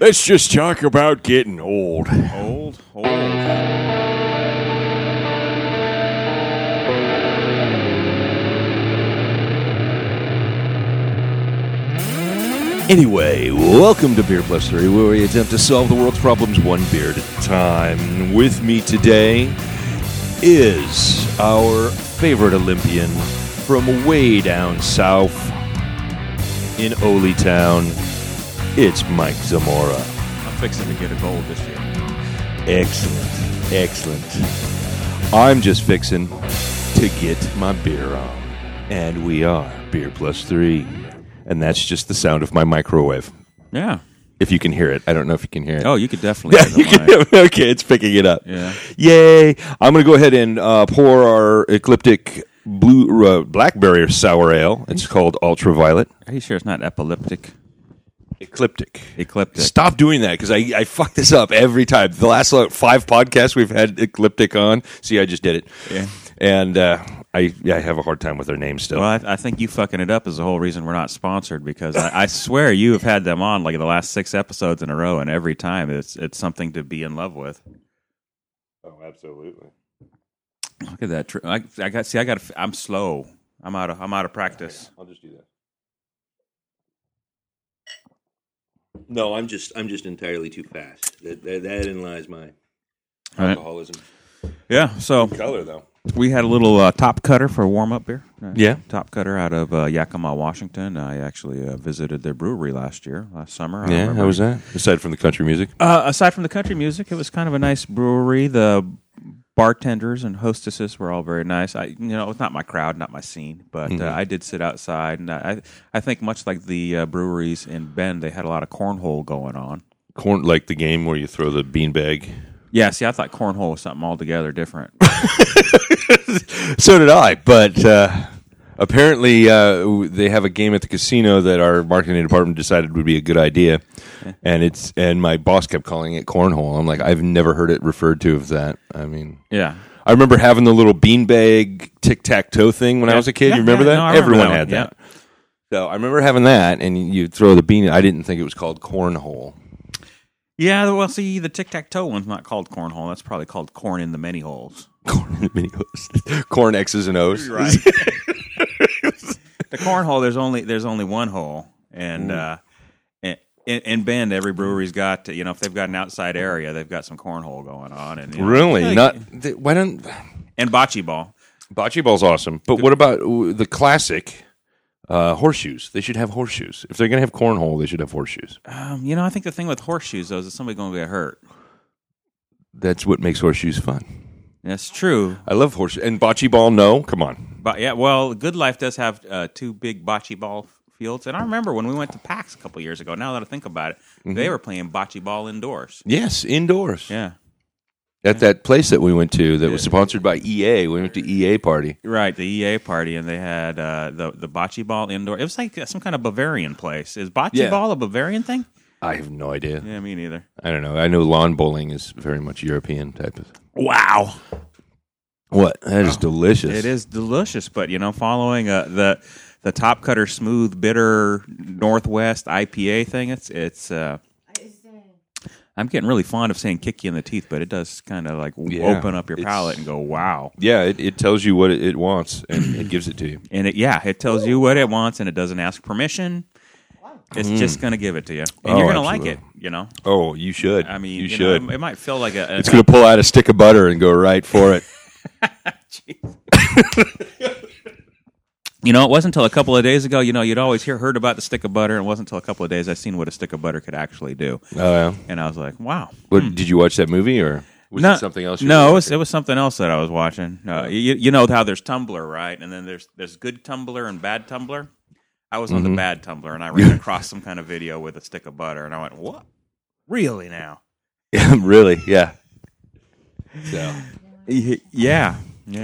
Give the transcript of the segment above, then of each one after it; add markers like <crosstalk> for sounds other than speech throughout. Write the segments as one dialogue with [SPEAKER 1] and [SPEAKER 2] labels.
[SPEAKER 1] Let's just talk about getting old.
[SPEAKER 2] Old, old.
[SPEAKER 1] Anyway, welcome to Beer Plus 3, where we attempt to solve the world's problems one beer at a time. With me today is our favorite Olympian from way down south in Oletown. It's Mike Zamora.
[SPEAKER 2] I'm fixing to get a gold this year.
[SPEAKER 1] Excellent. Excellent. I'm just fixing to get my beer on. And we are Beer Plus 3. And that's just the sound of my microwave.
[SPEAKER 2] Yeah.
[SPEAKER 1] If you can hear it. I don't know if you can hear it. <laughs>
[SPEAKER 2] Oh, you could definitely. get
[SPEAKER 1] You
[SPEAKER 2] the
[SPEAKER 1] can-
[SPEAKER 2] mic.
[SPEAKER 1] okay, it's picking it up.
[SPEAKER 2] Yeah.
[SPEAKER 1] Yay. I'm going to go ahead and uh, pour our ecliptic blue uh, blackberry sour ale. It's called Ultraviolet.
[SPEAKER 2] Are you sure it's not epileptic?
[SPEAKER 1] Ecliptic.
[SPEAKER 2] Ecliptic.
[SPEAKER 1] Stop doing that because I, I fuck this up every time. The last like, five podcasts we've had Ecliptic on. See, I just did it.
[SPEAKER 2] Yeah.
[SPEAKER 1] And uh, I yeah, I have a hard time with their name still.
[SPEAKER 2] Well, I, I think you fucking it up is the whole reason we're not sponsored because I, I swear you have had them on like the last six episodes in a row, and every time it's it's something to be in love with.
[SPEAKER 1] Oh, absolutely.
[SPEAKER 2] Look at that! tr- I, I got see. I got. I'm slow. I'm out of. I'm out of practice.
[SPEAKER 1] I'll just do that. No, I'm just I'm just entirely too fast. That that, that in lies my
[SPEAKER 2] All right.
[SPEAKER 1] alcoholism.
[SPEAKER 2] Yeah. So
[SPEAKER 1] Color though.
[SPEAKER 2] we had a little uh, top cutter for warm up beer. Uh,
[SPEAKER 1] Yeah.
[SPEAKER 2] Top Cutter out of uh, Yakima, Washington. I actually uh, visited their brewery last year, last summer. I don't remember.
[SPEAKER 1] that? Aside from the country music.
[SPEAKER 2] Uh, aside from the country music, it was kind of a nice brewery. The bartenders and hostesses were all very nice. I, you know, it's not my crowd, not my scene, but uh, I did sit outside, and I, I think much like the uh, breweries in Bend, they had a lot of cornhole going on.
[SPEAKER 1] Corn like the game where you throw the beanbag.
[SPEAKER 2] Yeah, see, I thought cornhole was something altogether different.
[SPEAKER 1] So did I, but uh, apparently uh, w- they have a game at the casino that our marketing department decided would be a good idea, and it's and my boss kept calling it cornhole. I'm like, I've never heard it referred to as that. I mean,
[SPEAKER 2] yeah.
[SPEAKER 1] I remember having the little beanbag tic tac toe thing when I was a kid.
[SPEAKER 2] Yeah,
[SPEAKER 1] you remember
[SPEAKER 2] yeah,
[SPEAKER 1] that?
[SPEAKER 2] no, I remember
[SPEAKER 1] Everyone
[SPEAKER 2] that
[SPEAKER 1] had
[SPEAKER 2] one, yeah.
[SPEAKER 1] that. So I remember having that, and you throw the bean. I didn't think it was called cornhole. <laughs>
[SPEAKER 2] Yeah, well, see, the tic tac toe one's not called cornhole. That's probably called corn in the many holes.
[SPEAKER 1] Corn, mini holes. corn X's and O's.
[SPEAKER 2] Right. the cornhole. There's only there's only one hole, and uh, in, in Bend, every brewery's got you know if they've got an outside area, they've got some cornhole going on, and you know,
[SPEAKER 1] Really? Not? th- Why don't?
[SPEAKER 2] and bocce ball.
[SPEAKER 1] Bocce ball's awesome, but what about uh, the classic uh, horseshoes? They should have horseshoes. If they're going to have cornhole, they should have horseshoes.
[SPEAKER 2] Um, you know, I think the thing with horseshoes though is that somebody's going to get hurt.
[SPEAKER 1] That's what makes horseshoes fun.
[SPEAKER 2] That's true,
[SPEAKER 1] I love horseshoes. And bocce ball, no, come on.
[SPEAKER 2] but yeah, well, Good Life does have uh, two big bocce ball fields, and I remember when we went to PAX a couple years ago. Now that I think about it,
[SPEAKER 1] Mm-hmm.
[SPEAKER 2] they were playing bocce ball indoors.
[SPEAKER 1] Yes, indoors.
[SPEAKER 2] Yeah,
[SPEAKER 1] At that place that we went to that was sponsored by EA. We went to EA party.
[SPEAKER 2] Right, the EA party, and they had uh, the the bocce ball indoor. It was like uh, some kind of Bavarian place. Is bocce
[SPEAKER 1] Yeah.
[SPEAKER 2] ball a Bavarian thing?
[SPEAKER 1] I have no idea.
[SPEAKER 2] Yeah, me neither.
[SPEAKER 1] I don't know. I know lawn bowling is very much European type of.
[SPEAKER 2] Wow,
[SPEAKER 1] What? That Oh, is delicious.
[SPEAKER 2] it is delicious, but you know, following uh, the the top cutter smooth bitter Northwest IPA thing, it's it's. Uh, I'm getting really fond of saying "kick you in the teeth," but it does kind of like w-
[SPEAKER 1] Yeah,
[SPEAKER 2] open up your
[SPEAKER 1] it's-
[SPEAKER 2] palate and go, "Wow!"
[SPEAKER 1] Yeah, it, it tells you what it, it wants and it gives it to you.
[SPEAKER 2] And it, yeah, it tells you what it wants, and it doesn't ask permission. It's just gonna give it to you, and you're gonna like it.
[SPEAKER 1] Mm. Oh, absolutely.
[SPEAKER 2] You know,
[SPEAKER 1] Oh, you should.
[SPEAKER 2] I mean,
[SPEAKER 1] you,
[SPEAKER 2] you know,
[SPEAKER 1] should.
[SPEAKER 2] it might feel like a,
[SPEAKER 1] It's going to pull out a stick of butter and go right for <laughs> it.
[SPEAKER 2] You know, it wasn't until a couple of days ago. You know, you'd always hear heard about the stick of butter, and it wasn't until a couple of days I seen what a stick of butter could actually do,
[SPEAKER 1] Uh,
[SPEAKER 2] and I was like, wow.
[SPEAKER 1] what, Did you watch that movie or was
[SPEAKER 2] No-
[SPEAKER 1] it something else? you
[SPEAKER 2] No, it
[SPEAKER 1] were Oh.
[SPEAKER 2] was, it was something else that I was watching. Uh, you, you know how there's Tumblr, right? And then there's there's good Tumblr and bad Tumblr. I was
[SPEAKER 1] Mm-hmm.
[SPEAKER 2] on the bad Tumblr, and I
[SPEAKER 1] <laughs>
[SPEAKER 2] ran across some kind of video with a stick of butter, and I went, what? Really now?
[SPEAKER 1] <laughs> watching? really? Yeah. So
[SPEAKER 2] Yeah, yeah.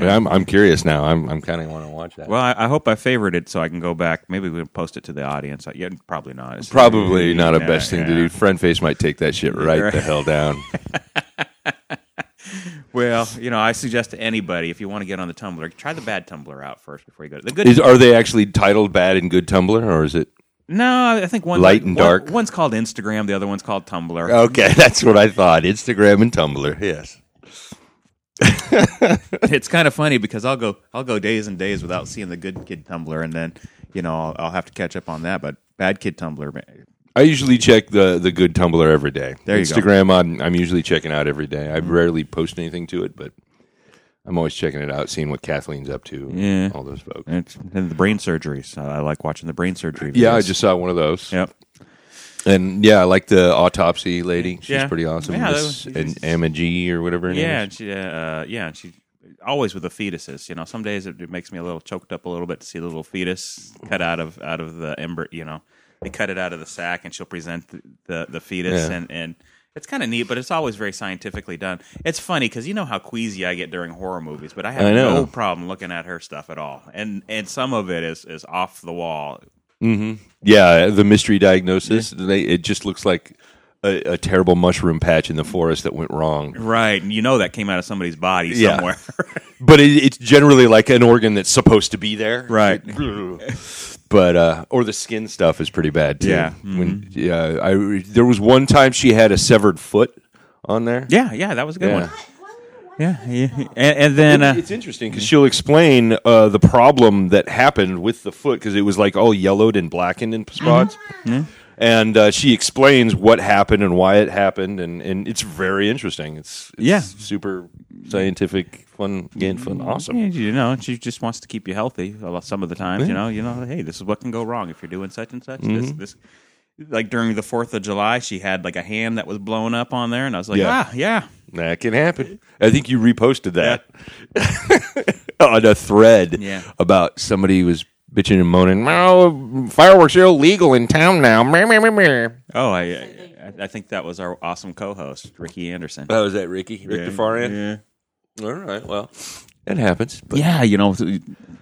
[SPEAKER 1] but I'm I'm curious now. I'm I'm kind of want to watch that.
[SPEAKER 2] Well, I, I hope I favored it so I can go back. Maybe we can post it to the audience. Uh, Yeah, probably not. It's-
[SPEAKER 1] Probably not a
[SPEAKER 2] Yeah,
[SPEAKER 1] best thing to
[SPEAKER 2] yeah.
[SPEAKER 1] do. Friend face might take that shit right, the hell <laughs> down.
[SPEAKER 2] Well, you know, I suggest to anybody if you want to get on the Tumblr, try the bad Tumblr out first before you go. To the good.
[SPEAKER 1] Is are they actually titled bad and good Tumblr or is it
[SPEAKER 2] No, I think one
[SPEAKER 1] Light and
[SPEAKER 2] one-
[SPEAKER 1] dark? Oh.
[SPEAKER 2] one's called Instagram, the other one's called Tumblr.
[SPEAKER 1] Okay, <laughs> that's what I thought. Instagram and Tumblr. Yes.
[SPEAKER 2] <laughs> it's kind of funny because I'll go I'll go days and days without seeing the good kid Tumblr, and then you know I'll, I'll have to catch up on that. But bad kid Tumblr, man,
[SPEAKER 1] I usually check the the good Tumblr every day.
[SPEAKER 2] There you go.
[SPEAKER 1] Instagram, I'm I'm usually checking out every day. I rarely post anything to it, but I'm always checking it out, seeing what Kathleen's up to.
[SPEAKER 2] Yeah.
[SPEAKER 1] all those folks.
[SPEAKER 2] it's, and the brain surgeries. I, I like watching the brain surgery. Videos.
[SPEAKER 1] Yeah, I just saw one of those.
[SPEAKER 2] yep.
[SPEAKER 1] And yeah, I like the autopsy lady. She's
[SPEAKER 2] Yeah.
[SPEAKER 1] pretty awesome.
[SPEAKER 2] Yeah, that
[SPEAKER 1] Miss
[SPEAKER 2] was-
[SPEAKER 1] An Emma G or whatever. Her
[SPEAKER 2] Yeah,
[SPEAKER 1] Name
[SPEAKER 2] and she, uh, yeah, and she always with the fetuses. You know, some days it, it makes me a little choked up a little bit to see the little fetus cut out of out of the embryo. You know, they cut it out of the sac, and she'll present the the, the fetus,
[SPEAKER 1] Yeah.
[SPEAKER 2] and and it's kind of neat, but it's always very scientifically done. It's funny because you know how queasy I get during horror movies, but I have
[SPEAKER 1] I know.
[SPEAKER 2] no problem looking at her stuff at all, and and some of it is is off the wall.
[SPEAKER 1] is. yeah, the mystery diagnosis. They, it just looks like a, a terrible mushroom patch in the forest that went wrong.
[SPEAKER 2] Right, and you know that came out of somebody's body
[SPEAKER 1] Yeah.
[SPEAKER 2] somewhere. <laughs>
[SPEAKER 1] but it, it's generally like an organ that's supposed to be there,
[SPEAKER 2] Right.
[SPEAKER 1] <laughs> But uh, or the skin stuff is pretty bad too.
[SPEAKER 2] Yeah. Mm-hmm.
[SPEAKER 1] when yeah, I there was one time she had a severed foot on there.
[SPEAKER 2] yeah, yeah, that was a good
[SPEAKER 1] Yeah.
[SPEAKER 2] one. Yeah, yeah, and, and then uh,
[SPEAKER 1] It's interesting because she'll explain uh, the problem that happened with the foot because it was like all yellowed and blackened in spots.
[SPEAKER 2] Mm-hmm.
[SPEAKER 1] And uh, she explains what happened and why it happened, and, and it's very interesting. It's, it's
[SPEAKER 2] Yeah.
[SPEAKER 1] super scientific, fun, again, fun, awesome.
[SPEAKER 2] Yeah, you know, and she just wants to keep you healthy. A lot, some of the times, you know, you know, hey, this is what can go wrong if you're doing such and such. This, this, like during the Fourth of July, she had like a hand that was blown up on there, and I was like,
[SPEAKER 1] Yeah.
[SPEAKER 2] ah, yeah,
[SPEAKER 1] That can happen. I think you reposted that <laughs> on a thread
[SPEAKER 2] Yeah.
[SPEAKER 1] about somebody was bitching and moaning. Oh, fireworks are illegal in town now. Meh, meh, meh, meh.
[SPEAKER 2] oh, I, I, I think that was our awesome co-host Ricky Anderson.
[SPEAKER 1] Oh, is that Ricky? Rick DeFarian?
[SPEAKER 2] yeah.
[SPEAKER 1] All right. Well, that happens. But
[SPEAKER 2] yeah, you know.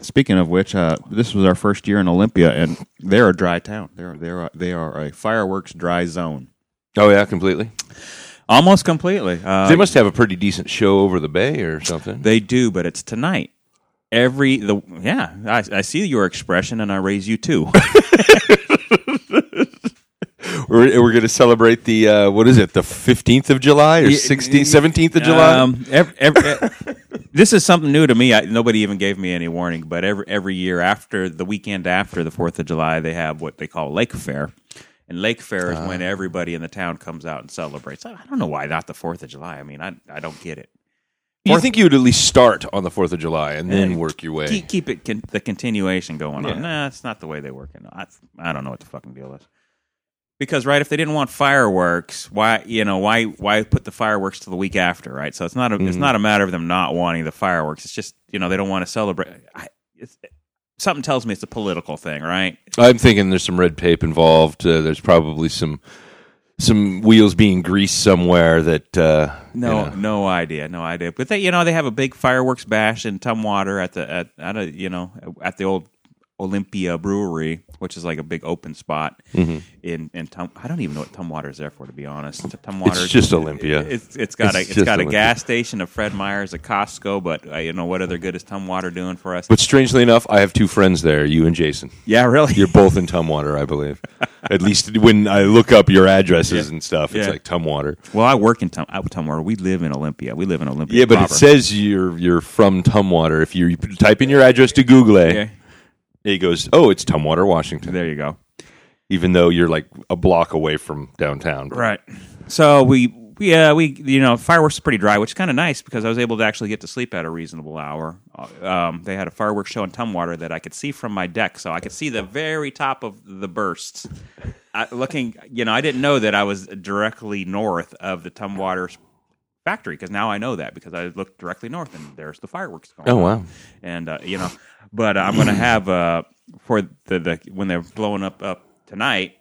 [SPEAKER 2] Speaking of which, uh, this was our first year in Olympia, and they're a dry town. They're they're they are a fireworks dry zone,
[SPEAKER 1] Oh, yeah, completely.
[SPEAKER 2] almost completely. Uh,
[SPEAKER 1] They must have a pretty decent show over the bay or something.
[SPEAKER 2] They do, but it's tonight. Every the yeah, I, I see your expression, and I raise you too.
[SPEAKER 1] We're, we're going to celebrate the, uh, what is it, the 15th of July or 16th, 17th of July?
[SPEAKER 2] Um, ev- ev- eh, this is something new to me. I, nobody even gave me any warning. But every every year after the weekend after the Fourth of July, they have what they call Lake Fair, and Lake Fair is when everybody in the town comes out and celebrates. I, I don't know why not the Fourth of July. I mean, I I don't get it.
[SPEAKER 1] you think you would at least start on the 4th of July and then
[SPEAKER 2] Hey,
[SPEAKER 1] work your way.
[SPEAKER 2] Keep, keep it con- the continuation going
[SPEAKER 1] Yeah.
[SPEAKER 2] on. Nah, it's not the way they work. It. I I don't know what the fucking deal is. Because right, if they didn't want fireworks, why you know why why put the fireworks to the week after, right? So it's not a
[SPEAKER 1] Mm-hmm.
[SPEAKER 2] it's not a matter of them not wanting the fireworks. It's just you know they don't want to celebrate. I, it's, something tells me it's a political thing, right?
[SPEAKER 1] I'm thinking there's some red tape involved. Uh, there's probably some some wheels being greased somewhere that uh,
[SPEAKER 2] No,
[SPEAKER 1] you know.
[SPEAKER 2] no idea, no idea. But they, you know, they have a big fireworks bash in Tumwater at the at, at a, you know at the old Olympia Brewery, which is like a big open spot
[SPEAKER 1] Mm-hmm.
[SPEAKER 2] in in Tum. I don't even know what Tumwater is there for, to be honest. Tumwater,
[SPEAKER 1] It's just Olympia.
[SPEAKER 2] It's it's got
[SPEAKER 1] It's
[SPEAKER 2] a it's
[SPEAKER 1] just
[SPEAKER 2] got a
[SPEAKER 1] Olympia.
[SPEAKER 2] gas station, a Fred Meyer's, a Costco, but uh, you know what other good is Tumwater doing for us?
[SPEAKER 1] But strangely enough, I have two friends there, you and Jason.
[SPEAKER 2] yeah, really.
[SPEAKER 1] You're both in Tumwater, I
[SPEAKER 2] <laughs>
[SPEAKER 1] believe. At least when I look up your addresses
[SPEAKER 2] Yeah.
[SPEAKER 1] and stuff, it's
[SPEAKER 2] Yeah.
[SPEAKER 1] like Tumwater.
[SPEAKER 2] well, I work in Tum I- Tumwater. We live in Olympia. We live in Olympia.
[SPEAKER 1] Yeah, but
[SPEAKER 2] proper.
[SPEAKER 1] it says you're you're from Tumwater. If you, you type in your address to Google it,
[SPEAKER 2] Okay,
[SPEAKER 1] it goes, "Oh, it's Tumwater, Washington,"
[SPEAKER 2] there you go.
[SPEAKER 1] even though you're like a block away from downtown.
[SPEAKER 2] Right. So we we uh, we you know fireworks is pretty dry, which is kind of nice because I was able to actually get to sleep at a reasonable hour. Um, they had a fireworks show in Tumwater that I could see from my deck, so I could see the very top of the bursts. I, looking, you know, I didn't know that I was directly north of the Tumwater factory because now I know that because I looked directly north and there's the fireworks going.
[SPEAKER 1] Oh
[SPEAKER 2] on
[SPEAKER 1] wow.
[SPEAKER 2] and uh, you know, but I'm gonna have uh for the, the when they're blowing up up tonight,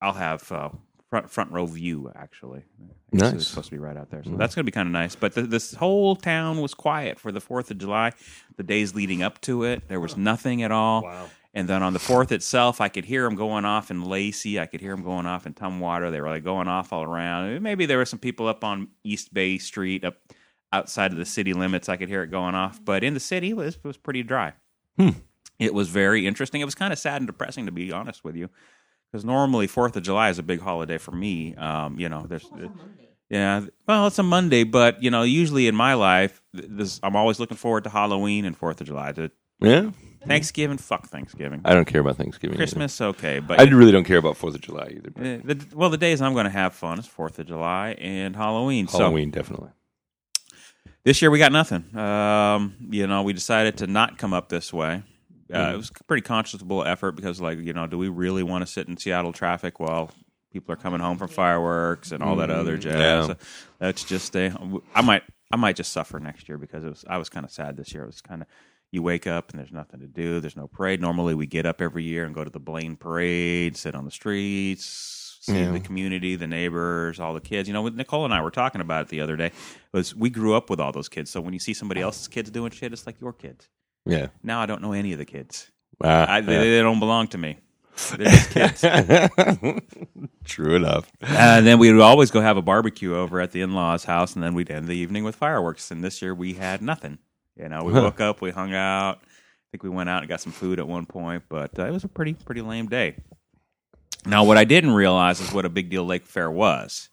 [SPEAKER 2] I'll have uh, front front row view actually. I guess
[SPEAKER 1] Nice.
[SPEAKER 2] It's supposed to be right out there, so that's gonna be kind of nice. But th this whole town was quiet for the Fourth of July. The days leading up to it, there was nothing at all.
[SPEAKER 1] Wow.
[SPEAKER 2] And then on the fourth itself, I could hear them going off in Lacey. I could hear them going off in Tumwater. They were like going off all around. Maybe there were some people up on East Bay Street, up outside of the city limits. I could hear it going off, but in the city, it was it was pretty dry. It was very interesting. It was kind of sad and depressing, to be honest with you. because normally Fourth of July is a big holiday for me. Um, you know, there's yeah, well, it's a Monday, but you know, usually in my life, th- this I'm always looking forward to Halloween and Fourth of July. To
[SPEAKER 1] Yeah,
[SPEAKER 2] Thanksgiving, fuck Thanksgiving.
[SPEAKER 1] I don't care about Thanksgiving. either.
[SPEAKER 2] Christmas, okay, but
[SPEAKER 1] I really don't care about Fourth of July either. but
[SPEAKER 2] Uh, the, well, the days I'm going to have fun is Fourth of July and Halloween.
[SPEAKER 1] Halloween definitely.
[SPEAKER 2] So this year we got nothing. Um, you know, we decided to not come up this way. Uh, It
[SPEAKER 1] Mm-hmm.
[SPEAKER 2] was a pretty conscionable effort because, like, you know, do we really want to sit in Seattle traffic while people are coming home from fireworks and all that other jazz?
[SPEAKER 1] Mm-hmm. yeah.
[SPEAKER 2] Let's just stay. I might, I might just suffer next year because it was. I was kind of sad this year. It was kind of. You wake up and there's nothing to do. There's no parade. Normally, we get up every year and go to the Blaine Parade, sit on the streets, see
[SPEAKER 1] Yeah.
[SPEAKER 2] the community, the neighbors, all the kids. You know, what Nicole and I were talking about it the other day. Was we grew up with all those kids. So when you see somebody else's kids doing shit, it's like your kids.
[SPEAKER 1] Yeah.
[SPEAKER 2] Now I don't know any of the kids.
[SPEAKER 1] Ah,
[SPEAKER 2] I, they,
[SPEAKER 1] yeah.
[SPEAKER 2] they don't belong to me. They're just
[SPEAKER 1] <laughs>
[SPEAKER 2] kids.
[SPEAKER 1] True enough.
[SPEAKER 2] and then we would always go have a barbecue over at the in laws' house, and then we'd end the evening with fireworks. And this year we had nothing. You know, we woke up, we hung out. I think we went out and got some food at one point, but uh, it was a pretty pretty lame day. Now, what I didn't realize is what a big deal Lake Fair was.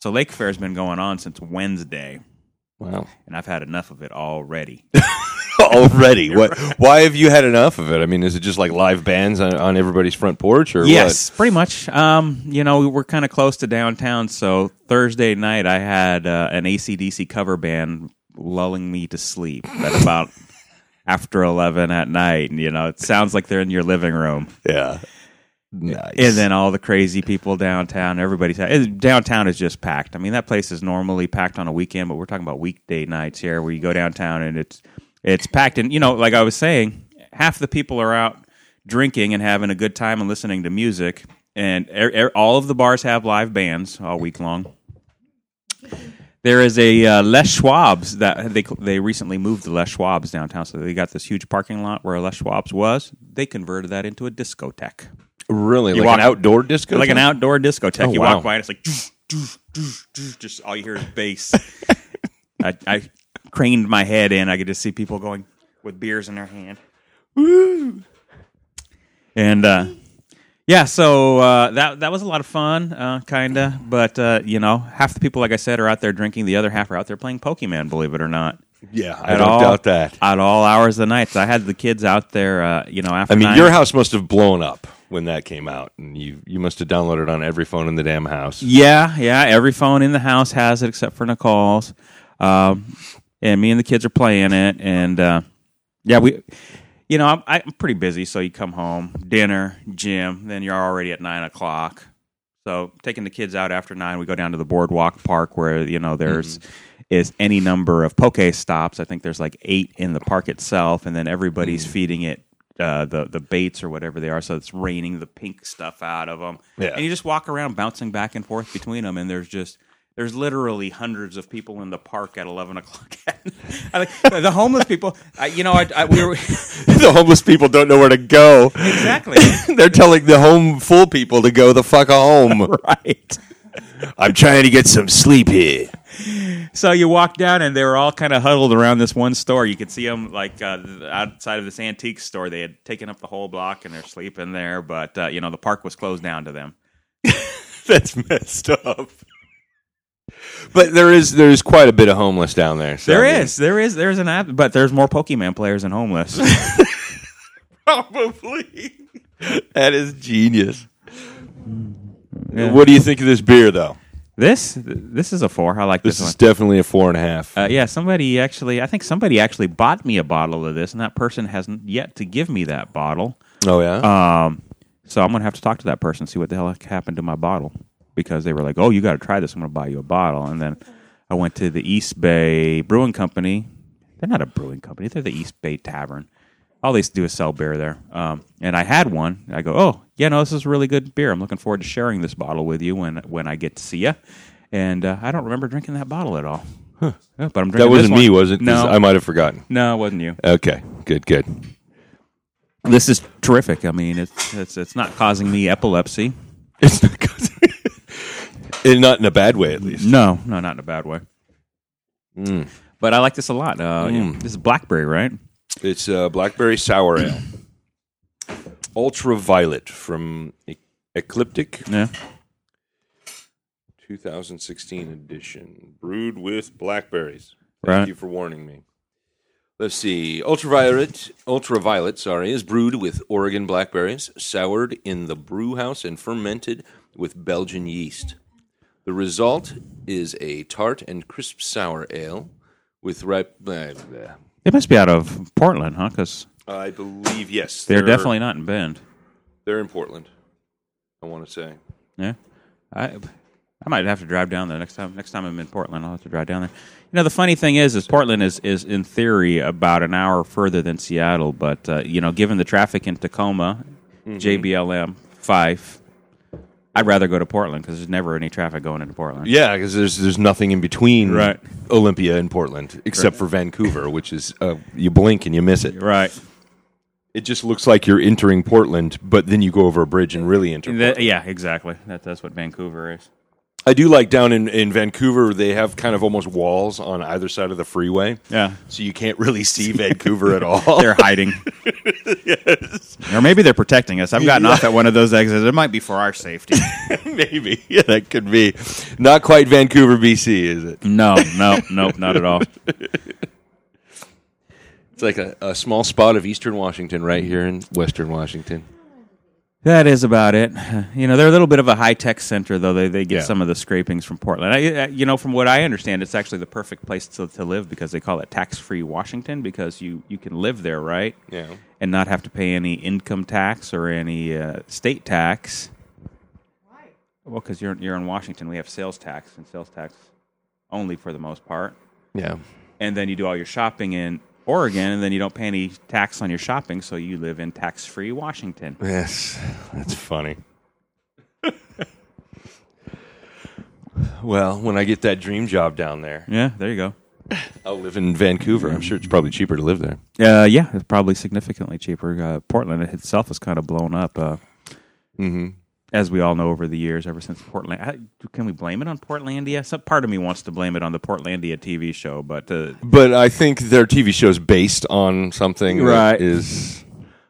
[SPEAKER 2] So Lake Fair has been going on since Wednesday,
[SPEAKER 1] Wow.
[SPEAKER 2] and I've had enough of it already.
[SPEAKER 1] <laughs>
[SPEAKER 2] <laughs>
[SPEAKER 1] Already, what? Why have you had enough of it? I mean, is it just like live bands on, on everybody's front porch, or
[SPEAKER 2] Yes, pretty much. Um, you know, we're kind of close to downtown, so Thursday night I had uh, an ACDC cover band lulling me to sleep at about <laughs> after 11 at night. And, you know, it sounds like they're in your living room.
[SPEAKER 1] what? Yeah. Nice.
[SPEAKER 2] And then all the crazy people downtown, everybody's it- downtown is just packed. I mean, that place is normally packed on a weekend, but we're talking about weekday nights here where you go downtown and it's it's packed and you know, like I was saying, half the people are out drinking and having a good time and listening to music and er, er, all of the bars have live bands all week long. There is a uh, Les Schwab's that they they recently moved to Les Schwab's downtown, so they got this huge parking lot where Les Schwab's was. They converted that into a discotheque
[SPEAKER 1] really, like
[SPEAKER 2] walk-
[SPEAKER 1] an outdoor disco,
[SPEAKER 2] like an
[SPEAKER 1] thing?
[SPEAKER 2] outdoor discotheque.
[SPEAKER 1] Oh,
[SPEAKER 2] you
[SPEAKER 1] wow.
[SPEAKER 2] walk by and it's like doof, doof, doof, doof, just all you hear is
[SPEAKER 1] <laughs>
[SPEAKER 2] bass. I, I craned my head in. I could just see people going with beers in their hand. And uh, yeah, so uh, that that was a lot of fun, uh, kinda. But uh, you know, half the people, like I said, are out there drinking. The other half are out there playing Pokemon. Believe it or not.
[SPEAKER 1] Yeah, I
[SPEAKER 2] At
[SPEAKER 1] don't
[SPEAKER 2] all-
[SPEAKER 1] doubt that.
[SPEAKER 2] At all hours of the night. So I had the kids out there. Uh, you know, after
[SPEAKER 1] I mean,
[SPEAKER 2] nine.
[SPEAKER 1] your house must have blown up when that came out, and you you must have downloaded on every phone in the damn
[SPEAKER 2] <laughs>
[SPEAKER 1] house.
[SPEAKER 2] Yeah, yeah. Every phone in the house has it except for Nicole's. Um, and me and the kids are playing it. And uh, yeah, we, you know, I'm, I'm pretty busy. So you come home, dinner, gym, then you're already at nine o'clock. So taking the kids out after nine, we go down to the boardwalk park where you know there's is any number of poke stops. I think there's like eight in the park itself, and then everybody's feeding it uh, the the baits or whatever they are. So it's raining the pink stuff out of them,
[SPEAKER 1] Yeah.
[SPEAKER 2] and you just walk around bouncing back and forth between them. And there's just there's literally hundreds of people in the park at eleven o'clock. <laughs> I think the homeless people, I, you know, I, I, we were
[SPEAKER 1] the homeless people don't know where to go.
[SPEAKER 2] exactly
[SPEAKER 1] <laughs> They're telling the home full people to go the fuck home.
[SPEAKER 2] right.
[SPEAKER 1] I'm trying to get some sleep here.
[SPEAKER 2] <laughs> So you walk down, and they were all kind of huddled around this one store. You could see them like uh, outside of this antique store. They had taken up the whole block, and they're sleeping there. But uh, you know, the park was closed down to them.
[SPEAKER 1] That's messed up. But there is there is quite a bit of homeless down there. So
[SPEAKER 2] There is, <laughs> there is, there's an app, but there's more Pokemon players than <laughs> homeless.
[SPEAKER 1] probably. that is genius.
[SPEAKER 2] Yeah.
[SPEAKER 1] What do you think of this beer, though?
[SPEAKER 2] this, this is a four. I like this,
[SPEAKER 1] This
[SPEAKER 2] one.
[SPEAKER 1] is definitely a four and a half.
[SPEAKER 2] Uh, yeah, somebody actually, I think somebody actually bought me a bottle of this, and that person hasn't yet to give me that bottle.
[SPEAKER 1] oh yeah.
[SPEAKER 2] Um, so I'm gonna have to talk to that person, see what the hell happened to my bottle, because they were like, "Oh, you got to try this. I'm gonna buy you a bottle." And then I went to the East Bay Brewing Company. They're not a brewing company; they're the East Bay Tavern. All they do is sell beer there. Um, and I had one. I go, "Oh, yeah, no, this is really good beer. I'm looking forward to sharing this bottle with you when when I get to see you." And uh, I don't remember drinking that bottle at all. Yeah, but I'm drinking
[SPEAKER 1] that wasn't
[SPEAKER 2] this
[SPEAKER 1] me,
[SPEAKER 2] one.
[SPEAKER 1] was it? 'Cause
[SPEAKER 2] No,
[SPEAKER 1] I might have forgotten.
[SPEAKER 2] no, it wasn't you.
[SPEAKER 1] Okay, good, good.
[SPEAKER 2] This is terrific. I mean, it's it's it's not causing me epilepsy.
[SPEAKER 1] It's not, 'cause- And not <laughs> in a bad way, at least.
[SPEAKER 2] No, no, not in a bad way. But I like this a lot. Uh, you know, This is blackberry, right?
[SPEAKER 1] It's uh, blackberry sour ale, ultraviolet from Ecliptic
[SPEAKER 2] Yeah.
[SPEAKER 1] 2016 edition, brewed with blackberries. Thank
[SPEAKER 2] Right.
[SPEAKER 1] you for warning me. Let's see. Ultraviolet, ultraviolet, sorry, is brewed with Oregon blackberries, soured in the brew house and fermented with Belgian yeast. The result is a tart and crisp sour ale with ripe. blah, blah.
[SPEAKER 2] They must be out of Portland, huh? Because
[SPEAKER 1] I believe yes,
[SPEAKER 2] they're definitely not in Bend.
[SPEAKER 1] they're in Portland. I want to say.
[SPEAKER 2] Yeah, I I might have to drive down there next time. Next time I'm in Portland, I'll have to drive down there. You know, the funny thing is, is Portland is is in theory about an hour further than Seattle, but uh, you know, given the traffic in Tacoma, JBLM, Fife, I'd rather go to Portland because there's never any traffic going into Portland.
[SPEAKER 1] Yeah, because there's there's nothing in between
[SPEAKER 2] Right.
[SPEAKER 1] Olympia and Portland except for Vancouver, which is uh, you blink and you miss it.
[SPEAKER 2] Right.
[SPEAKER 1] It just looks like you're entering Portland, but then you go over a bridge and really enter.
[SPEAKER 2] That- yeah, exactly. That, that's what Vancouver is.
[SPEAKER 1] I do like down in, in Vancouver, they have kind of almost walls on either side of the freeway.
[SPEAKER 2] Yeah.
[SPEAKER 1] So you can't really <laughs> see Vancouver at all.
[SPEAKER 2] They're <laughs> hiding. Or maybe they're protecting us. I've gotten off at one of those exits. It might be for our <laughs> safety.
[SPEAKER 1] <laughs> Maybe. Yeah, that could be. Not quite Vancouver, BC, is it?
[SPEAKER 2] no, no, nope, not at all.
[SPEAKER 1] It's like a, a small spot of Eastern Washington right here in Western Washington.
[SPEAKER 2] That is about it. You know, they're a little bit of a high tech center, though. They, they get
[SPEAKER 1] Yeah.
[SPEAKER 2] some of the scrapings from Portland. I, I- you know, from what I understand, it's actually the perfect place to, to live because they call it tax free Washington because you, you can live there, right?
[SPEAKER 1] Yeah.
[SPEAKER 2] And not have to pay any income tax or any uh, state tax. Why? Well, because you're, you're in Washington. We have sales tax and sales tax only for the most part.
[SPEAKER 1] Yeah.
[SPEAKER 2] And then you do all your shopping in Oregon, and then you don't pay any tax on your shopping, so you live in tax free Washington.
[SPEAKER 1] Yes, that's funny. well, when I get that dream job down there,
[SPEAKER 2] Yeah, there you go.
[SPEAKER 1] I'll live in Vancouver. I'm sure it's probably cheaper to live there.
[SPEAKER 2] Uh, yeah, it's probably significantly cheaper. Uh, Portland itself is kind of blown up, uh, as we all know over the years. Ever since Portland, I- can we blame it on Portlandia? Some part of me wants to blame it on the Portlandia TV show, but uh,
[SPEAKER 1] But I think their TV show's based on something
[SPEAKER 2] Right.
[SPEAKER 1] that is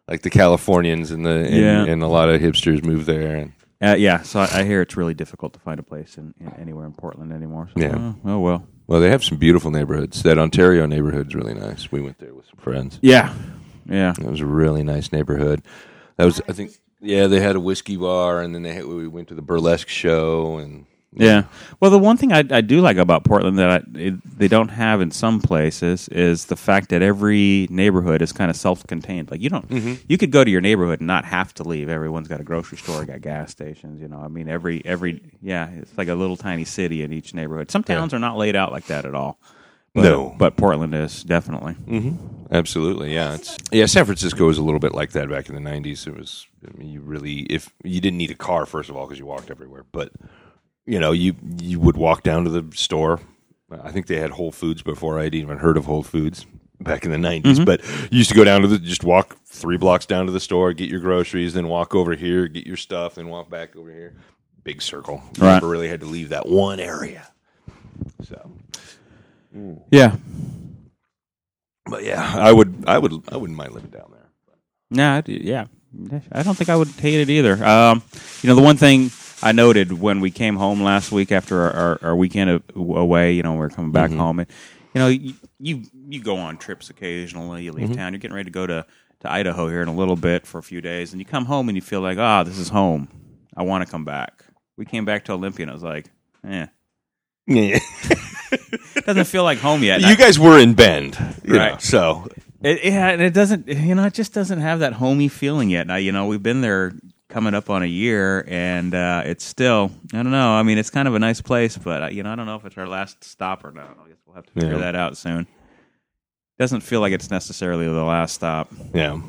[SPEAKER 1] like the Californians and the and,
[SPEAKER 2] Yeah.
[SPEAKER 1] and a lot of hipsters move there. And
[SPEAKER 2] uh, yeah. So I, I hear it's really difficult to find a place in, in anywhere in Portland anymore. So,
[SPEAKER 1] Yeah.
[SPEAKER 2] Oh, oh well.
[SPEAKER 1] well, they have some beautiful neighborhoods. That Ontario neighborhood's really nice. We went there with some friends.
[SPEAKER 2] Yeah. Yeah.
[SPEAKER 1] It was a really nice neighborhood. That was, I think, yeah, they had a whiskey bar, and then they had, we went to the burlesque show, and
[SPEAKER 2] Yeah. Well, the one thing I, I do like about Portland that I, it, they don't have in some places is the fact that every neighborhood is kind of self-contained. Like you don't, you could go to your neighborhood and not have to leave. Everyone's got a grocery store, got gas stations. You know, I mean, every every yeah, it's like a little tiny city in each neighborhood. Some towns are not laid out like that at all. But,
[SPEAKER 1] No.
[SPEAKER 2] but Portland is definitely.
[SPEAKER 1] Absolutely, yeah. It's yeah. San Francisco was a little bit like that back in the '90s. It was, I mean, you really if you didn't need a car first of all because you walked everywhere, but you know, you you would walk down to the store. I think they had Whole Foods before I'd even heard of Whole Foods back in the '90s. But you used to go down to the just walk three blocks down to the store, get your groceries, then walk over here, get your stuff, then walk back over here. Big circle. You
[SPEAKER 2] Right.
[SPEAKER 1] Never really had to leave that one area. So
[SPEAKER 2] Yeah.
[SPEAKER 1] But yeah, I would, I would, I wouldn't mind living down there.
[SPEAKER 2] No, I do- yeah, I don't think I would hate it either. Um, you know, the one thing I noted when we came home last week after our, our, our weekend a- away, you know, we were coming back home, and you know, you, you you go on trips occasionally. You leave town. You're getting ready to go to to Idaho here in a little bit for a few days, and you come home and you feel like, ah, this is home. I want to come back. We came back to Olympia, and I was like, eh,
[SPEAKER 1] Yeah.
[SPEAKER 2] it doesn't feel like home yet. And I-
[SPEAKER 1] you guys were in Bend, you
[SPEAKER 2] Right.
[SPEAKER 1] know, so
[SPEAKER 2] It, yeah, and it doesn't. You know, it just doesn't have that homey feeling yet. Now, you know, we've been there coming up on a year, and uh, it's still. I don't know. I mean, it's kind of a nice place, but uh, you know, I don't know if it's our last stop or not. I guess we'll have to figure
[SPEAKER 1] Yeah.
[SPEAKER 2] that out soon. Doesn't feel like it's necessarily the last stop.
[SPEAKER 1] yeah,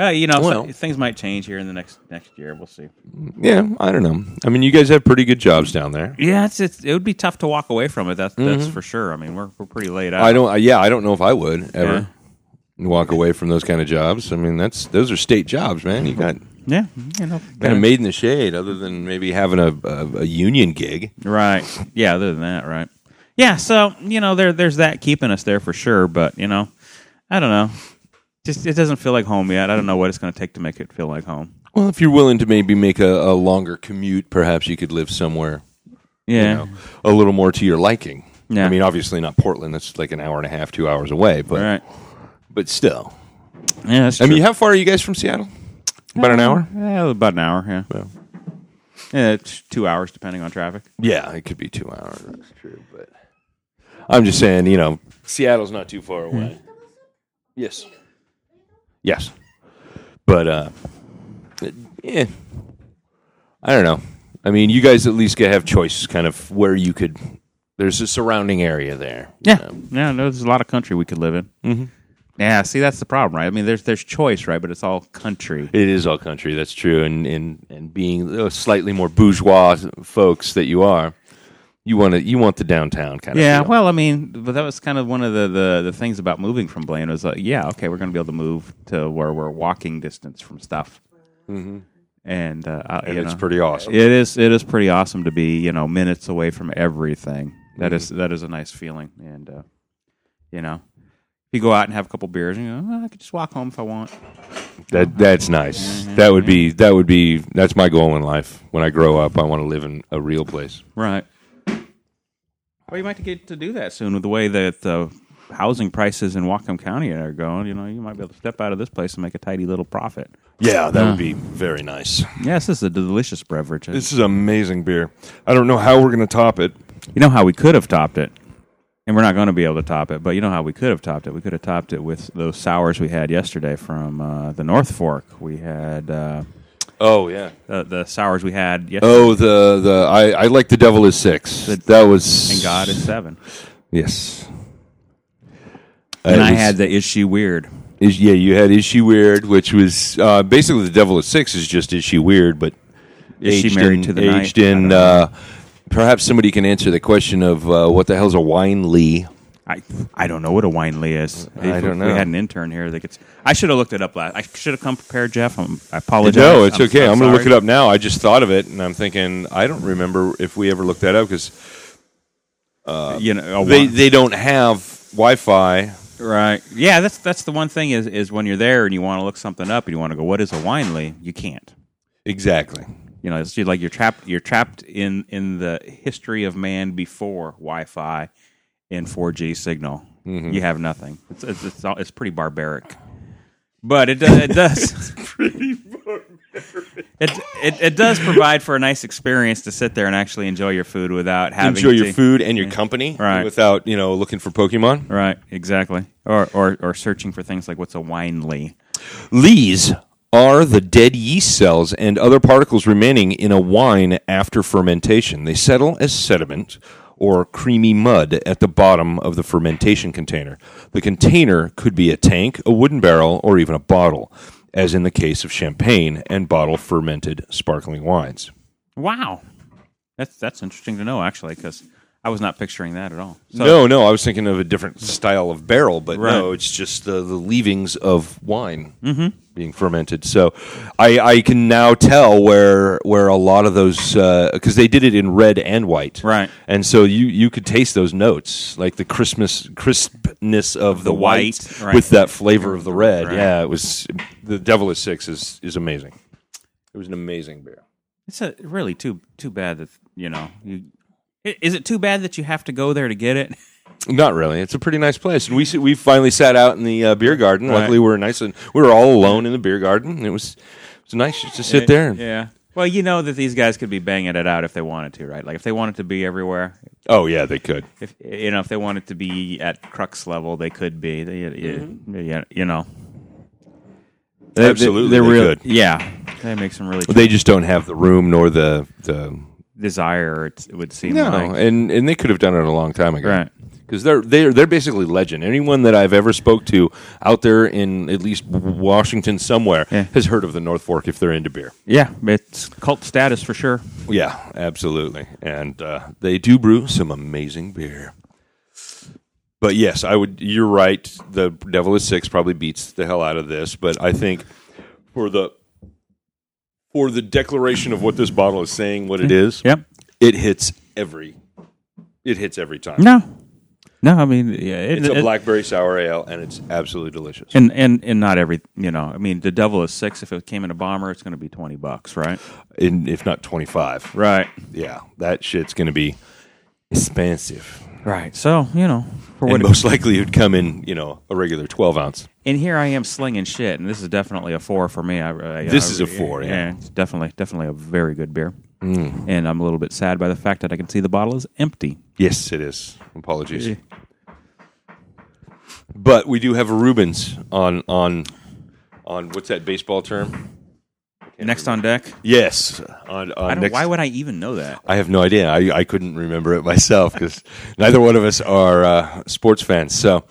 [SPEAKER 2] Uh, you know,
[SPEAKER 1] Well-
[SPEAKER 2] so- things might change here in the next next year. We'll see.
[SPEAKER 1] yeah. I don't know. I mean, you guys have pretty good jobs down there.
[SPEAKER 2] Yeah, it's, it's it would be tough to walk away from it. That's that's for sure. I mean, we're we're pretty laid out.
[SPEAKER 1] Mm-hmm. I don't. I- Yeah, I don't know if I would ever walk away from those kind of jobs. I mean, that's those are state jobs, man. You got
[SPEAKER 2] yeah, you know,
[SPEAKER 1] kind of made in the shade, other than maybe having a a, a union gig.
[SPEAKER 2] Right. Yeah. Other than that, right. Yeah. So you know, there there's that keeping us there for sure. But you know, I don't know. Just it doesn't feel like home yet. I don't know what it's going to take to make it feel like home.
[SPEAKER 1] Well, if you're willing to maybe make a, a longer commute, perhaps you could live somewhere
[SPEAKER 2] Yeah.
[SPEAKER 1] you know, a little more to your liking.
[SPEAKER 2] Yeah.
[SPEAKER 1] I mean, obviously not Portland. That's like an hour and a half, two hours away. But
[SPEAKER 2] Right.
[SPEAKER 1] but still,
[SPEAKER 2] Yeah, that's
[SPEAKER 1] I mean,
[SPEAKER 2] true.
[SPEAKER 1] how far are you guys from Seattle? About an
[SPEAKER 2] Um,
[SPEAKER 1] hour.
[SPEAKER 2] Yeah, about an hour. Yeah.
[SPEAKER 1] Yeah.
[SPEAKER 2] Yeah, it's two hours depending on traffic.
[SPEAKER 1] Yeah, it could be two hours. That's true. But I'm just saying, you know, Seattle's not too far away. yes. Yes. But uh, it- yeah, I don't know. I mean, you guys at least get- have choice, kind of where you could. There's a surrounding area there. you
[SPEAKER 2] Yeah.
[SPEAKER 1] know.
[SPEAKER 2] Yeah, no, there's a lot of country we could live in. Mm-hmm. Yeah, see, that's the problem, right? I mean, there's there's choice, right? But it's all country.
[SPEAKER 1] It is all country. That's true. And and and being the slightly more bourgeois folks that you are, you want to you want the downtown kind
[SPEAKER 2] Yeah,
[SPEAKER 1] of. feel.
[SPEAKER 2] well, I mean, but that was kind of one of the, the, the things about moving from Blaine was like, yeah, okay, we're going to be able to move to where we're walking distance from stuff, mm-hmm. and uh, I-
[SPEAKER 1] and
[SPEAKER 2] you
[SPEAKER 1] it's
[SPEAKER 2] know,
[SPEAKER 1] pretty awesome.
[SPEAKER 2] It is it is pretty awesome to be you know minutes away from everything. That is
[SPEAKER 1] Mm-hmm.
[SPEAKER 2] that is a nice feeling, and uh, you know, you go out and have a couple beers, and you know, "Well, I could just walk home if I want.
[SPEAKER 1] That
[SPEAKER 2] Mm-hmm.
[SPEAKER 1] that's nice. That would be that would be that's my goal in life. When I grow up, I want to live in a real place.
[SPEAKER 2] Right. Well, you might get to do that soon with the way that the housing prices in Whatcom County are going. You know, you might be able to step out of this place and make a tidy little profit.
[SPEAKER 1] Yeah, that would be very nice.
[SPEAKER 2] Yes, this is a delicious beverage.
[SPEAKER 1] This is amazing beer. I don't know how we're going to top it.
[SPEAKER 2] you know how we could have topped it, and we're not going to be able to top it. But you know how we could have topped it. We could have topped it with those sours we had yesterday from uh, the North Fork. We had uh,
[SPEAKER 1] Oh yeah.
[SPEAKER 2] the, the sours we had yesterday.
[SPEAKER 1] Oh the the I, I like the devil is six. that was
[SPEAKER 2] And God is seven.
[SPEAKER 1] yes.
[SPEAKER 2] And
[SPEAKER 1] Uh,
[SPEAKER 2] I
[SPEAKER 1] it's-
[SPEAKER 2] had the is she weird?
[SPEAKER 1] Is, yeah, you had Is She Weird, which was uh, basically The Devil at Six is just Is She Weird, but
[SPEAKER 2] Is She
[SPEAKER 1] aged
[SPEAKER 2] Married
[SPEAKER 1] in,
[SPEAKER 2] to the
[SPEAKER 1] aged
[SPEAKER 2] Night? I don't
[SPEAKER 1] in.
[SPEAKER 2] know.
[SPEAKER 1] Uh, perhaps somebody can answer the question of uh, what the hell's a wine lee.
[SPEAKER 2] I I don't know what a wine lee is.
[SPEAKER 1] I
[SPEAKER 2] If
[SPEAKER 1] don't
[SPEAKER 2] We
[SPEAKER 1] know.
[SPEAKER 2] had an intern here that gets. I should have looked it up last. I should have come prepared, Jeff. I'm, I apologize.
[SPEAKER 1] No, it's okay. I'm, going to look it up now. I just thought of it, and I'm thinking I don't remember if we ever looked that up because
[SPEAKER 2] up. Uh, You know, a
[SPEAKER 1] they
[SPEAKER 2] wine-
[SPEAKER 1] they don't have Wi-Fi.
[SPEAKER 2] right? Yeah, that's that's the one thing is is when you're there and you want to look something up and you want to go, what is a wine lee? You can't.
[SPEAKER 1] Exactly.
[SPEAKER 2] You know, it's just like you're trapped. You're trapped in in the history of man before Wi-Fi and 4G signal.
[SPEAKER 1] Mm-hmm.
[SPEAKER 2] You have nothing. It's it's it's, all, it's pretty barbaric, but it does. It does.
[SPEAKER 1] <laughs>
[SPEAKER 2] It, it it does provide for a nice experience to sit there and actually enjoy your food without having
[SPEAKER 1] Enjoy your
[SPEAKER 2] to-
[SPEAKER 1] food and your company
[SPEAKER 2] Right.
[SPEAKER 1] without you know looking for Pokemon.
[SPEAKER 2] Right, exactly. Or, or or searching for things like what's a wine lee.
[SPEAKER 1] Lees are the dead yeast cells and other particles remaining in a wine after fermentation. They settle as sediment or creamy mud at the bottom of the fermentation container. The container could be a tank, a wooden barrel, or even a bottle, as in the case of champagne and bottle fermented sparkling wines.
[SPEAKER 2] Wow, that's that's interesting to know actually because I was not picturing that at all. So,
[SPEAKER 1] no, no, I was thinking of a different style of barrel, but no,
[SPEAKER 2] Right. Mm-hmm.
[SPEAKER 1] it's just the, the leavings of wine being fermented. So I, I can now tell where where a lot of those because they did it in red and white,
[SPEAKER 2] Right.
[SPEAKER 1] And so you you could taste those notes, like the Christmas crispness of the, white,
[SPEAKER 2] white, right.
[SPEAKER 1] with that flavor of the red.
[SPEAKER 2] Right.
[SPEAKER 1] Yeah, it was the Devil is Six is is amazing. It was an amazing beer.
[SPEAKER 2] It's a, really too too bad that you know. You, i- is it too bad that you have to go there to get it? <laughs>
[SPEAKER 1] Not really. It's a pretty nice place, and we s- we finally sat out in the uh, beer garden.
[SPEAKER 2] Right.
[SPEAKER 1] Luckily, we were nice and we were all alone in the beer garden. and It was it was nice just to sit there. And,
[SPEAKER 2] Yeah. Well, you know that these guys could be banging it out if they wanted to, right? Like if they wanted to be everywhere,
[SPEAKER 1] Oh yeah, they could.
[SPEAKER 2] if you know if they wanted to be at crux level, they could be. They, yeah, yeah, you know. They-
[SPEAKER 1] Absolutely,
[SPEAKER 2] they're
[SPEAKER 1] they
[SPEAKER 2] real-
[SPEAKER 1] could.
[SPEAKER 2] Yeah, they make some really
[SPEAKER 1] They just don't have the room nor the the
[SPEAKER 2] desire. It, it would seem
[SPEAKER 1] no,
[SPEAKER 2] like
[SPEAKER 1] and and they could have done it a long time ago,
[SPEAKER 2] Right.
[SPEAKER 1] Because they're they're they're basically legend. Anyone that I've ever spoke to out there in at least Washington somewhere
[SPEAKER 2] Yeah.
[SPEAKER 1] has heard of the North Fork if they're into beer.
[SPEAKER 2] yeah, it's cult status for sure.
[SPEAKER 1] Yeah, absolutely. And uh, they do brew some amazing beer. But yes, I would. You're right. The Devil is Six probably beats the hell out of this. But I think for the for the declaration of what this bottle is saying, what it is,
[SPEAKER 2] Yep.
[SPEAKER 1] it hits every. It hits every time.
[SPEAKER 2] No. No, I mean, yeah, it-
[SPEAKER 1] It's a
[SPEAKER 2] it-
[SPEAKER 1] blackberry sour ale, and it's absolutely delicious.
[SPEAKER 2] and and and not every you know. I mean, the Devil is six. If it came in a bomber, it's going to be twenty bucks, right?
[SPEAKER 1] In, if not twenty five,
[SPEAKER 2] Right,
[SPEAKER 1] yeah, that shit's going to be expensive.
[SPEAKER 2] right. So you know, for
[SPEAKER 1] And
[SPEAKER 2] what
[SPEAKER 1] most likely, it'd come in you know a regular twelve ounce.
[SPEAKER 2] and here I am slinging shit, and this is definitely a four for me. I, I,
[SPEAKER 1] This
[SPEAKER 2] I-
[SPEAKER 1] is a four, yeah. Mm.
[SPEAKER 2] it's definitely, definitely a very good beer. And I'm a little bit sad by the fact that I can see the bottle is empty.
[SPEAKER 1] Yes, it is. Apologies,
[SPEAKER 2] Eh.
[SPEAKER 1] but we do have a Rubens on on on what's that baseball term?
[SPEAKER 2] Next on deck.
[SPEAKER 1] Yes, on, on
[SPEAKER 2] I don't,
[SPEAKER 1] next.
[SPEAKER 2] why would I even know that?
[SPEAKER 1] I have no idea. I, I couldn't remember it myself because neither one of us are uh, sports fans. So,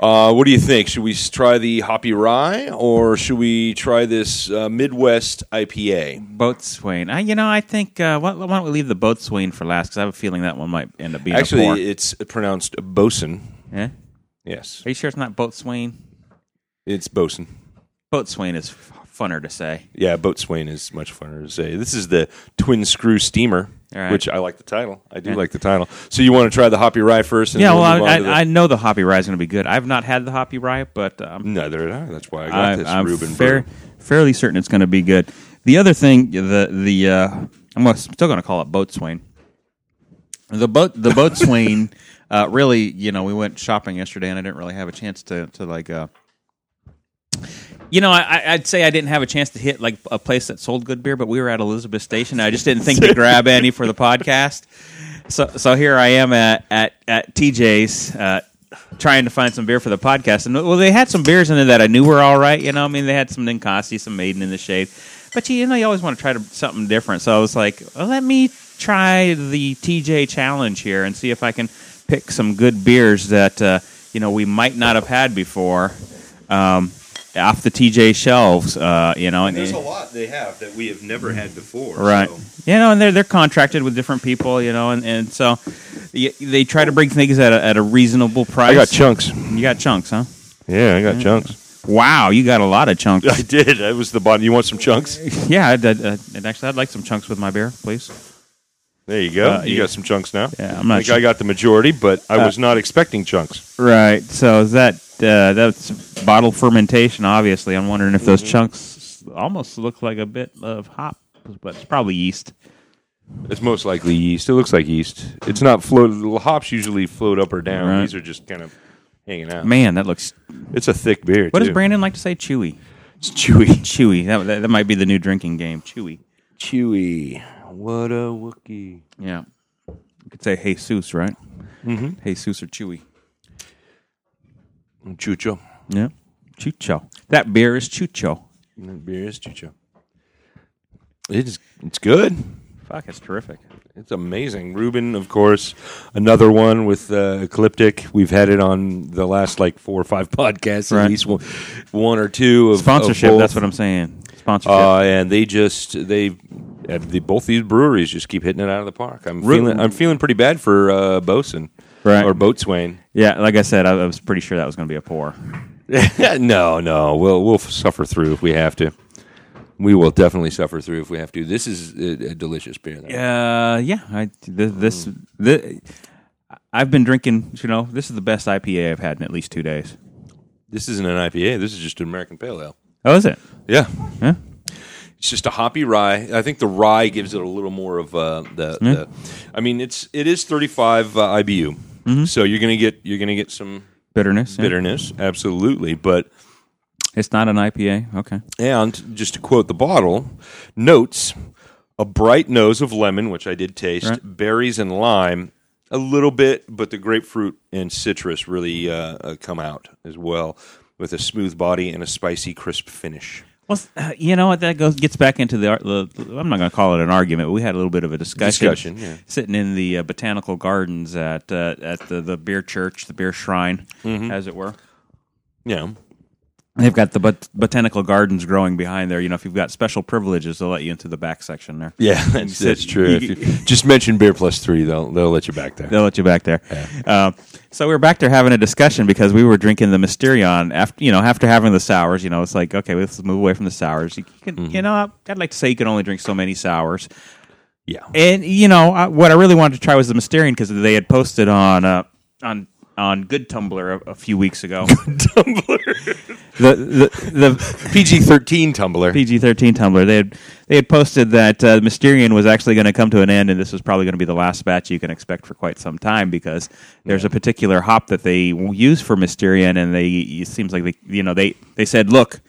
[SPEAKER 1] uh, what do you think? Should we s- try the Hoppy Rye or should we try this uh, Midwest IPA?
[SPEAKER 2] Boatswain. I, you know, I think uh, why, why don't we leave the boatswain for last? Because I have a feeling that one might end up being a four.
[SPEAKER 1] Actually, it's pronounced bosun.
[SPEAKER 2] Eh?
[SPEAKER 1] Yes,
[SPEAKER 2] Are you sure it's not boatswain?
[SPEAKER 1] it's bosun.
[SPEAKER 2] Boatswain is f- funner to say.
[SPEAKER 1] Yeah, boatswain is much funner to say. This is the twin screw steamer,
[SPEAKER 2] All right.
[SPEAKER 1] which I like the title. I do like the title. So you want to try the Hoppy Rye first? And
[SPEAKER 2] Yeah,
[SPEAKER 1] then
[SPEAKER 2] well,
[SPEAKER 1] we'll move
[SPEAKER 2] I,
[SPEAKER 1] on to the-
[SPEAKER 2] I, I know the hoppy rye is going to be good. I've not had the hoppy rye, but um,
[SPEAKER 1] neither did I. That's why I got
[SPEAKER 2] I,
[SPEAKER 1] Mm, this
[SPEAKER 2] I'm
[SPEAKER 1] Reuben
[SPEAKER 2] fair,
[SPEAKER 1] Brew.
[SPEAKER 2] fairly certain it's going to be good. The other thing, the the uh, I'm gonna- still going to call it boatswain. The boat, the
[SPEAKER 1] <laughs>
[SPEAKER 2] boatswain, uh, really, you know, we went shopping yesterday, and I didn't really have a chance to to like. Uh, you know, I, I- I'd say I didn't have a chance to hit like a place that sold good beer, but we were at Elizabeth Station. And I just didn't think
[SPEAKER 1] <laughs>
[SPEAKER 2] to grab any for the podcast. So, so here I am at at, at TJ's, uh, trying to find some beer for the podcast. And well, they had some beers in there that I knew were all right. You know, I mean, they had some Ninkasi, some Maiden in the Shade, but you know, you always want to try to, something different. So I was like, well, let me try the TJ challenge here and see if I can pick some good beers that uh, you know we might not have had before. Um, off the TJ shelves, uh, you know, and,
[SPEAKER 1] lot they have that we have never had before.
[SPEAKER 2] Right. You know, and they're they're contracted with different people, you know, and and so y- they try to bring things at a, at a reasonable price.
[SPEAKER 1] I got chunks.
[SPEAKER 2] You got chunks, huh?
[SPEAKER 1] Yeah, I got chunks. <laughs>
[SPEAKER 2] Wow, you got a lot of chunks.
[SPEAKER 1] I did. That was the bottom. You want some chunks?
[SPEAKER 2] <laughs> yeah, I'd, I'd, I'd- and actually, I'd like some chunks with my beer, please.
[SPEAKER 1] There you go.
[SPEAKER 2] Uh,
[SPEAKER 1] you
[SPEAKER 2] yeah.
[SPEAKER 1] got some chunks now.
[SPEAKER 2] Yeah, I'm not
[SPEAKER 1] I think
[SPEAKER 2] sure. Uh,
[SPEAKER 1] I got the majority, but I was not expecting chunks.
[SPEAKER 2] Right. So is that uh, that's bottle fermentation? Obviously, I'm wondering if those chunks almost look like a bit of hop, but it's probably yeast.
[SPEAKER 1] It's most likely yeast. It looks like yeast. It's not float. Hops usually float up or down.
[SPEAKER 2] Right.
[SPEAKER 1] These are just kind of hanging out.
[SPEAKER 2] Man, that looks.
[SPEAKER 1] It's a thick beer.
[SPEAKER 2] What does
[SPEAKER 1] too.
[SPEAKER 2] Brandon like to say? Chewy.
[SPEAKER 1] It's chewy.
[SPEAKER 2] Chewy. That, that that might be the new drinking game. Chewy.
[SPEAKER 1] Chewy. What a wookie.
[SPEAKER 2] Yeah. You could say Jesus, right? Mm-hmm. Jesus or Chewy.
[SPEAKER 1] Chucho.
[SPEAKER 2] Yeah. Chucho. That beer is Chucho.
[SPEAKER 1] That beer is chucho. It is. It's good.
[SPEAKER 2] Fuck, it's terrific.
[SPEAKER 1] It's amazing. Ruben, of course, another one with uh, Ecliptic. We've had it on the last like four or five <laughs> podcasts,
[SPEAKER 2] Right.
[SPEAKER 1] at least one, one or two of
[SPEAKER 2] Sponsorship,
[SPEAKER 1] Of both.
[SPEAKER 2] that's what I'm saying. Sponsorship.
[SPEAKER 1] Uh, and they just they, uh, the, both these breweries just keep hitting it out of the park. I'm
[SPEAKER 2] Ru-
[SPEAKER 1] feeling I'm feeling pretty bad for uh, Bosun
[SPEAKER 2] Right.
[SPEAKER 1] or Boatswain.
[SPEAKER 2] yeah, like I said, I, I was pretty sure that was going to be a pour.
[SPEAKER 1] <laughs> no, no, we'll we'll suffer through if we have to. We will definitely suffer through if we have to. This is a, a delicious beer. though.
[SPEAKER 2] Uh, yeah, I, th- this, th- I've been drinking, you know, this is the best IPA I've had in at least two days.
[SPEAKER 1] This isn't an IPA. This is just an American Pale Ale.
[SPEAKER 2] Oh, is it?
[SPEAKER 1] Yeah.
[SPEAKER 2] Yeah.
[SPEAKER 1] It's just a hoppy rye. I think the rye gives it a little more of uh, the, the. I mean, it's it is 35 uh, IBU, so you're gonna get you're gonna get some
[SPEAKER 2] Bitterness. Mm-hmm. yeah.
[SPEAKER 1] bitterness, absolutely. But
[SPEAKER 2] It's not an IPA. Okay.
[SPEAKER 1] and just to quote the bottle, notes a bright nose of lemon, which I did taste, berries and lime a little bit, but the grapefruit and citrus really uh, uh, come out as well with a smooth body and a spicy, crisp finish.
[SPEAKER 2] Well, s- uh, you know what? That goes gets back into the. ar- the I'm not going to call it an argument. But we had a little bit of a discussion.
[SPEAKER 1] Discussion, yeah.
[SPEAKER 2] Sitting in the uh, botanical gardens at uh, at the, the beer church, the beer shrine,
[SPEAKER 1] Mm-hmm.
[SPEAKER 2] as it were.
[SPEAKER 1] Yeah.
[SPEAKER 2] They've got the bot- botanical gardens growing behind there. You know, if you've got special privileges, they'll let you into the back section there.
[SPEAKER 1] Yeah, that's,
[SPEAKER 2] said-
[SPEAKER 1] that's true. If
[SPEAKER 2] you-
[SPEAKER 1] you <laughs> just mention beer plus three, they'll they'll let you back there.
[SPEAKER 2] They'll let you back there. Um, so we were back there having a discussion because we were drinking the Mysterion after you know after having the sours. You know, it's like okay, let's move away from the sours. You, can,
[SPEAKER 1] Mm-hmm.
[SPEAKER 2] you know, I'd like to say you can only drink so many sours.
[SPEAKER 1] Yeah, <laughs>
[SPEAKER 2] and you know I, what I really wanted to try was the Mysterion because they had posted on uh, on on Good Tumblr a, a few weeks <laughs> ago.
[SPEAKER 1] <laughs>
[SPEAKER 3] The the, the
[SPEAKER 1] PG thirteen tumbler.
[SPEAKER 2] PG thirteen Tumblr. They had they had posted that uh, Mysterion was actually going to come to an end, and this was probably going to be the last batch you can expect for quite some time because there's a particular hop that they w- use for Mysterion, and they it seems like they you know they they said, look,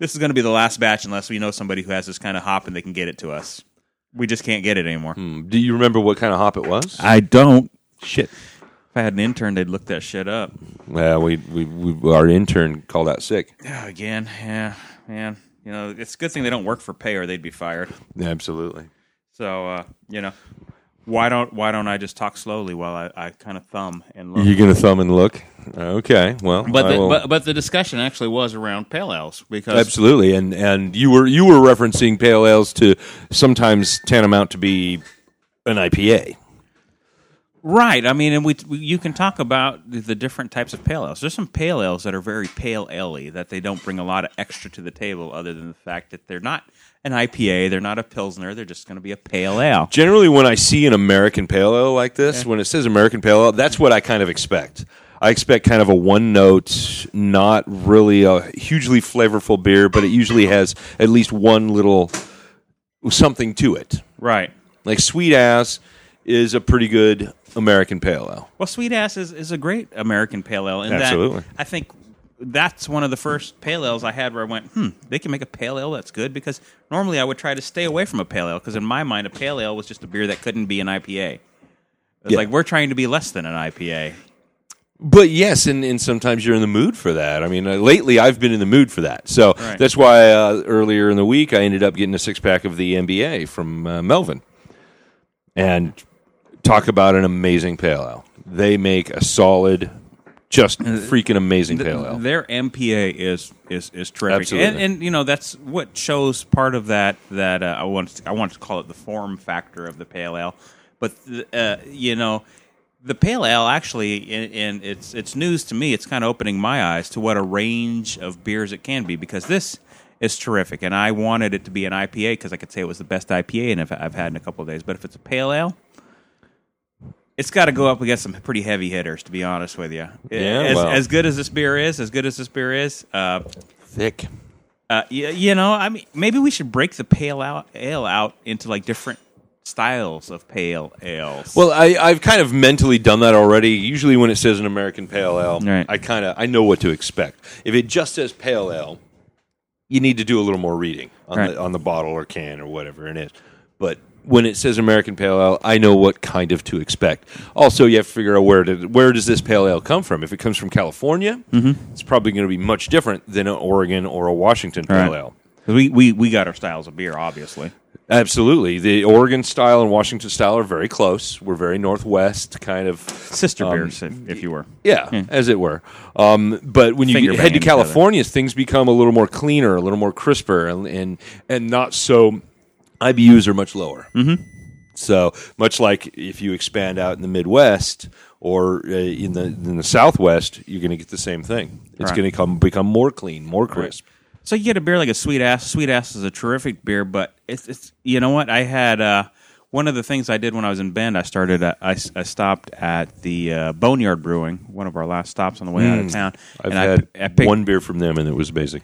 [SPEAKER 2] this is going to be the last batch unless we know somebody who has this kind of hop and they can get it to us. We just can't get it anymore.
[SPEAKER 1] Do you remember what kind of hop it was?
[SPEAKER 2] I don't.
[SPEAKER 1] Ah, Shit.
[SPEAKER 2] If I had an intern, they'd look that shit up.
[SPEAKER 1] Yeah, we, we, we our intern called out sick.
[SPEAKER 2] Yeah, Oh, again, yeah, man. You know, it's a good thing they don't work for pay or they'd be fired.
[SPEAKER 1] Absolutely.
[SPEAKER 2] So uh, you know, why don't why don't I just talk slowly while I, I kind of thumb and look?
[SPEAKER 1] You're gonna thumb and look. Okay. Well,
[SPEAKER 2] but
[SPEAKER 1] I
[SPEAKER 2] the,
[SPEAKER 1] will-
[SPEAKER 2] but but the discussion actually was around pale ales because
[SPEAKER 1] absolutely, and and you were you were referencing pale ales to sometimes tantamount to be an IPA.
[SPEAKER 2] right. I mean, and we, we you can talk about the, the different types of pale ales. There's some pale ales that are very pale ale that they don't bring a lot of extra to the table, other than the fact that they're not an IPA, they're not a pilsner, they're just going to be a pale ale.
[SPEAKER 1] Generally, when I see an American pale ale like this, when it says American pale ale, that's what I kind of expect. I expect kind of a one note, not really a hugely flavorful beer, but it usually has at least one little something to it.
[SPEAKER 2] Right.
[SPEAKER 1] Like Sweet Ass is a pretty good American pale ale.
[SPEAKER 2] Well, Sweet Ass is, is a great American pale ale. And
[SPEAKER 1] Absolutely.
[SPEAKER 2] That, I think that's one of the first pale ales I had where I went, hmm, they can make a pale ale that's good because normally I would try to stay away from a pale ale because in my mind, a pale ale was just a beer that couldn't be an IPA. It's
[SPEAKER 1] Yeah.
[SPEAKER 2] like we're trying to be less than an IPA.
[SPEAKER 1] But yes, and, and sometimes you're in the mood for that. I mean, uh, lately I've been in the mood for that. So
[SPEAKER 2] Right.
[SPEAKER 1] that's why uh, earlier in the week I ended up getting a six pack of the NBA from uh, Melvin. And talk about an amazing pale ale. They make a solid, just freaking amazing pale ale.
[SPEAKER 2] Their MPA is is is terrific,
[SPEAKER 1] Absolutely.
[SPEAKER 2] and and you know that's what shows part of that that uh, I want to, I want to call it the form factor of the pale ale, but uh, you know. The pale ale actually, and- and it's it's news to me. It's kind of opening my eyes to what a range of beers it can be because this is terrific, and I wanted it to be an IPA because I could say it was the best IPA and if I've had in a couple of days. But if it's a pale ale, it's got to go up against some pretty heavy hitters, to be honest with you.
[SPEAKER 1] Yeah,
[SPEAKER 2] as,
[SPEAKER 1] well.
[SPEAKER 2] as good as this beer is, as good as this beer is, uh,
[SPEAKER 1] Thick.
[SPEAKER 2] uh, you, you know, I mean, maybe we should break the pale out, ale out into like different styles of pale ales.
[SPEAKER 1] Well, I, I've kind of mentally done that already. Usually, when it says an American pale ale,
[SPEAKER 2] Right.
[SPEAKER 1] I kind of I know what to expect. If it just says pale ale, you need to do a little more reading on,
[SPEAKER 2] Right.
[SPEAKER 1] the, on the bottle or can or whatever it is. But when it says American pale ale, I know what kind of to expect. Also, you have to figure out where did, where does this pale ale come from. If it comes from California,
[SPEAKER 2] Mm-hmm.
[SPEAKER 1] it's probably going to be much different than an Oregon or a Washington pale
[SPEAKER 2] Right.
[SPEAKER 1] ale.
[SPEAKER 2] 'Cause we, we we got our styles of beer, obviously.
[SPEAKER 1] Absolutely, the Oregon style and Washington style are very close. We're very northwest kind of
[SPEAKER 2] Sister beers, if, if you were.
[SPEAKER 1] Yeah, as it were. Um, but when you
[SPEAKER 2] Hmm. Finger
[SPEAKER 1] get- head to
[SPEAKER 2] banging each other.
[SPEAKER 1] California, things become a little more cleaner, a little more crisper, and and, and not so. IBUs are much lower. Mm-hmm. So much like if you expand out in the Midwest or uh, in the in the Southwest, you're going to get the same thing. It's
[SPEAKER 2] Right.
[SPEAKER 1] going to come become more clean, more crisp.
[SPEAKER 2] So you get a beer like a sweet ass. Sweet ass is a terrific beer, but it's, it's you know what I had. Uh, one of the things I did when I was in Bend, I started. At, I, s- I stopped at the uh, Boneyard Brewing, one of our last stops on the way out of town.
[SPEAKER 1] Hmm. I've
[SPEAKER 2] and I
[SPEAKER 1] had
[SPEAKER 2] p- I picked-
[SPEAKER 1] one beer from them, and it was amazing.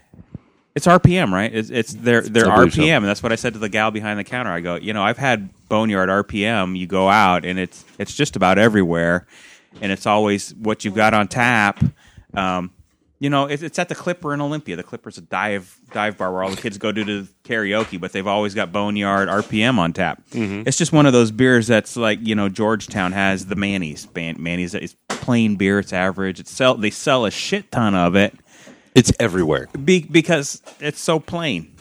[SPEAKER 2] It's RPM, right? It's, it's their their
[SPEAKER 1] I believe
[SPEAKER 2] RPM,
[SPEAKER 1] so.
[SPEAKER 2] and that's what I said to the gal behind the counter. I go, you know, I've had Boneyard RPM. You go out, and it's it's just about everywhere, and it's always what you've got on tap. Um, you know, it's, it's at the Clipper in Olympia. The Clipper's a dive dive bar where all the kids go do to karaoke, but they've always got Boneyard RPM on tap.
[SPEAKER 1] Mm-hmm.
[SPEAKER 2] It's just one of those beers that's like you know Georgetown has the Manny's. Ban- Manny's is plain beer. It's average. It's sell they sell a shit ton of it
[SPEAKER 1] It's everywhere.
[SPEAKER 2] be, because it's so plain.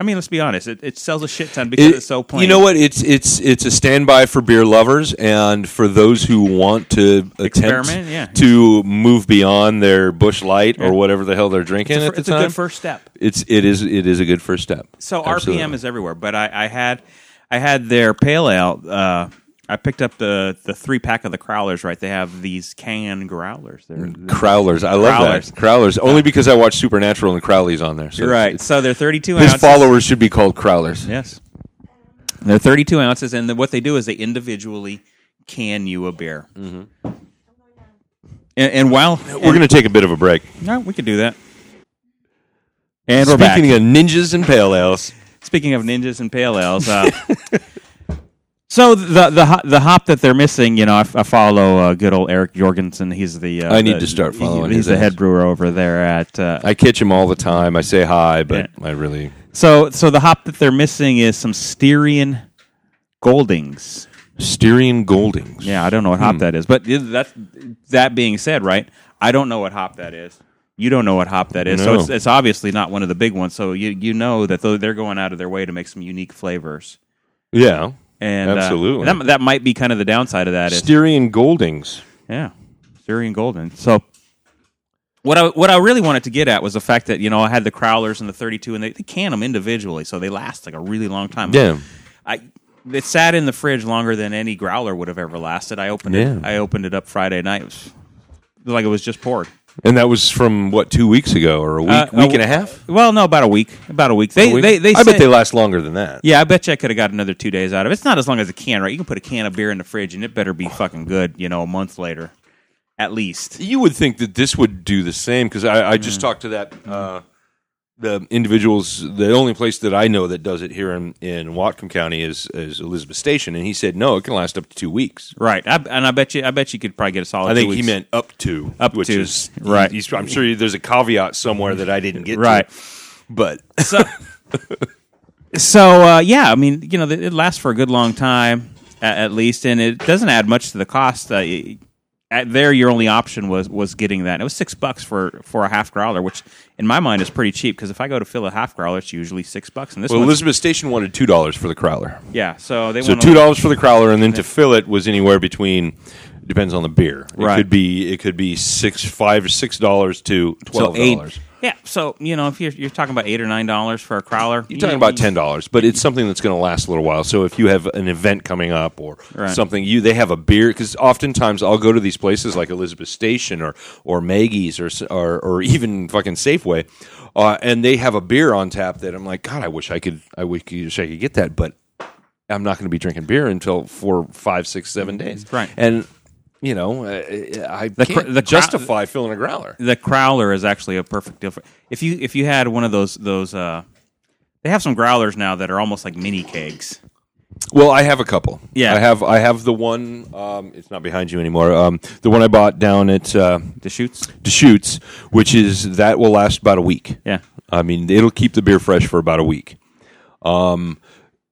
[SPEAKER 2] I mean, let's be honest. It, it sells a shit ton because it's so plain.
[SPEAKER 1] You know what? It's it's it's a standby for beer lovers and for those who want to attempt
[SPEAKER 2] Experiment, yeah.
[SPEAKER 1] to move beyond their bush light or whatever the hell they're drinking
[SPEAKER 2] It's, a,
[SPEAKER 1] at the
[SPEAKER 2] it's a
[SPEAKER 1] time.
[SPEAKER 2] good first step.
[SPEAKER 1] it's it is it is a good first step.
[SPEAKER 2] So
[SPEAKER 1] Absolutely.
[SPEAKER 2] RPM is everywhere. But I, I had I had their pale ale. Uh, I picked up the the three pack of the growlers. Right, they have these can growlers. They're,
[SPEAKER 1] Mm, Crowlers. I love
[SPEAKER 2] Crowlers.
[SPEAKER 1] that. Crowlers. Only because I watch Supernatural and Crowley's on there. So
[SPEAKER 2] You're right. So they're 32
[SPEAKER 1] His
[SPEAKER 2] ounces.
[SPEAKER 1] followers should be called Crowlers.
[SPEAKER 2] Yes. They're 32 ounces, and then what they do is they individually can you a beer. And, and while
[SPEAKER 1] Mm-hmm. We're going to take a bit of a break.
[SPEAKER 2] no, we can do that. And we're back.
[SPEAKER 1] Speaking of ninjas and pale ales,
[SPEAKER 2] Speaking of ninjas and pale ales, uh, <laughs> so the the ho- the hop that they're missing, you know, I, f- I follow uh, good old Eric Jorgensen. He's the uh,
[SPEAKER 1] I need
[SPEAKER 2] the-
[SPEAKER 1] to start following
[SPEAKER 2] He's
[SPEAKER 1] his
[SPEAKER 2] the
[SPEAKER 1] ass.
[SPEAKER 2] head brewer over there at. Uh,
[SPEAKER 1] I catch him all the time. I say hi, but I really
[SPEAKER 2] so so the hop that they're missing is some Styrian Goldings.
[SPEAKER 1] Styrian Goldings.
[SPEAKER 2] Yeah, I don't know what
[SPEAKER 1] Hmm.
[SPEAKER 2] hop that is, but that that being said, right, I don't know what hop that is. You don't know what hop that is,
[SPEAKER 1] No.
[SPEAKER 2] so it's, it's obviously not one of the big ones. So you you know that tho- they're going out of their way to make some unique flavors,
[SPEAKER 1] yeah.
[SPEAKER 2] and uh,
[SPEAKER 1] Absolutely.
[SPEAKER 2] that, that might be kind of the downside of that is
[SPEAKER 1] Styrian Goldings.
[SPEAKER 2] yeah, Syrian Golden. So what I what I really wanted to get at was the fact that you know I had the Crowlers and the 32, and they, they can them individually, so they last like a really long time.
[SPEAKER 1] Yeah.
[SPEAKER 2] I it sat in the fridge longer than any growler would have ever lasted. I opened
[SPEAKER 1] Yeah.
[SPEAKER 2] it. I opened it up Friday night. It was like it was just poured.
[SPEAKER 1] And that was from what two weeks ago or a week,
[SPEAKER 2] Uh, uh,
[SPEAKER 1] week and a half.
[SPEAKER 2] Well, no, about a week. About a week. They
[SPEAKER 1] A week?
[SPEAKER 2] they they.
[SPEAKER 1] I bet
[SPEAKER 2] sent-
[SPEAKER 1] they last longer than that.
[SPEAKER 2] Yeah, I bet you I could have got another two days out of it. It's not as long as a can, right? You can put a can of beer in the fridge, and it better be fucking good. You know, a month later, at least.
[SPEAKER 1] You would think that this would do the same because I, I
[SPEAKER 2] Mm.
[SPEAKER 1] just talked to that uh, the individuals. The only place that I know that does it here in, in Whatcom County is is Elizabeth Station, and he said no, it can last up to two weeks.
[SPEAKER 2] Right, I, and I bet you, I bet you could probably get a solid.
[SPEAKER 1] I
[SPEAKER 2] two
[SPEAKER 1] think he
[SPEAKER 2] weeks.
[SPEAKER 1] meant up to
[SPEAKER 2] Up
[SPEAKER 1] which
[SPEAKER 2] to,
[SPEAKER 1] is
[SPEAKER 2] right.
[SPEAKER 1] he's- I'm sure there's a caveat somewhere that I didn't get to.
[SPEAKER 2] Right.
[SPEAKER 1] but
[SPEAKER 2] So, so uh, yeah, I mean, you know, th- it lasts for a good long time at, at least, and it doesn't add much to the cost. Uh, y- at there, your only option was was getting that. And it was six bucks for for a half growler, which in my mind is pretty cheap because if I go to fill a half growler, it's usually six bucks. And this
[SPEAKER 1] well,
[SPEAKER 2] one's-
[SPEAKER 1] Elizabeth Station wanted two dollars for the crowler,
[SPEAKER 2] yeah, so they
[SPEAKER 1] so
[SPEAKER 2] want
[SPEAKER 1] two dollars for the crowler, and then to fill it was anywhere between. Depends on the beer. It
[SPEAKER 2] Right.
[SPEAKER 1] could be it could be six, five, or six dollars to twelve dollars.
[SPEAKER 2] Yeah, so you know, if you're you're talking about eight or nine dollars for a crowler,
[SPEAKER 1] You're talking about ten dollars, but it's something that's going to last a little while. So if you have an event coming up or
[SPEAKER 2] Right.
[SPEAKER 1] something, you they have a beer because oftentimes I'll go to these places like Elizabeth Station or or Maggie's or s- or, or <laughs> even fucking Safeway, uh, and they have a beer on tap that I'm like, God, I wish I could, I wish, wish I could get that, but I'm not going to be drinking beer until four, five, six, seven days,
[SPEAKER 2] Right.
[SPEAKER 1] And you know, I, I can't
[SPEAKER 2] cr- the cra-
[SPEAKER 1] justify filling a growler.
[SPEAKER 2] the growler is actually a perfect deal for if you if you had one of those those uh they have some growlers now that are almost like mini kegs
[SPEAKER 1] Well, I have a couple.
[SPEAKER 2] Yeah.
[SPEAKER 1] I have. I have the one. Um, it's not behind you anymore. Um, the one I bought down at uh,
[SPEAKER 2] the shoots
[SPEAKER 1] Deschutes, which is that will last about a week.
[SPEAKER 2] yeah
[SPEAKER 1] I mean, it'll keep the beer fresh for about a week. Um,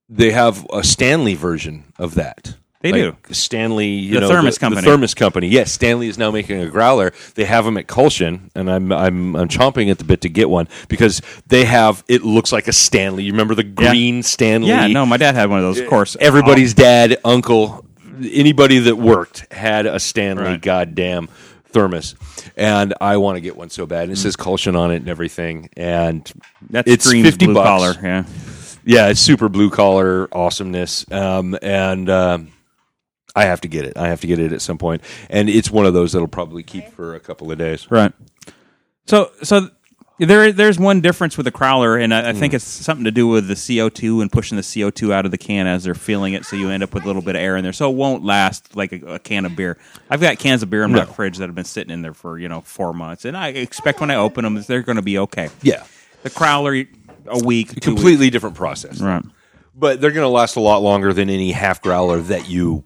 [SPEAKER 1] they have a Stanley version of that.
[SPEAKER 2] They
[SPEAKER 1] do. Stanley, you
[SPEAKER 2] The
[SPEAKER 1] know,
[SPEAKER 2] Thermos
[SPEAKER 1] the,
[SPEAKER 2] company.
[SPEAKER 1] The Thermos company. Yes, Stanley is now making a growler. They have them at Colshan, and I'm I'm I'm chomping at the bit to get one because they have. It looks like a Stanley. You remember the green Stanley?
[SPEAKER 2] yeah no my dad had one of those of course
[SPEAKER 1] everybody's dad, uncle, anybody that worked had a Stanley
[SPEAKER 2] Right.
[SPEAKER 1] goddamn thermos, and I want to get one so bad. And it says Colshan on it and everything, and
[SPEAKER 2] that's
[SPEAKER 1] it's
[SPEAKER 2] Green's
[SPEAKER 1] fifty
[SPEAKER 2] blue
[SPEAKER 1] bucks.
[SPEAKER 2] collar yeah
[SPEAKER 1] Yeah, it's super blue collar awesomeness, um, and um I have to get it. I have to get it at some point, and it's one of those that'll probably keep for a couple of days.
[SPEAKER 2] right so so there there's one difference with the crowler and I, I
[SPEAKER 1] Hmm.
[SPEAKER 2] think it's something to do with the CO2 and pushing the CO2 out of the can as they're filling it so you end up with a little bit of air in there so it won't last like a, a can of beer I've got cans of beer in my
[SPEAKER 1] No.
[SPEAKER 2] fridge that have been sitting in there for you know 4 months and I expect when I open them they're going to be okay
[SPEAKER 1] Yeah,
[SPEAKER 2] the crowler a week, two
[SPEAKER 1] completely different process.
[SPEAKER 2] weeks. Right.
[SPEAKER 1] but they're going to last a lot longer than any half growler that you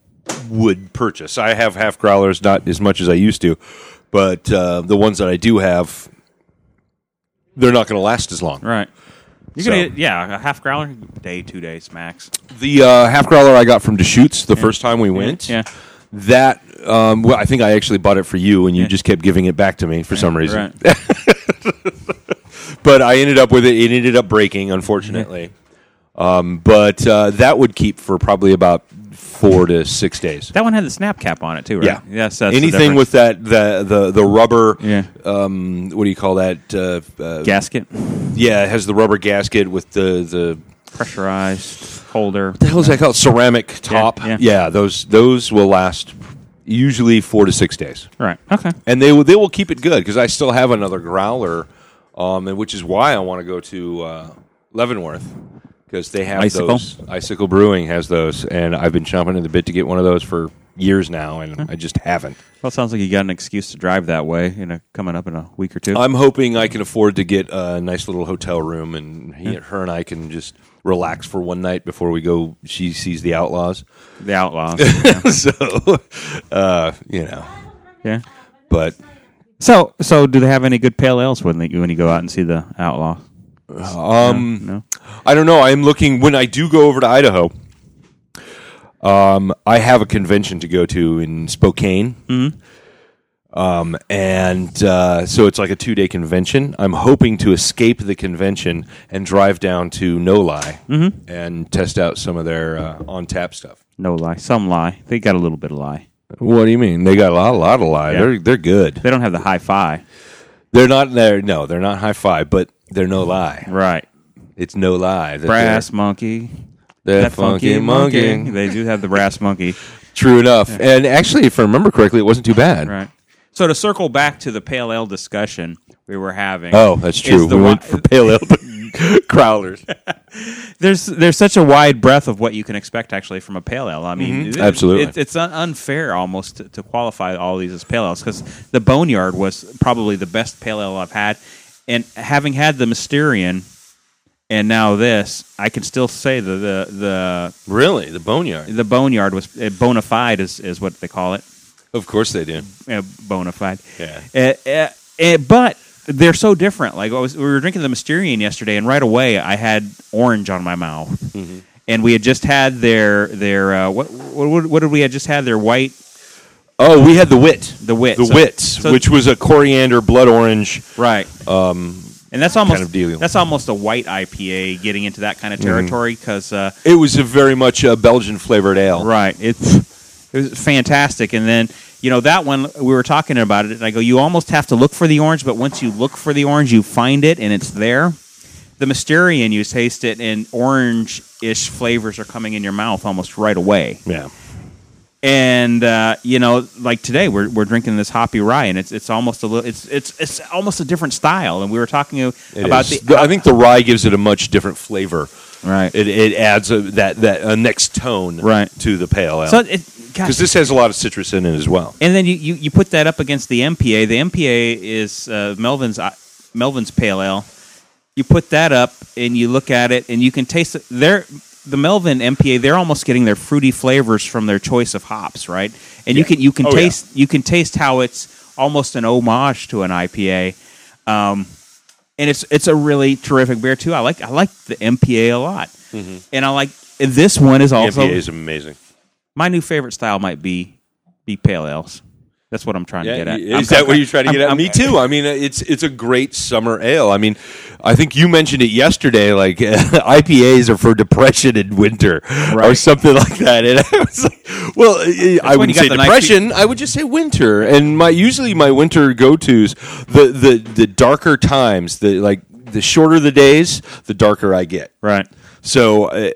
[SPEAKER 1] would purchase. I have half growlers, not as much as I used to, but uh, the ones that I do have, they're not going to last as long.
[SPEAKER 2] Right. You're
[SPEAKER 1] So-
[SPEAKER 2] gonna get, yeah, a half growler day, two days max.
[SPEAKER 1] The uh, half growler I got from Deschutes the first time we went,
[SPEAKER 2] Yeah.
[SPEAKER 1] that um, well, I think I actually bought it for you, and you just kept giving it back to me for some reason.
[SPEAKER 2] Right.
[SPEAKER 1] <laughs> but I ended up with it. It ended up breaking, unfortunately. Um, but uh, that would keep for probably about four to six days.
[SPEAKER 2] that one had the snap cap on it too, right?
[SPEAKER 1] Yeah.
[SPEAKER 2] Yes. That's the
[SPEAKER 1] anything
[SPEAKER 2] difference.
[SPEAKER 1] with that the the the rubber.
[SPEAKER 2] Yeah.
[SPEAKER 1] Um, what do you call that? Uh, uh,
[SPEAKER 2] gasket,
[SPEAKER 1] yeah, it has the rubber gasket with the the.
[SPEAKER 2] pressurized holder.
[SPEAKER 1] The hell is that called? Ceramic top.
[SPEAKER 2] yeah.
[SPEAKER 1] those those will last usually four to six days,
[SPEAKER 2] Right. Okay.
[SPEAKER 1] and they will they will keep it good because I still have another growler, um, and which is why I want to go to uh, Leavenworth. Because they have
[SPEAKER 2] Icicle?
[SPEAKER 1] those, Icicle Brewing has those, and I've been chomping at the bit to get one of those for years now, and I just haven't.
[SPEAKER 2] Well, it sounds like you got an excuse to drive that way. You know, coming up in a week or 2
[SPEAKER 1] I'm hoping I can afford to get a nice little hotel room, and he, her and I can just relax for one night before we go. She sees the outlaws, <laughs>
[SPEAKER 2] the outlaws.
[SPEAKER 1] so uh, you know.
[SPEAKER 2] yeah.
[SPEAKER 1] But
[SPEAKER 2] So, so do they have any good pale ales when they, when you go out and see the outlaw?
[SPEAKER 1] um,
[SPEAKER 2] No.
[SPEAKER 1] I don't know. I'm looking when I do go over to Idaho. Um, I have a convention to go to in Spokane. Um, and uh, so it's like a two day convention. I'm hoping to escape the convention and drive down to Noli and test out some of their uh, on tap stuff.
[SPEAKER 2] No lie. Some lie. They got a little bit of lie.
[SPEAKER 1] What do you mean? They got a lot, a lot of lie.
[SPEAKER 2] They're-
[SPEAKER 1] they're good.
[SPEAKER 2] They don't have the high fi.
[SPEAKER 1] They're not there. No, they're not high five, but they're no lie.
[SPEAKER 2] Right.
[SPEAKER 1] It's no lie. that
[SPEAKER 2] Brass monkey.
[SPEAKER 1] They're, they're
[SPEAKER 2] That
[SPEAKER 1] funky, monkey.
[SPEAKER 2] They do have the brass monkey.
[SPEAKER 1] True enough. And actually, if I remember correctly, it wasn't too bad.
[SPEAKER 2] Right. So to circle back to the pale ale discussion we were having.
[SPEAKER 1] Oh, that's
[SPEAKER 2] is
[SPEAKER 1] true.
[SPEAKER 2] the
[SPEAKER 1] We went
[SPEAKER 2] wi-
[SPEAKER 1] for
[SPEAKER 2] <laughs>
[SPEAKER 1] pale ale <laughs> to crowlers.
[SPEAKER 2] there's there's such a wide breadth of what you can expect actually from a pale ale. I mean, it-
[SPEAKER 1] Absolutely.
[SPEAKER 2] it- it's un- unfair almost to, to qualify all these as pale ales because the Boneyard was probably the best pale ale I've had, and having had the Mysterian, and now this, I can still say the the
[SPEAKER 1] Really, the boneyard.
[SPEAKER 2] the, the Boneyard was uh, bona fide is is what they call it.
[SPEAKER 1] Of course they do.
[SPEAKER 2] uh, bona fide.
[SPEAKER 1] Yeah.
[SPEAKER 2] Uh, uh, uh, but they're so different. Like I was, we were drinking the Mysterian yesterday, and right away I had orange on my mouth,
[SPEAKER 1] Mm-hmm.
[SPEAKER 2] and we had just had their their uh, what, what what did we had just had their white
[SPEAKER 1] Oh, we had the wit,
[SPEAKER 2] the wit
[SPEAKER 1] the
[SPEAKER 2] So-
[SPEAKER 1] wits,
[SPEAKER 2] so-
[SPEAKER 1] which was a coriander blood orange.
[SPEAKER 2] right. Um, and that's almost
[SPEAKER 1] kind of Mm-hmm. deal.
[SPEAKER 2] that's almost a white IPA getting into that kind of territory because uh,
[SPEAKER 1] It was a very much a Belgian flavored ale.
[SPEAKER 2] Right. It's it was fantastic. And then you know that one we were talking about it, and I go, you almost have to look for the orange, but once you look for the orange, you find it, and it's there. The Mysterian, you taste it, and orange-ish flavors are coming in your mouth almost right away.
[SPEAKER 1] Yeah.
[SPEAKER 2] And uh, you know, like today, we're, we're drinking this hoppy rye, and it's it's almost a little, it's it's it's almost a different style. And we were talking
[SPEAKER 1] It
[SPEAKER 2] about
[SPEAKER 1] is.
[SPEAKER 2] the
[SPEAKER 1] I think the rye gives it a much different flavor.
[SPEAKER 2] right,
[SPEAKER 1] It, it adds a, that that a next tone
[SPEAKER 2] Right.
[SPEAKER 1] to the pale
[SPEAKER 2] so
[SPEAKER 1] ale
[SPEAKER 2] it,
[SPEAKER 1] because
[SPEAKER 2] gosh,
[SPEAKER 1] this has a lot of citrus in it as well.
[SPEAKER 2] And then you, you, you put that up against the MPA. The MPA is uh, Melvin's uh, Melvin's Pale Ale. You put that up and you look at it and you can taste it. They're, the Melvin MPA. They're almost getting their fruity flavors from their choice of hops, right? And you
[SPEAKER 1] Yeah.
[SPEAKER 2] can you can
[SPEAKER 1] Oh, yeah.
[SPEAKER 2] taste you can taste how it's almost an homage to an IPA. Um, and it's it's a really terrific beer too. I like I like the MPA a lot,
[SPEAKER 1] Mm-hmm.
[SPEAKER 2] and I like this one is also
[SPEAKER 1] MPA is amazing.
[SPEAKER 2] my new favorite style might be be pale ales. That's what I'm trying to get at.
[SPEAKER 1] Is
[SPEAKER 2] I'm-
[SPEAKER 1] that
[SPEAKER 2] I'm-
[SPEAKER 1] what you're trying to
[SPEAKER 2] I'm-
[SPEAKER 1] get at?
[SPEAKER 2] I'm-
[SPEAKER 1] Me too. I mean, it's it's a great summer ale. I mean, I think you mentioned it yesterday. Like <laughs> IPAs are for depression in winter or
[SPEAKER 2] Right.
[SPEAKER 1] something like that. And I was like, well, eh, I
[SPEAKER 2] when
[SPEAKER 1] wouldn't
[SPEAKER 2] you got
[SPEAKER 1] say
[SPEAKER 2] the nice
[SPEAKER 1] depression. I would just say winter. And my usually my winter go tos the, the the darker times the like the shorter the days the darker I get.
[SPEAKER 2] Right.
[SPEAKER 1] So, uh,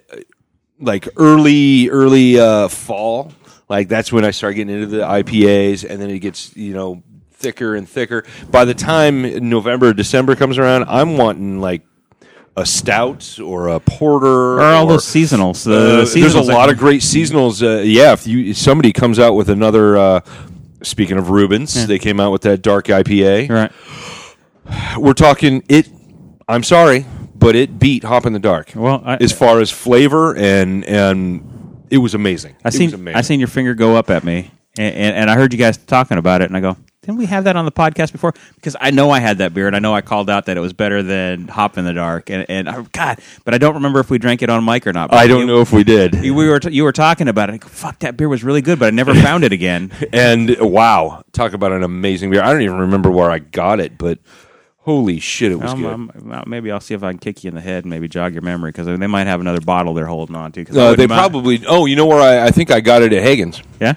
[SPEAKER 1] like early early uh, fall, like that's when I start getting into the IPAs, and then it gets you know thicker and thicker. By the time November December comes around, I'm wanting like a stout or a porter
[SPEAKER 2] Or all those seasonals. The,
[SPEAKER 1] uh,
[SPEAKER 2] the seasonals
[SPEAKER 1] there's a
[SPEAKER 2] that-
[SPEAKER 1] lot of great seasonals. Uh, yeah, if you if somebody comes out with another. Uh, Speaking of Rubens, they came out with that dark IPA.
[SPEAKER 2] Right.
[SPEAKER 1] We're talking it. I'm sorry, but it beat Hop in the Dark
[SPEAKER 2] Well, I,
[SPEAKER 1] as far as flavor and and it was amazing.
[SPEAKER 2] I
[SPEAKER 1] It was
[SPEAKER 2] seen
[SPEAKER 1] amazing.
[SPEAKER 2] I seen your finger go up at me, and, and, and I heard you guys talking about it, and I go, didn't we have that on the podcast before? Because I know I had that beer, and I know I called out that it was better than Hop in the Dark, and and I, God, but I don't remember if we drank it on mic or not. But
[SPEAKER 1] I don't
[SPEAKER 2] you-
[SPEAKER 1] know if we did.
[SPEAKER 2] You, we were t- you were talking about it. I go, Fuck that beer was really good, but
[SPEAKER 1] <laughs>
[SPEAKER 2] I never found it again.
[SPEAKER 1] and wow, talk about an amazing beer. I don't even remember where I got it, but holy shit, it was
[SPEAKER 2] Um,
[SPEAKER 1] good. Uh,
[SPEAKER 2] um, well, maybe I'll see if I can kick you in the head, and maybe jog your memory because they might have another bottle they're holding on to. 'cause I
[SPEAKER 1] Uh, they
[SPEAKER 2] wouldn't mind-
[SPEAKER 1] probably. Oh, you know where I, I think I got it at Hagen's,
[SPEAKER 2] yeah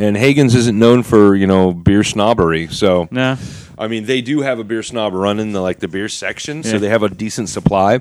[SPEAKER 1] and Hagen's isn't known for you know beer snobbery. So
[SPEAKER 2] no
[SPEAKER 1] I mean, they do have a beer snob running the like the beer section, so
[SPEAKER 2] Yeah.
[SPEAKER 1] they have a decent supply.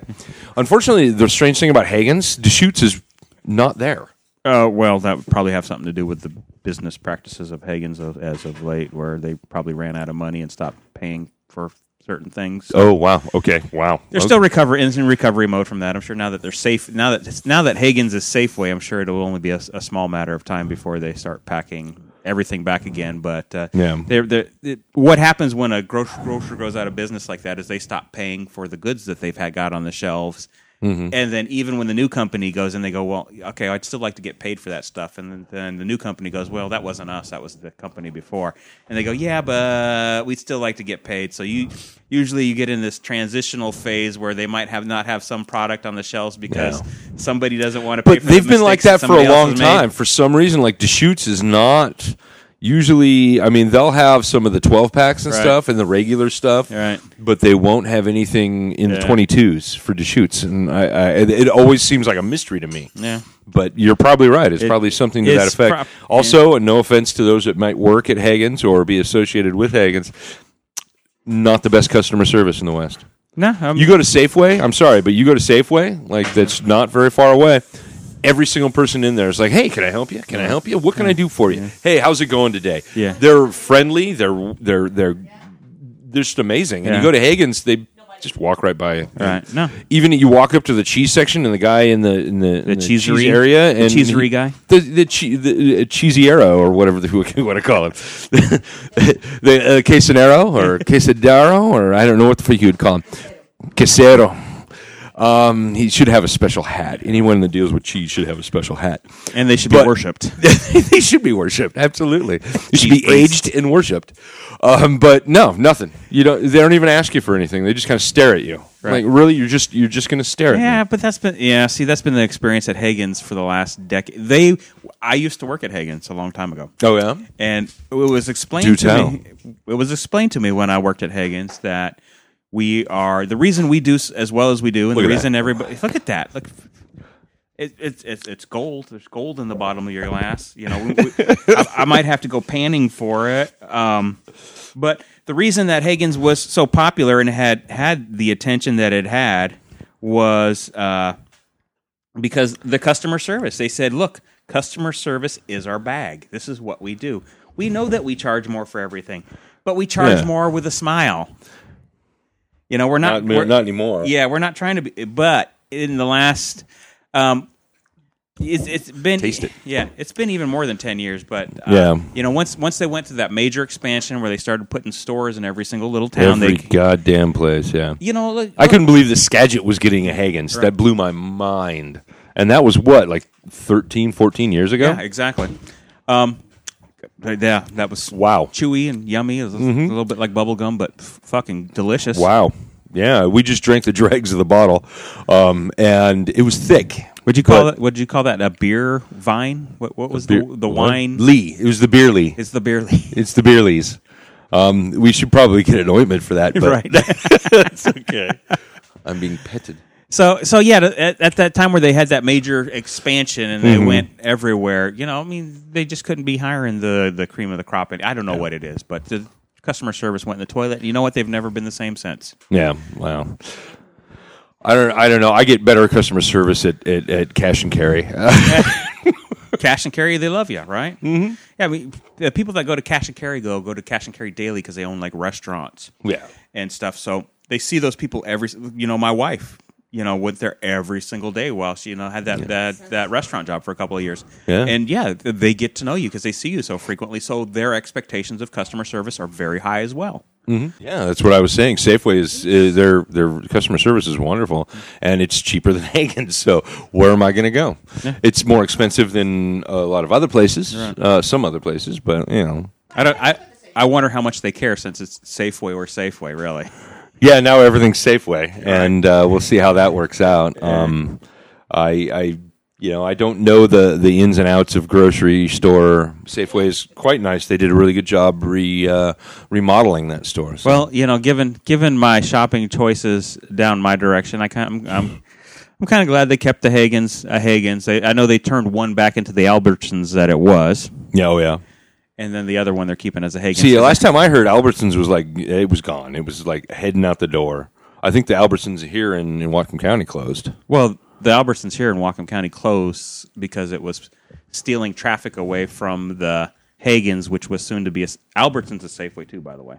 [SPEAKER 1] Unfortunately, the strange thing about Hagen's, Deschutes is not there.
[SPEAKER 2] uh, well that would probably have something to do with the business practices of Hagen's of, as of late, where they probably ran out of money and stopped paying for certain things.
[SPEAKER 1] Oh wow. Okay. Wow.
[SPEAKER 2] They're still recover in in recovery mode from that. I'm sure now that they're safe. Now that now that Hagen's is Safeway, I'm sure it will only be a, a small matter of time before they start packing everything back again. But uh,
[SPEAKER 1] Yeah.
[SPEAKER 2] they're, they're, it, what happens when a gro- grocer goes out of business like that is they stop paying for the goods that they've had got on the shelves.
[SPEAKER 1] Mm-hmm.
[SPEAKER 2] And then even when the new company goes in, they go, well, okay, I'd still like to get paid for that stuff. And then, then the new company goes, well, that wasn't us, that was the company before. And they go, yeah, but we'd still like to get paid. So you usually you get in this transitional phase where they might have not have some product on the shelves because somebody doesn't want to. pay
[SPEAKER 1] But
[SPEAKER 2] for the
[SPEAKER 1] they've been like
[SPEAKER 2] mistakes
[SPEAKER 1] that
[SPEAKER 2] that
[SPEAKER 1] for
[SPEAKER 2] somebody
[SPEAKER 1] a
[SPEAKER 2] else
[SPEAKER 1] long
[SPEAKER 2] has made.
[SPEAKER 1] time. For some reason, like Deschutes is not usually. I mean, they'll have some of the twelve packs and
[SPEAKER 2] Right.
[SPEAKER 1] stuff and the regular stuff,
[SPEAKER 2] Right.
[SPEAKER 1] But they won't have anything in the
[SPEAKER 2] Yeah.
[SPEAKER 1] twenty twos for Deschutes, and I, I, it it always seems like a mystery to me.
[SPEAKER 2] Yeah.
[SPEAKER 1] But you're probably right. It's probably something to that
[SPEAKER 2] it's
[SPEAKER 1] effect.
[SPEAKER 2] prob-
[SPEAKER 1] also, and no offense to those that might work at Hagen's or be associated with Hagen's, not the best customer service in the West.
[SPEAKER 2] No, I'm,
[SPEAKER 1] You go to Safeway. I'm sorry, but you go to Safeway, like that's not very far away. Every single person in there is like, "Hey, can I help you? Can I help you? What can I do for you? Hey, how's it going today?"
[SPEAKER 2] Yeah.
[SPEAKER 1] they're friendly. They're they're they're they're just amazing. And
[SPEAKER 2] Yeah.
[SPEAKER 1] you go to Hagen's, they just walk right by you.
[SPEAKER 2] right. No.
[SPEAKER 1] Even you walk up to the cheese section, and the guy in the in the, in the cheese
[SPEAKER 2] cheesery-
[SPEAKER 1] area,
[SPEAKER 2] the
[SPEAKER 1] and
[SPEAKER 2] cheesery
[SPEAKER 1] he-
[SPEAKER 2] guy?
[SPEAKER 1] the the, che- the uh, cheesiero or whatever the, <laughs> we want to call it, the uh, quesadero
[SPEAKER 2] <laughs>
[SPEAKER 1] or quesadero or I don't know what the fuck you would call him, quesero. Um, he should have a special hat. Anyone that deals with cheese should have a special hat. <laughs>
[SPEAKER 2] And they should
[SPEAKER 1] But-
[SPEAKER 2] be worshipped.
[SPEAKER 1] they should be worshipped. Absolutely, they should be
[SPEAKER 2] priests.
[SPEAKER 1] aged and worshipped. Um, but no, nothing. You don't. They don't even ask you for anything. They just kind of stare at you.
[SPEAKER 2] Right.
[SPEAKER 1] Like really, you're just you're just going to stare at me.
[SPEAKER 2] Yeah, but that's been yeah. See, that's been the experience at Hagen's for the last decade. They, I used to work at Hagen's a long time ago,
[SPEAKER 1] Oh yeah.
[SPEAKER 2] and it was explained
[SPEAKER 1] Do
[SPEAKER 2] to me. It was explained to me when I worked at Hagen's that we are the reason we do s- as well as we do, and
[SPEAKER 1] Look
[SPEAKER 2] the
[SPEAKER 1] at
[SPEAKER 2] reason everybody look at that look. It, it's it's it's gold. There's gold in the bottom of your glass. You know, we, we, I, I might have to go panning for it. Um, but the reason that Hagen's was so popular and had had the attention that it had was uh, because the customer service. They said, "Look, customer service is our bag. This is what we do. We know that we charge more for everything, but we charge
[SPEAKER 1] Yeah.
[SPEAKER 2] more with a smile. You know, we're not
[SPEAKER 1] Not,
[SPEAKER 2] we're,
[SPEAKER 1] not anymore.
[SPEAKER 2] yeah, we're not trying to be, but in the last, um, it's, it's been
[SPEAKER 1] Taste it.
[SPEAKER 2] Yeah, it's been even more than ten years. But uh,
[SPEAKER 1] Yeah.
[SPEAKER 2] you know, once once they went through that major expansion where they started putting stores in every single little town,
[SPEAKER 1] Every
[SPEAKER 2] they
[SPEAKER 1] goddamn place, yeah.
[SPEAKER 2] you know, look,
[SPEAKER 1] I couldn't believe the Skagit was getting a Hagen's. That blew my mind. And that was what, like 13, 14 years ago?
[SPEAKER 2] yeah, exactly. Um, yeah, that was
[SPEAKER 1] Wow.
[SPEAKER 2] chewy and yummy. It was a little bit like bubble gum, but f- fucking delicious.
[SPEAKER 1] Mm-hmm. Wow. Yeah, we just drank the <laughs> dregs of the bottle. Um, and it was thick.
[SPEAKER 2] Would you call
[SPEAKER 1] But-
[SPEAKER 2] that? Would you call that a beer vine? What, what was the, the wine?
[SPEAKER 1] Lee. It was the beer Lee.
[SPEAKER 2] It's the beer leaf. <laughs>
[SPEAKER 1] It's the beer Lees. Um, we should probably get an ointment for
[SPEAKER 2] <laughs>
[SPEAKER 1] that, but <laughs>
[SPEAKER 2] right.
[SPEAKER 1] that's okay. I'm being petted.
[SPEAKER 2] So, so yeah, th- at, at that time where they had that major expansion and they
[SPEAKER 1] Mm-hmm.
[SPEAKER 2] went everywhere, you know, I mean, they just couldn't be hiring the the cream of the crop. And I don't know what it is, but the customer service went in the toilet. And you know what? They've never been the same since.
[SPEAKER 1] Yeah. Wow. I don't. I don't know. I get better customer service at, at, at cash and carry. <laughs>
[SPEAKER 2] Cash and carry, they love you, right? Mm-hmm. Yeah, I mean, the people that go to cash and carry go go to cash and carry daily because they own like restaurants.
[SPEAKER 1] yeah.
[SPEAKER 2] and stuff. So they see those people every. You know, my wife, you know, went there every single day while she, you know, had that that, that restaurant job for a couple of years.
[SPEAKER 1] Yeah.
[SPEAKER 2] and yeah, th- they get to know you because they see you so frequently. So their expectations of customer service are very high as well.
[SPEAKER 1] Yeah, that's what I was saying. Safeway is, is their their customer service is wonderful, and it's cheaper than <laughs> Hagen. So where am I going to go? It's more expensive than a lot of other places, uh, some other places, but you know.
[SPEAKER 2] I don't. I I wonder how much they care since it's Safeway or Safeway, really.
[SPEAKER 1] Yeah, now everything's Safeway, and uh, we'll see how that works out. Um, I, I, you know, I don't know the the ins and outs of grocery store. Safeway is quite nice. They did a really good job re uh, remodeling that store. So.
[SPEAKER 2] Well, you know, given given my shopping choices down my direction, I kind I'm. I'm I'm kind of glad they kept the Hagens. Uh, Hagens. They, I know they turned one back into the Albertsons that it was.
[SPEAKER 1] yeah, oh, yeah.
[SPEAKER 2] and then the other one they're keeping as a Hagen.
[SPEAKER 1] See, last time I heard, Albertsons was like it was gone. It was like heading out the door. I think the Albertsons here in, in Whatcom County closed.
[SPEAKER 2] well, the Albertsons here in Whatcom County closed because it was stealing traffic away from the Hagens, which was soon to be a, Albertsons a Safeway too, by the way.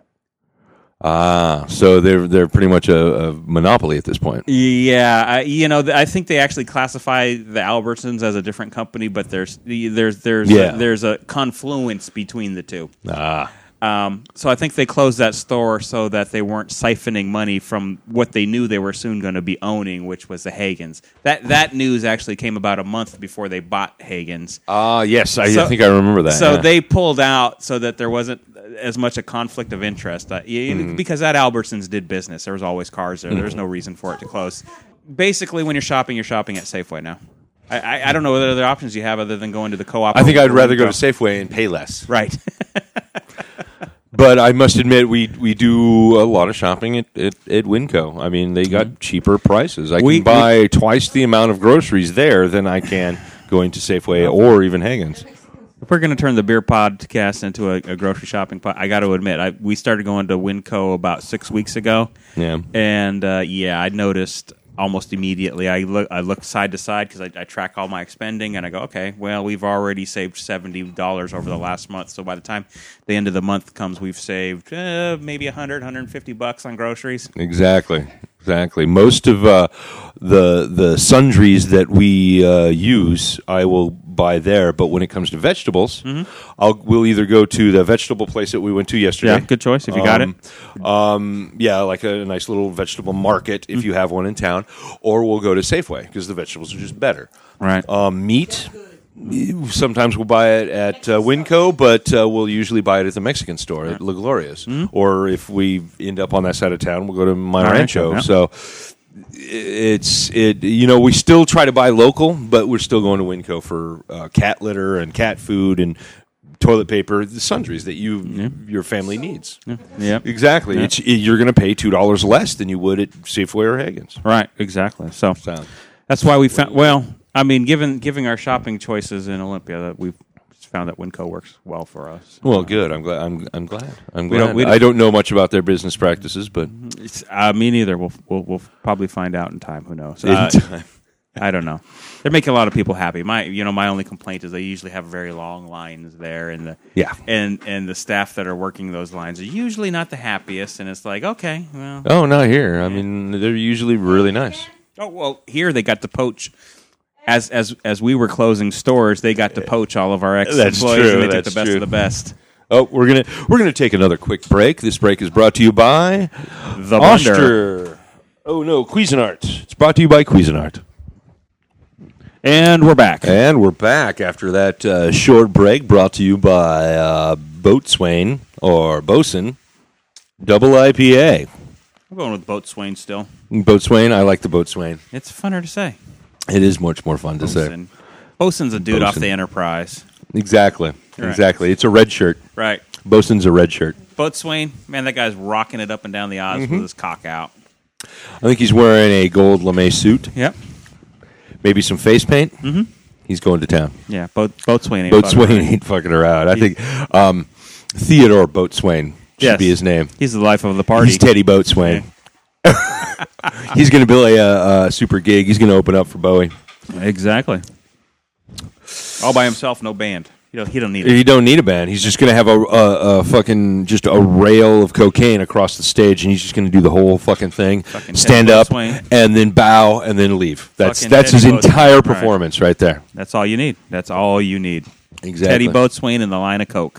[SPEAKER 1] Ah, so they're they're pretty much a, a monopoly at this point.
[SPEAKER 2] Yeah, I, you know, th- I think they actually classify the Albertsons as a different company, but there's there's there's
[SPEAKER 1] Yeah.
[SPEAKER 2] a, there's a confluence between the two.
[SPEAKER 1] Ah,
[SPEAKER 2] Um, so I think they closed that store so that they weren't siphoning money from what they knew they were soon going to be owning, which was the Hagens. That that news actually came about a month before they bought Hagens.
[SPEAKER 1] ah, yes, I,
[SPEAKER 2] So-
[SPEAKER 1] think I remember that.
[SPEAKER 2] So
[SPEAKER 1] yeah.
[SPEAKER 2] they pulled out so that there wasn't as much a conflict of interest uh, y-
[SPEAKER 1] Mm-hmm.
[SPEAKER 2] because that Albertsons did business. There was always cars there. There's no reason for it to close. Basically, when you're shopping, you're shopping at Safeway now. I, I, I don't know what other options you have other than going to the co-op.
[SPEAKER 1] I think I'd rather go to Safeway and pay less.
[SPEAKER 2] Right. <laughs>
[SPEAKER 1] But I must admit, we we do a lot of shopping at, at, at Winco. I mean, they got cheaper prices. I
[SPEAKER 2] We-
[SPEAKER 1] can buy twice the amount of groceries there than I can going to Safeway or even Hagen's.
[SPEAKER 2] If we're going to turn the beer podcast into a, a grocery shopping pod, I got to admit, I, we started going to Winco about six weeks ago.
[SPEAKER 1] Yeah.
[SPEAKER 2] And uh, yeah, I noticed almost immediately. I look, I look side to side because I, I track all my expending, and I go, okay, well, we've already saved seventy dollars over the last month. So by the time the end of the month comes, we've saved uh, maybe 100, 150 bucks on groceries.
[SPEAKER 1] Exactly. Exactly. Most of uh, the the sundries that we uh, use, I will buy there. But when it comes to vegetables,
[SPEAKER 2] Mm-hmm.
[SPEAKER 1] I'll we'll either go to the vegetable place that we went to yesterday.
[SPEAKER 2] Yeah, good choice if you got it.
[SPEAKER 1] Um, um, yeah, like a, nice little vegetable market
[SPEAKER 2] Mm-hmm.
[SPEAKER 1] if you have one in town, or we'll go to Safeway because the vegetables are just better.
[SPEAKER 2] Right.
[SPEAKER 1] Um, meat. Sometimes we'll buy it at uh, Winco, but uh, we'll usually buy it at the Mexican store at La Gloria's.
[SPEAKER 2] Hmm?
[SPEAKER 1] Or if we end up on that side of town, we'll go to My Rancho.
[SPEAKER 2] Rancho, yeah.
[SPEAKER 1] So it's it. You know, we still try to buy local, but we're still going to Winco for uh, cat litter and cat food and toilet paper, the sundries that you your family needs.
[SPEAKER 2] Yep.
[SPEAKER 1] Exactly.
[SPEAKER 2] Yeah.
[SPEAKER 1] It's, you're going to pay two dollars less than you would at Safeway or Hagen's.
[SPEAKER 2] Right, exactly. So,
[SPEAKER 1] So-
[SPEAKER 2] that's why we found. Well, I mean, given giving our shopping choices in Olympia, that we've found that Winco works well for us.
[SPEAKER 1] Well, good. I'm glad. I'm, I'm glad. I'm
[SPEAKER 2] We
[SPEAKER 1] glad.
[SPEAKER 2] don't- we don't-
[SPEAKER 1] I don't know much about their business practices, but
[SPEAKER 2] It's, uh, me neither. We'll, we'll we'll probably find out in time. Who knows?
[SPEAKER 1] in
[SPEAKER 2] Uh,
[SPEAKER 1] time.
[SPEAKER 2] <laughs> I don't know. They're making a lot of people happy. My you know my only complaint is they usually have very long lines there, and the
[SPEAKER 1] Yeah.
[SPEAKER 2] and and the staff that are working those lines are usually not the happiest. And it's like, okay, well,
[SPEAKER 1] Oh, not here. I mean, they're usually really nice.
[SPEAKER 2] oh well, here they got to poach. As, as as we were closing stores, they got to poach all of our ex employees,
[SPEAKER 1] true,
[SPEAKER 2] and they took
[SPEAKER 1] that's
[SPEAKER 2] the best
[SPEAKER 1] true.
[SPEAKER 2] of the best.
[SPEAKER 1] Oh, we're gonna we're gonna take another quick break. This break is brought to you by
[SPEAKER 2] The Blender.
[SPEAKER 1] Oster. Oh no, Cuisinart. It's brought to you by Cuisinart.
[SPEAKER 2] And we're back.
[SPEAKER 1] And we're back after that uh, short break brought to you by uh, Boatswain or Bosun Double IPA.
[SPEAKER 2] I'm going with Boatswain still.
[SPEAKER 1] Boatswain, I like the Boatswain.
[SPEAKER 2] It's funner to say.
[SPEAKER 1] It is much more fun to say.
[SPEAKER 2] Bosun. Bosun's a dude off
[SPEAKER 1] Bosun.
[SPEAKER 2] the Enterprise.
[SPEAKER 1] Exactly.
[SPEAKER 2] Right.
[SPEAKER 1] Exactly. It's a red shirt.
[SPEAKER 2] Right.
[SPEAKER 1] Bosun's a red shirt.
[SPEAKER 2] Boatswain, man, that guy's rocking it up and down the aisles with his cock out.
[SPEAKER 1] I think he's wearing a gold lame suit,
[SPEAKER 2] Yep.
[SPEAKER 1] maybe some face paint. Mm-hmm. He's going to town.
[SPEAKER 2] Yeah, boat, Boatswain. ain't
[SPEAKER 1] Boatswain
[SPEAKER 2] fucking-
[SPEAKER 1] ain't fucking around. I think um, Theodore Boatswain should
[SPEAKER 2] Yes.
[SPEAKER 1] be his name.
[SPEAKER 2] He's the life of the party.
[SPEAKER 1] He's Teddy Boatswain. <laughs> he's going to be a, uh uh super gig. He's going to open up for Bowie.
[SPEAKER 2] exactly. All by himself, no band. You know, he don't need it.
[SPEAKER 1] You don't need a band. He's just going to have a, a, a fucking just a rail of cocaine across the stage, and he's just going to do the whole fucking thing.
[SPEAKER 2] Fucking
[SPEAKER 1] stand
[SPEAKER 2] Ted
[SPEAKER 1] up
[SPEAKER 2] Boatswain.
[SPEAKER 1] and then bow and then leave. That's
[SPEAKER 2] Fucking
[SPEAKER 1] that's
[SPEAKER 2] Teddy
[SPEAKER 1] his entire
[SPEAKER 2] Boatswain, right.
[SPEAKER 1] performance right there.
[SPEAKER 2] That's all you need. That's all you need.
[SPEAKER 1] Exactly.
[SPEAKER 2] Teddy Boatswain and the line of coke.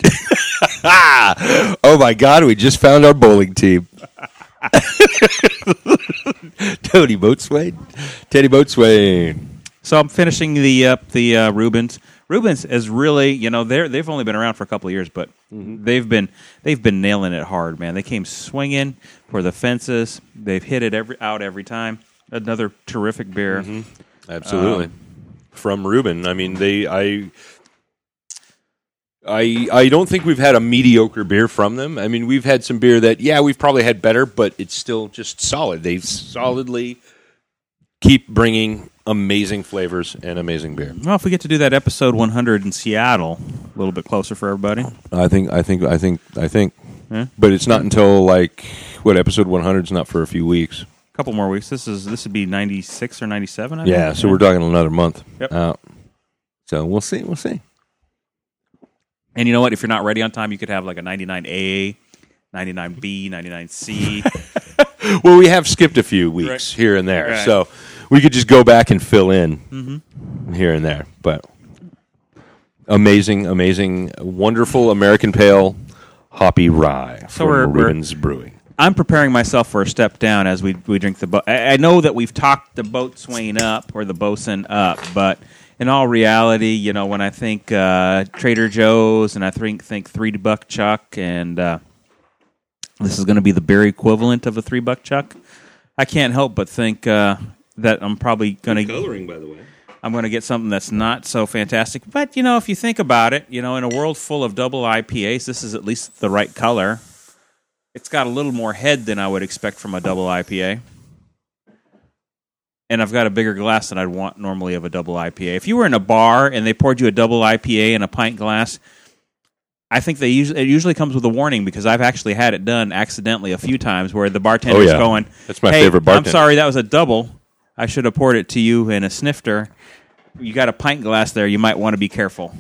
[SPEAKER 1] Oh my God, we just found our bowling team. Tony Boatswain. Teddy Boatswain.
[SPEAKER 2] So I'm finishing the up the uh, Rubens. Rubens is really, you know, they are they've only been around for a couple of years, but they've been they've been nailing it hard, man. They came swinging for the fences. They've hit it every out every time. Another terrific beer.
[SPEAKER 1] Absolutely. From Ruben. I mean, they, I. I I don't think we've had a mediocre beer from them. I mean, we've had some beer that yeah, we've probably had better, but it's still just solid. They solidly keep bringing amazing flavors and amazing beer.
[SPEAKER 2] Well, if we get to do that episode 100 in Seattle, a little bit closer for everybody.
[SPEAKER 1] I think I think I think I think.
[SPEAKER 2] Yeah.
[SPEAKER 1] But it's not until like what episode 100 is not for a few weeks.
[SPEAKER 2] A couple more weeks. This is this would be 96 or 97. I
[SPEAKER 1] Yeah,
[SPEAKER 2] think.
[SPEAKER 1] so we're talking another month
[SPEAKER 2] Yep.
[SPEAKER 1] out. So we'll see. We'll see.
[SPEAKER 2] And you know what? If you're not ready on time, you could have like a 99 AA 99B, 99C.
[SPEAKER 1] Well, we have skipped a few weeks here and there,
[SPEAKER 2] Right.
[SPEAKER 1] so we could just go back and fill in
[SPEAKER 2] Mm-hmm.
[SPEAKER 1] here and there. But amazing, amazing, wonderful American Pale Hoppy Rye
[SPEAKER 2] So
[SPEAKER 1] from
[SPEAKER 2] we're- we're-
[SPEAKER 1] Rubens Brewing.
[SPEAKER 2] I'm preparing myself for a step down as we we drink the boat. I, I know that we've talked the boatswain up or the bosun up, but in all reality, you know, when I think uh, Trader Joe's and I think think three buck chuck, and uh, this is going to be the beer equivalent of a three buck chuck, I can't help but think uh, that I'm probably going to
[SPEAKER 1] Coloring, by the way.
[SPEAKER 2] I'm going to get something that's not so fantastic. But you know, if you think about it, you know, in a world full of double IPAs, this is at least the right color. It's got a little more head than I would expect from a double IPA. And I've got a bigger glass than I'd want normally of a double IPA. If you were in a bar and they poured you a double IPA in a pint glass, I think they usually it usually comes with a warning because I've actually had it done accidentally a few times where the bartender's
[SPEAKER 1] yeah.
[SPEAKER 2] going,
[SPEAKER 1] That's my
[SPEAKER 2] "Hey,
[SPEAKER 1] favorite bartender."
[SPEAKER 2] I'm sorry, that was a double. I should have poured it to you in a snifter." you got a pint glass there, you might want to be careful.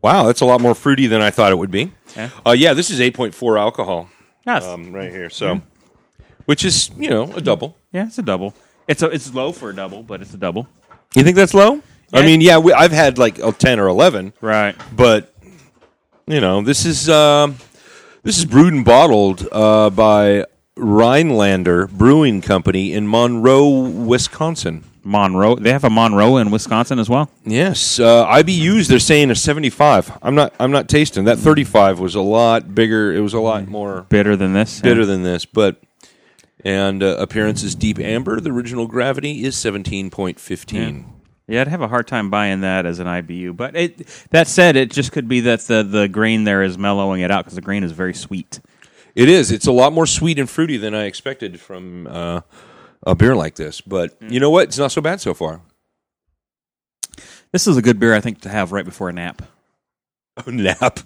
[SPEAKER 1] Wow, that's a lot more fruity than I thought it would be.
[SPEAKER 2] Yeah.
[SPEAKER 1] Uh, yeah, this is 8.4 alcohol
[SPEAKER 2] Yes.
[SPEAKER 1] um, right here, so
[SPEAKER 2] Mm-hmm.
[SPEAKER 1] which is you know a double.
[SPEAKER 2] yeah, it's a double. It's a, it's low for a double, but it's a double.
[SPEAKER 1] You think that's low? I
[SPEAKER 2] Yeah.
[SPEAKER 1] mean, yeah, we, I've had like a 10 or 11.
[SPEAKER 2] Right.
[SPEAKER 1] but you know this is um, this is brewed and bottled uh, by Rhinelander Brewing Company in Monroe, Wisconsin.
[SPEAKER 2] Monroe. They have a Monroe in Wisconsin as well.
[SPEAKER 1] Yes, uh, IBUs they're saying a seventy-five. I'm not I'm not tasting that. Thirty-five was a lot bigger. It was a lot more
[SPEAKER 2] Bitter than this.
[SPEAKER 1] bitter than this, but. And uh, appearance is deep amber. The original gravity is seventeen point fifteen.
[SPEAKER 2] Yeah, I'd have a hard time buying that as an IBU. But it that said, it just could be that the, the grain there is mellowing it out because the grain is very sweet.
[SPEAKER 1] It is. It's a lot more sweet and fruity than I expected from uh, a beer like this. But
[SPEAKER 2] Mm.
[SPEAKER 1] you know what? It's not so bad so far. <laughs>
[SPEAKER 2] This is a good beer, I think, to have right before a nap.
[SPEAKER 1] Oh, nap.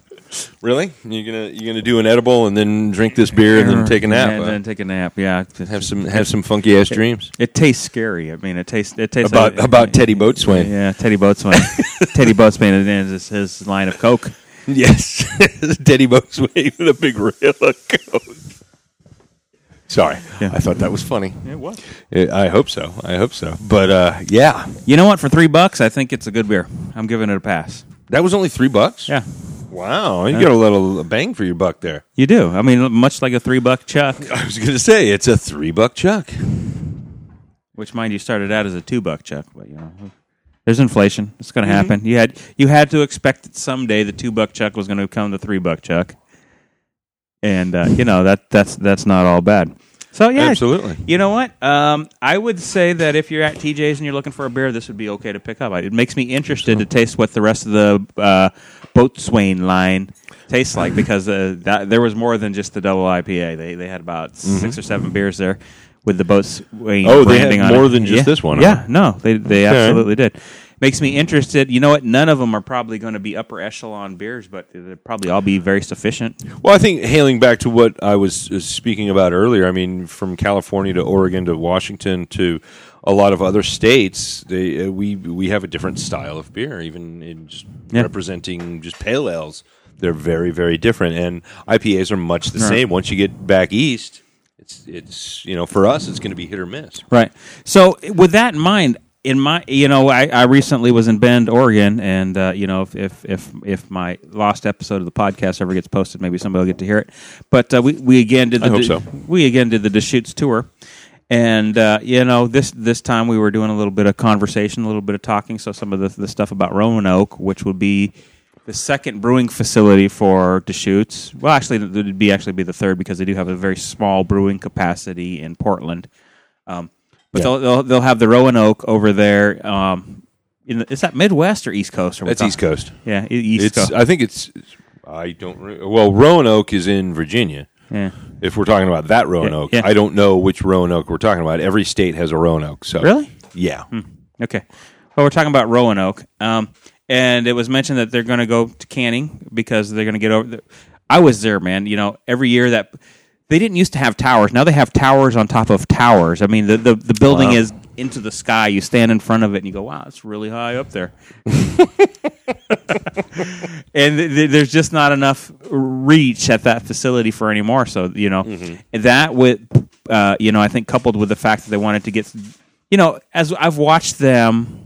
[SPEAKER 1] Really? You're gonna you're gonna do an edible and then drink this beer and then take a nap.
[SPEAKER 2] And
[SPEAKER 1] huh?
[SPEAKER 2] Uh-huh. then take a nap. Yeah.
[SPEAKER 1] have some have some funky ass dreams
[SPEAKER 2] It tastes scary. I mean, it tastes. It tastes
[SPEAKER 1] about
[SPEAKER 2] like-
[SPEAKER 1] about Teddy Boatswain.
[SPEAKER 2] Yeah, Teddy Boatswain. Teddy Boatswain and his, his line of Coke.
[SPEAKER 1] <laughs> Yes, <laughs> Teddy Boatswain with a big <laughs> rail of coke. Sorry, I thought that was funny.
[SPEAKER 2] It was.
[SPEAKER 1] I- I hope so. I hope so. But uh, yeah,
[SPEAKER 2] You know what? For three bucks, I think it's a good beer. I'm giving it a pass.
[SPEAKER 1] that was only three bucks.
[SPEAKER 2] Yeah,
[SPEAKER 1] Wow, you got a little bang for your buck there.
[SPEAKER 2] you do. I mean, much like a three buck chuck,
[SPEAKER 1] <laughs> I was gonna say it's a three buck chuck.
[SPEAKER 2] which, mind you, started out as a two buck chuck, but you know, there's inflation. It's going to happen. You had you had to expect that someday the two buck chuck was going to become the three buck chuck, and uh, you know that that's that's not all bad. So yeah,
[SPEAKER 1] Absolutely.
[SPEAKER 2] You know what? Um, I would say that if you're at TJ's and you're looking for a beer, this would be okay to pick up. I- It makes me interested to taste what the rest of the uh, Boatswain line tastes like because uh, that, there was more than just the double IPA. They they had about six or seven beers there with the Boatswain.
[SPEAKER 1] Oh, they had
[SPEAKER 2] branding on
[SPEAKER 1] more
[SPEAKER 2] it.
[SPEAKER 1] than just
[SPEAKER 2] Yeah.
[SPEAKER 1] this one, huh?
[SPEAKER 2] Yeah, no, they they absolutely did. Makes me interested. You know what? None of them are probably going to be upper echelon beers, but they'll probably all be very sufficient.
[SPEAKER 1] Well, I think hailing back to what I was uh, speaking about earlier, I mean, from California to Oregon to Washington to a lot of other states, they, uh, we we have a different style of beer. Even in just
[SPEAKER 2] Yeah.
[SPEAKER 1] representing just pale ales, they're very very different, and IPAs are much the same. Once you get back east, it's it's you know for us it's going to be hit or miss.
[SPEAKER 2] Right. So with that in mind, in my you know, I, I recently was in Bend, Oregon, and uh, you know, if, if if if my lost episode of the podcast ever gets posted, maybe somebody will get to hear it. But uh, we we again did the
[SPEAKER 1] I hope
[SPEAKER 2] Di-
[SPEAKER 1] so.
[SPEAKER 2] we again did the Deschutes tour. And uh, you know this this time we were doing a little bit of conversation, a little bit of talking. So some of the, the stuff about Roanoke, which would be the second brewing facility for Deschutes. Well, actually, it would be actually be the third because they do have a very small brewing capacity in Portland. But they'll, they'll they'll have the Roanoke over there. Um, in the, is that Midwest or East Coast? Or
[SPEAKER 1] That's East Coast.
[SPEAKER 2] Yeah, e- East
[SPEAKER 1] Uh, It's uh,
[SPEAKER 2] Coast.
[SPEAKER 1] I think it's I don't re- well Roanoke is in Virginia.
[SPEAKER 2] yeah.
[SPEAKER 1] if we're talking about that Roanoke,
[SPEAKER 2] yeah.
[SPEAKER 1] I don't know which Roanoke we're talking about. Every state has a Roanoke. So
[SPEAKER 2] Really? Hmm.
[SPEAKER 1] yeah,
[SPEAKER 2] Okay. Well, we're talking about Roanoke, um, and it was mentioned that they're going to go to Canning because they're going to get over. The, I was there, man. You know, every year that they didn't used to have towers. Now they have towers on top of towers. I mean, the the, the building is into the sky. You stand in front of it and you go, "Wow, it's really high up there." and th- th- there's just not enough reach at that facility for anymore. So you know that with uh, you know I think coupled with the fact that they wanted to get you know as I've watched them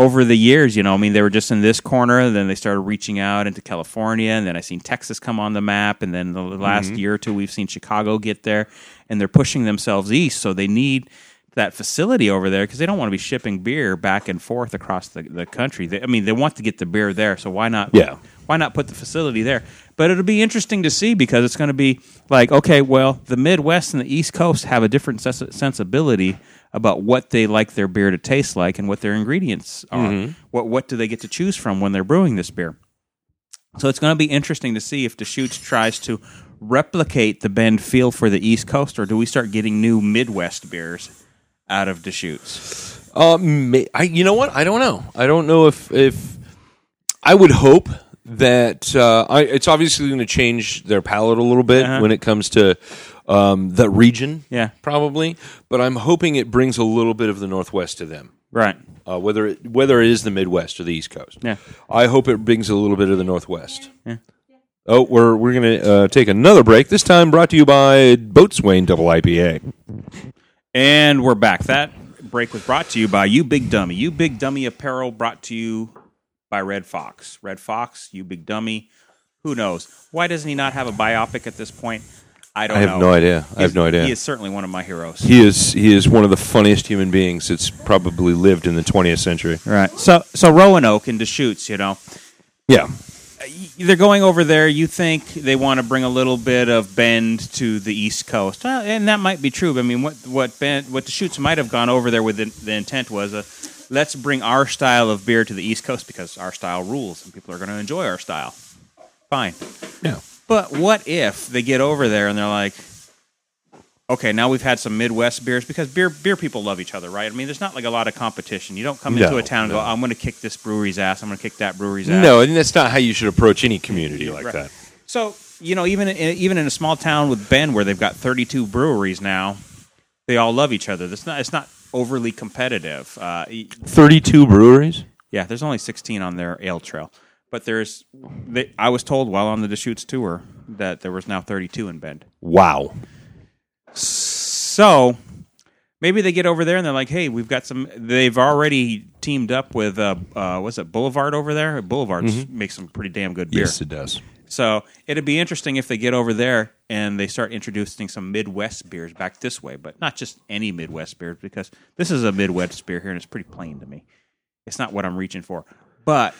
[SPEAKER 2] over the years, you know I mean they were just in this corner, and then they started reaching out into California, and then I seen Texas come on the map, and then the last year or two we've seen Chicago get there, and they're pushing themselves east, so they need. That facility over there because they don't want to be shipping beer back and forth across the, the country. They, I mean, they want to get the beer there, so why not
[SPEAKER 1] Yeah.
[SPEAKER 2] why not put the facility there? But it'll be interesting to see because it's going to be like, okay, well, the Midwest and the East Coast have a different sens- sensibility about what they like their beer to taste like and what their ingredients are. What what do they get to choose from when they're brewing this beer? So it's going to be interesting to see if Deschutes tries to replicate the Bend feel for the East Coast, or do we start getting new Midwest beers out of Deschutes?
[SPEAKER 1] Um, ma- I you know what? I don't know. I don't know if if I would hope that uh, I, it's obviously going to change their palate a little bit when it comes to um, the region.
[SPEAKER 2] Uh-huh. Yeah.
[SPEAKER 1] probably. But I'm hoping it brings a little bit of the Northwest to them.
[SPEAKER 2] Right.
[SPEAKER 1] Uh, whether it, whether it is the Midwest or the East Coast,
[SPEAKER 2] Yeah.
[SPEAKER 1] I hope it brings a little bit of the Northwest. Oh, we're we're gonna uh, take another break. This time, brought to you by Boatswain Double IPA.
[SPEAKER 2] And we're back. That break was brought to you by You Big Dummy. You Big Dummy apparel brought to you by Red Fox. Red Fox, You Big Dummy. Who knows? Why doesn't he not have a biopic at this point? I don't
[SPEAKER 1] I
[SPEAKER 2] know.
[SPEAKER 1] have no idea. I have
[SPEAKER 2] He's-
[SPEAKER 1] no idea.
[SPEAKER 2] He is certainly one of my heroes.
[SPEAKER 1] He is he is one of the funniest human beings that's probably lived in the 20th century.
[SPEAKER 2] right. So so Roanoke and Deschutes, you know.
[SPEAKER 1] Yeah,
[SPEAKER 2] they're going over there. You think they want to bring a little bit of Bend to the East Coast, Well, and that might be true. But I mean, what what Bend, what the shoots might have gone over there with the, the intent was a let's bring our style of beer to the East Coast because our style rules and people are going to enjoy our style. Fine,
[SPEAKER 1] yeah.
[SPEAKER 2] but what if they get over there and they're like, okay, now we've had some Midwest beers because beer beer people love each other, right? I mean, there's not like a lot of competition. You don't come
[SPEAKER 1] No,
[SPEAKER 2] into a town and go, I'm going to kick this brewery's ass. I'm going to kick that brewery's ass.
[SPEAKER 1] No, and that's not how you should approach any community like
[SPEAKER 2] Right.
[SPEAKER 1] that.
[SPEAKER 2] So you know, even in, even in a small town with Bend, where they've got 32 breweries now, they all love each other. It's not it's not overly competitive. Uh, y-
[SPEAKER 1] 32 breweries.
[SPEAKER 2] yeah, there's only 16 on their ale trail, but there's they, I was told while on the Deschutes tour that there was now 32 in Bend.
[SPEAKER 1] Wow.
[SPEAKER 2] So maybe they get over there and they're like, "Hey, we've got some." They've already teamed up with uh, uh was it Boulevard over there? Boulevard makes some pretty damn good beer.
[SPEAKER 1] it does.
[SPEAKER 2] So it'd be interesting if they get over there and they start introducing some Midwest beers back this way, but not just any Midwest beers because this is a Midwest beer here and it's pretty plain to me. It's not what I'm reaching for. But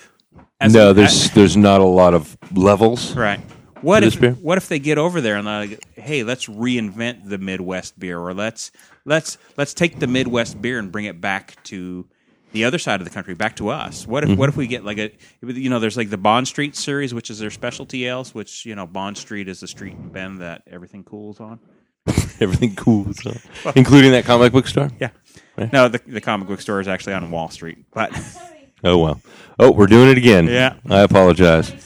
[SPEAKER 2] as
[SPEAKER 1] No,
[SPEAKER 2] a-
[SPEAKER 1] there's there's not a lot of levels.
[SPEAKER 2] right. What
[SPEAKER 1] this
[SPEAKER 2] if
[SPEAKER 1] beer?
[SPEAKER 2] what if they get over there and they're like, hey, let's reinvent the Midwest beer, or let's let's let's take the Midwest beer and bring it back to the other side of the country, back to us. What if what if we get like a you know, there's like the Bond Street series, which is their specialty ales, which you know Bond Street is the street in Bend that everything cools on.
[SPEAKER 1] <laughs> Everything
[SPEAKER 2] <laughs>
[SPEAKER 1] cool, so. including that comic book store.
[SPEAKER 2] Yeah. No, the, the comic book store is actually on Wall Street, <laughs> but
[SPEAKER 1] Oh well. Oh, we're doing it again.
[SPEAKER 2] Yeah.
[SPEAKER 1] I apologize.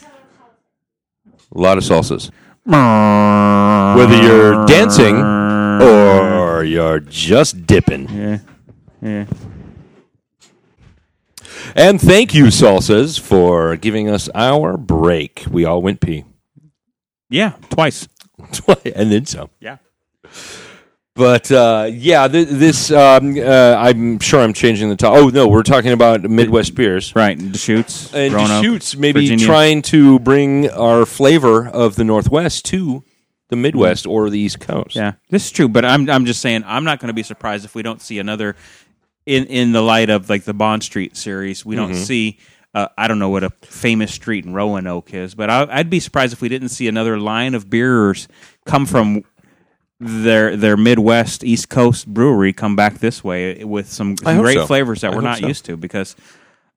[SPEAKER 1] A lot of salsas. Whether you're dancing or you're just dipping.
[SPEAKER 2] yeah, yeah.
[SPEAKER 1] And thank you, Salsas, for giving us our break. We all went pee. <laughs>
[SPEAKER 2] Yeah, twice.
[SPEAKER 1] and then some.
[SPEAKER 2] Yeah.
[SPEAKER 1] But uh, yeah, th- this, um, uh, I'm sure I'm changing the top. Oh, no, we're talking about Midwest beers.
[SPEAKER 2] Right. Deschutes.
[SPEAKER 1] And
[SPEAKER 2] Roanoke,
[SPEAKER 1] Deschutes maybe
[SPEAKER 2] Virginia.
[SPEAKER 1] trying to bring our flavor of the Northwest to the Midwest or the East Coast.
[SPEAKER 2] Yeah, this is true. But I'm I'm just saying I'm not going to be surprised if we don't see another in in the light of like the Bond Street series. We
[SPEAKER 1] Mm-hmm.
[SPEAKER 2] don't see. Uh, I don't know what a famous street in Roanoke is, but I, I'd be surprised if we didn't see another line of beers come from their their Midwest East Coast brewery come back this way with some, some
[SPEAKER 1] hope
[SPEAKER 2] great
[SPEAKER 1] so.
[SPEAKER 2] flavors that
[SPEAKER 1] I
[SPEAKER 2] we're
[SPEAKER 1] hope
[SPEAKER 2] not
[SPEAKER 1] so.
[SPEAKER 2] used to because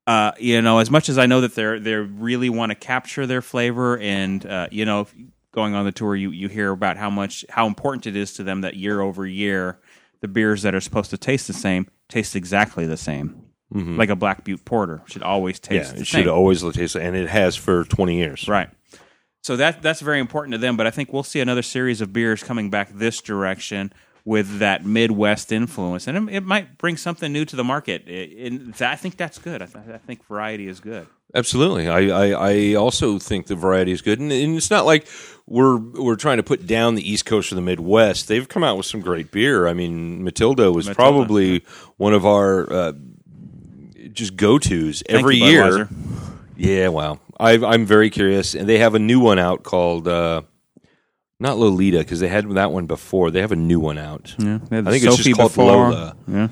[SPEAKER 2] uh, you know as much as I know that they're they really want to capture their flavor and uh, you know if- going on the tour you you hear about how much how important it is to them that year over year the beers that are supposed to taste the same taste exactly the same like a Black Butte Porter should always
[SPEAKER 1] Mm-hmm. Yeah,
[SPEAKER 2] taste the
[SPEAKER 1] it should
[SPEAKER 2] same.
[SPEAKER 1] always taste, and it has for 20 years.
[SPEAKER 2] Right. So that that's very important to them. But I think we'll see another series of beers coming back this direction with that Midwest influence, and it, it might bring something new to the market. It- and I think that's good. I, th- I think variety is good.
[SPEAKER 1] Absolutely. I, I, I also think the variety is good. And, and it's not like we're we're trying to put down the East Coast or the Midwest. They've come out with some great beer. I mean, Matilda was
[SPEAKER 2] Matilda,
[SPEAKER 1] probably one of our uh, just go tos
[SPEAKER 2] Thank
[SPEAKER 1] every
[SPEAKER 2] you,
[SPEAKER 1] year.
[SPEAKER 2] Budweiser.
[SPEAKER 1] Yeah, wow. I, I'm very curious. And they have a new one out called, uh, not Lolita, because they had that one before. They have a new one out.
[SPEAKER 2] Yeah, they had
[SPEAKER 1] I
[SPEAKER 2] the
[SPEAKER 1] think it's
[SPEAKER 2] Sophie
[SPEAKER 1] just called
[SPEAKER 2] before.
[SPEAKER 1] Lola.
[SPEAKER 2] Yeah,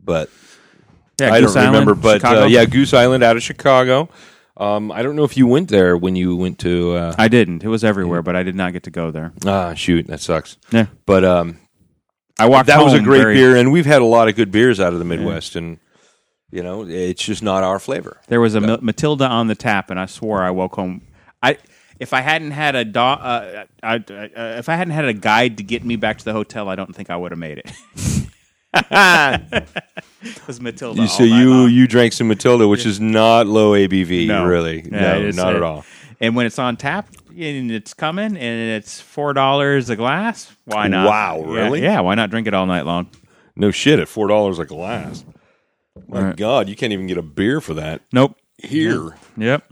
[SPEAKER 1] But
[SPEAKER 2] yeah
[SPEAKER 1] I don't
[SPEAKER 2] Goose Island,
[SPEAKER 1] remember, but
[SPEAKER 2] Chicago.
[SPEAKER 1] uh, yeah, Goose Island out of Chicago. Um, I don't know if you went there when you went to. Uh,
[SPEAKER 2] I didn't. It was everywhere, but I did not get to go there.
[SPEAKER 1] ah, shoot, that sucks.
[SPEAKER 2] Yeah,
[SPEAKER 1] But um,
[SPEAKER 2] I walked.
[SPEAKER 1] that was a
[SPEAKER 2] home
[SPEAKER 1] great
[SPEAKER 2] very-
[SPEAKER 1] beer, and we've had a lot of good beers out of the Midwest, and you know, it's just not our flavor.
[SPEAKER 2] There was a Ma- Matilda on the tap, and I swore I woke home. I if I hadn't had a do- uh, I, I, uh, if I hadn't had a guide to get me back to the hotel, I don't think I would have
[SPEAKER 1] <laughs>
[SPEAKER 2] made it. <laughs> it was Matilda. all
[SPEAKER 1] so
[SPEAKER 2] night
[SPEAKER 1] you
[SPEAKER 2] long.
[SPEAKER 1] you drank some Matilda, which is not low ABV,
[SPEAKER 2] No.
[SPEAKER 1] really.
[SPEAKER 2] Yeah,
[SPEAKER 1] no,
[SPEAKER 2] it's-
[SPEAKER 1] not at
[SPEAKER 2] uh,
[SPEAKER 1] all.
[SPEAKER 2] And when it's on tap and it's coming and it's four dollars a glass, why not?
[SPEAKER 1] Wow,
[SPEAKER 2] Yeah,
[SPEAKER 1] really?
[SPEAKER 2] Yeah, why not drink it all night long?
[SPEAKER 1] No shit, at four dollars a glass. My God, you can't even get a beer for that
[SPEAKER 2] Nope.
[SPEAKER 1] here.
[SPEAKER 2] Yep.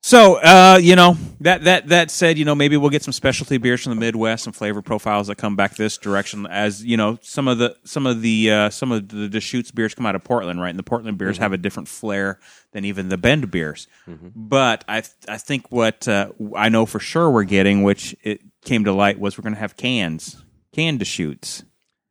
[SPEAKER 2] So, uh, you know, that, that that said, you know, maybe we'll get some specialty beers from the Midwest, some flavor profiles that come back this direction as, you know, some of the some of the uh, some of the Deschutes beers come out of Portland, right? And the Portland beers have a different flair than even the Bend beers. But I I think what uh, I know for sure we're getting, which it came to light was we're going to have cans, canned Deschutes.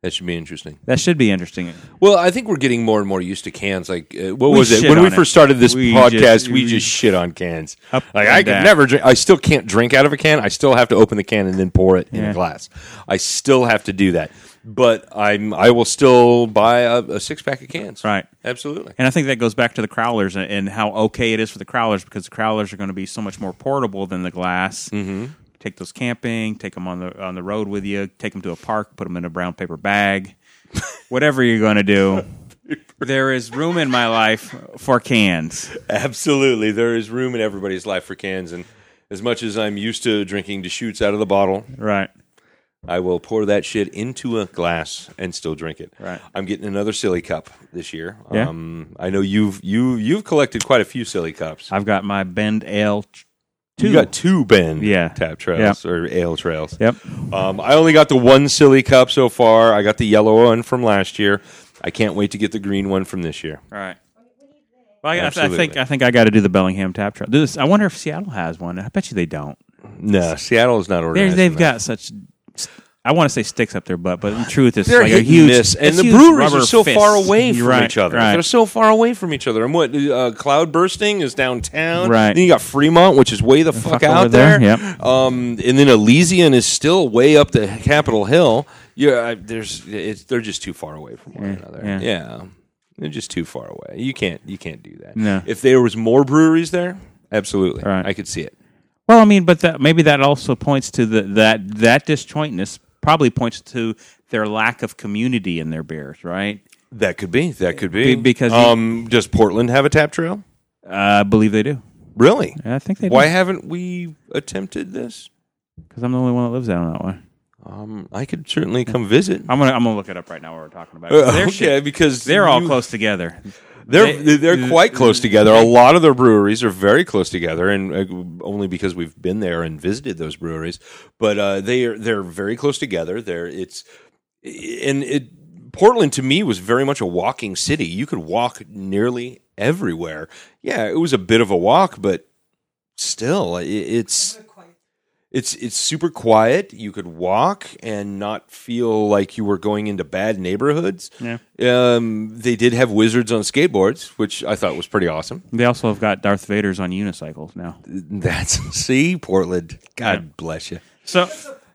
[SPEAKER 1] That should be interesting.
[SPEAKER 2] That should be interesting.
[SPEAKER 1] Well, I think we're getting more and more used to cans. Like, uh, what
[SPEAKER 2] We
[SPEAKER 1] was it
[SPEAKER 2] shit
[SPEAKER 1] when we
[SPEAKER 2] on it.
[SPEAKER 1] first started this
[SPEAKER 2] We
[SPEAKER 1] podcast?
[SPEAKER 2] just-
[SPEAKER 1] we
[SPEAKER 2] we-
[SPEAKER 1] just shit on cans.
[SPEAKER 2] Up
[SPEAKER 1] like,
[SPEAKER 2] and
[SPEAKER 1] I could
[SPEAKER 2] down.
[SPEAKER 1] never drink. I still can't drink out of a can. I still have to open the can and then pour it in a
[SPEAKER 2] Yeah.
[SPEAKER 1] glass. I still have to do that. But I'm. I will still buy a, a six pack of cans.
[SPEAKER 2] Right.
[SPEAKER 1] Absolutely.
[SPEAKER 2] And I think that goes back to the crowlers and, and how okay it is for the crowlers because the crowlers are going to be so much more portable than the glass. Mm-hmm. Take those camping, take them on the on the road with you, take them to a park, put them in a brown paper <laughs> bag, whatever you're going to do. There is room in my life for cans.
[SPEAKER 1] Absolutely. There is room in everybody's life for cans, and as much as I'm used to drinking Deschutes out of the bottle,
[SPEAKER 2] Right.
[SPEAKER 1] I will pour that shit into a glass and still drink it.
[SPEAKER 2] Right.
[SPEAKER 1] I'm getting another silly cup this year.
[SPEAKER 2] Yeah?
[SPEAKER 1] Um, I know you've you you've collected quite a few silly cups.
[SPEAKER 2] I've got my Bend Ale. ch-
[SPEAKER 1] You got two Ben
[SPEAKER 2] Yeah.
[SPEAKER 1] tap trails or ale trails.
[SPEAKER 2] Yep.
[SPEAKER 1] Um, I only got the one silly cup so far. I got the yellow one from last year. I can't wait to get the green one from this year.
[SPEAKER 2] All right. Well, I, I
[SPEAKER 1] Absolutely.
[SPEAKER 2] think I think I got to do the Bellingham Tap Trail. This, I wonder if Seattle has one. I bet you they don't.
[SPEAKER 1] No, Seattle is not
[SPEAKER 2] They're,
[SPEAKER 1] organized.
[SPEAKER 2] they've
[SPEAKER 1] enough.
[SPEAKER 2] got such. I want to say sticks up their butt, but in truth, it's
[SPEAKER 1] they're
[SPEAKER 2] like a
[SPEAKER 1] hit and
[SPEAKER 2] huge
[SPEAKER 1] miss, and
[SPEAKER 2] it's
[SPEAKER 1] the
[SPEAKER 2] huge
[SPEAKER 1] breweries are
[SPEAKER 2] rubber
[SPEAKER 1] so far
[SPEAKER 2] fists.
[SPEAKER 1] away
[SPEAKER 2] You're
[SPEAKER 1] from
[SPEAKER 2] right,
[SPEAKER 1] each other.
[SPEAKER 2] right.
[SPEAKER 1] They're so far away from each other. And what uh, cloud bursting is downtown.
[SPEAKER 2] Right.
[SPEAKER 1] Then you got Fremont, which is way the fuck,
[SPEAKER 2] fuck over
[SPEAKER 1] out
[SPEAKER 2] there,
[SPEAKER 1] there.
[SPEAKER 2] yep.
[SPEAKER 1] Um, and then Elysian is still way up the Capitol Hill. Yeah, I- there's it's, they're just too far away from one another.
[SPEAKER 2] yeah.
[SPEAKER 1] yeah, they're just too far away. You can't you can't do that.
[SPEAKER 2] No.
[SPEAKER 1] If there was more breweries there, absolutely,
[SPEAKER 2] Right.
[SPEAKER 1] I could see it.
[SPEAKER 2] Well, I mean, but that, maybe that also points to the, that that disjointness probably points to their lack of community in their beers, right?
[SPEAKER 1] That could be. That could be.
[SPEAKER 2] Be- because you-
[SPEAKER 1] um, does Portland have a tap trail?
[SPEAKER 2] Uh, I believe they do.
[SPEAKER 1] Really?
[SPEAKER 2] Yeah, I think they
[SPEAKER 1] Why
[SPEAKER 2] do
[SPEAKER 1] haven't we attempted this?
[SPEAKER 2] because I'm the only one that lives down that way.
[SPEAKER 1] Um, I could certainly come visit.
[SPEAKER 2] I'm gonna I'm gonna look it up right now. What we're talking about?
[SPEAKER 1] Uh,
[SPEAKER 2] Their
[SPEAKER 1] okay,
[SPEAKER 2] shit-
[SPEAKER 1] because
[SPEAKER 2] they're all
[SPEAKER 1] you-
[SPEAKER 2] close together.
[SPEAKER 1] They're
[SPEAKER 2] they-
[SPEAKER 1] they're quite close together. A lot of their breweries are very close together, and uh, only because we've been there and visited those breweries. But uh, they are they're very close together. They're it's and it Portland to me was very much a walking city. You could walk nearly everywhere. Yeah, it was a bit of a walk, but still, i it's it's it's super quiet. You could walk and not feel like you were going into bad neighborhoods.
[SPEAKER 2] Yeah.
[SPEAKER 1] Um, they did have wizards on skateboards, which I thought was pretty awesome. <laughs>
[SPEAKER 2] They also have got Darth Vader's on unicycles now.
[SPEAKER 1] That's see Portland. God bless you.
[SPEAKER 2] So,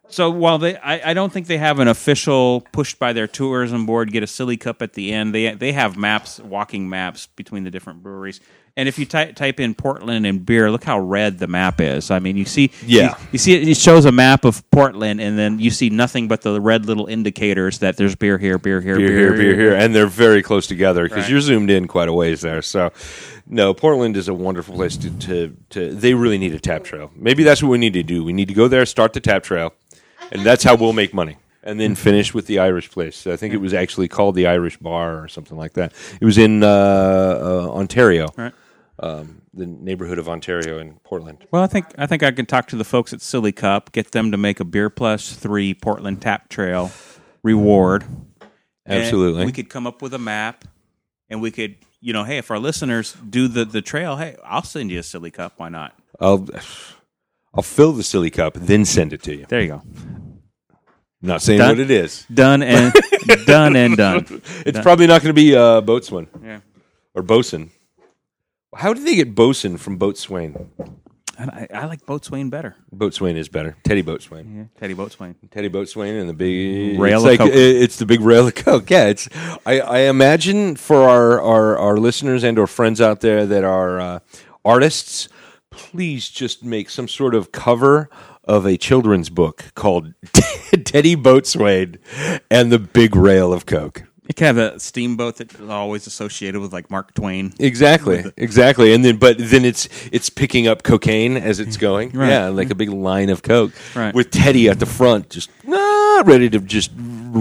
[SPEAKER 2] so while they, I, I don't think they have an official pushed by their tourism board get a silly cup at the end. They they have maps, walking maps between the different breweries. And if you ty- type in Portland and beer, look how red the map is. I mean, you see,
[SPEAKER 1] Yeah.
[SPEAKER 2] you, you see, it, it shows a map of Portland, and then you see nothing but the red little indicators that there's beer here, beer here,
[SPEAKER 1] Beer here, beer here, and they're very close together because
[SPEAKER 2] Right.
[SPEAKER 1] you're zoomed in quite a ways there. So, no, Portland is a wonderful place to, to to. They really need a tap trail. Maybe that's what we need to do. We need to go there, start the tap trail, and that's how we'll make money. and then finish with the Irish place. I think it was actually called the Irish Bar or something like that. It was in uh, uh, Ontario,
[SPEAKER 2] Right.
[SPEAKER 1] um, the neighborhood of Ontario in Portland.
[SPEAKER 2] Well, I think I think I can talk to the folks at Silly Cup, get them to make a beer plus three Portland Tap Trail reward. And
[SPEAKER 1] Absolutely.
[SPEAKER 2] we could come up with a map, and we could, you know, hey, if our listeners do the the trail, hey, I'll send you a Silly Cup. Why not?
[SPEAKER 1] I'll I'll fill the silly cup, then send it to you.
[SPEAKER 2] There you go.
[SPEAKER 1] I'm not saying
[SPEAKER 2] Done.
[SPEAKER 1] what it is.
[SPEAKER 2] Done <laughs> and done and done.
[SPEAKER 1] It's probably not going to be uh, boatswain
[SPEAKER 2] Yeah.
[SPEAKER 1] or bosun. How did they get bosun from boatswain?
[SPEAKER 2] And I, I like Boatswain better.
[SPEAKER 1] Boatswain is better. Teddy Boatswain.
[SPEAKER 2] Yeah. Teddy Boatswain.
[SPEAKER 1] Teddy Boatswain and the big it's
[SPEAKER 2] Rail of
[SPEAKER 1] like,
[SPEAKER 2] Coke.
[SPEAKER 1] it- It's the big rail of coke. Yeah, it's. I, I imagine for our, our our listeners and our friends out there that are uh, artists, please just make some sort of cover of a children's book called <laughs> Teddy Boatswain and the Big Rail of Coke.
[SPEAKER 2] It can have that steamboat that's always associated with like Mark Twain.
[SPEAKER 1] Exactly, exactly, and then but then it's it's picking up cocaine as it's going, yeah, like a big line of coke,
[SPEAKER 2] Right.
[SPEAKER 1] with Teddy at the front, just ah, ready to just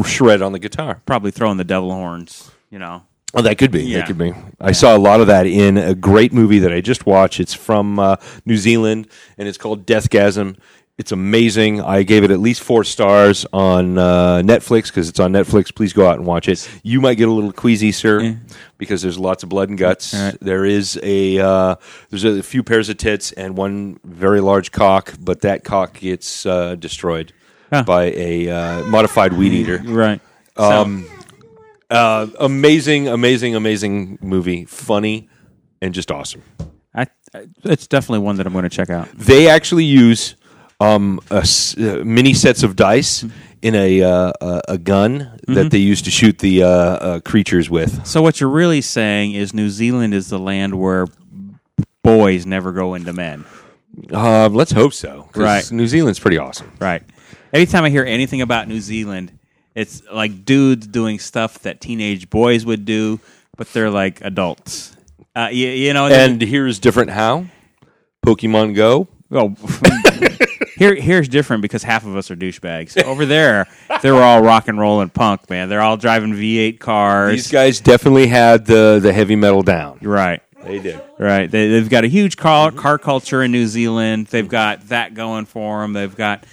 [SPEAKER 1] shred on the guitar.
[SPEAKER 2] Probably throwing the devil horns. You know.
[SPEAKER 1] Oh, that could be,
[SPEAKER 2] Yeah.
[SPEAKER 1] that could be. I saw a lot of that in a great movie that I just watched. It's from uh, New Zealand, and it's called Deathgasm. It's amazing. I gave it at least four stars on uh, Netflix because it's on Netflix. Please go out and watch it. You might get a little queasy, sir, because there's lots of blood and guts. There is a uh, there's a few pairs of tits and one very large cock, but that cock gets uh, destroyed
[SPEAKER 2] Huh.
[SPEAKER 1] by a uh, modified weed eater
[SPEAKER 2] Right.
[SPEAKER 1] Um, uh, amazing, amazing, amazing movie. Funny and just awesome.
[SPEAKER 2] I, I- it's definitely one that I'm going to check out.
[SPEAKER 1] They actually use um, a s- uh, mini sets of dice in a uh, a, a gun that they use to shoot the uh, uh, creatures with.
[SPEAKER 2] So what you're really saying is New Zealand is the land where boys never go into men,
[SPEAKER 1] Um, let's hope so. 'cause
[SPEAKER 2] Right.
[SPEAKER 1] New Zealand's pretty awesome.
[SPEAKER 2] right? Anytime I hear anything about New Zealand, it's like dudes doing stuff that teenage boys would do, but they're like adults. Uh, you, you know,
[SPEAKER 1] And here's different how Pokemon Go.
[SPEAKER 2] <laughs> well, here here's different because half of us are douchebags. Over there, they're all rock and roll and punk, man. They're all driving V8
[SPEAKER 1] These
[SPEAKER 2] cars,
[SPEAKER 1] guys definitely had the the heavy metal down.
[SPEAKER 2] right?
[SPEAKER 1] They did.
[SPEAKER 2] Right. They, they've got a huge car,
[SPEAKER 1] Mm-hmm.
[SPEAKER 2] car culture in New Zealand. They've got that going for them. They've got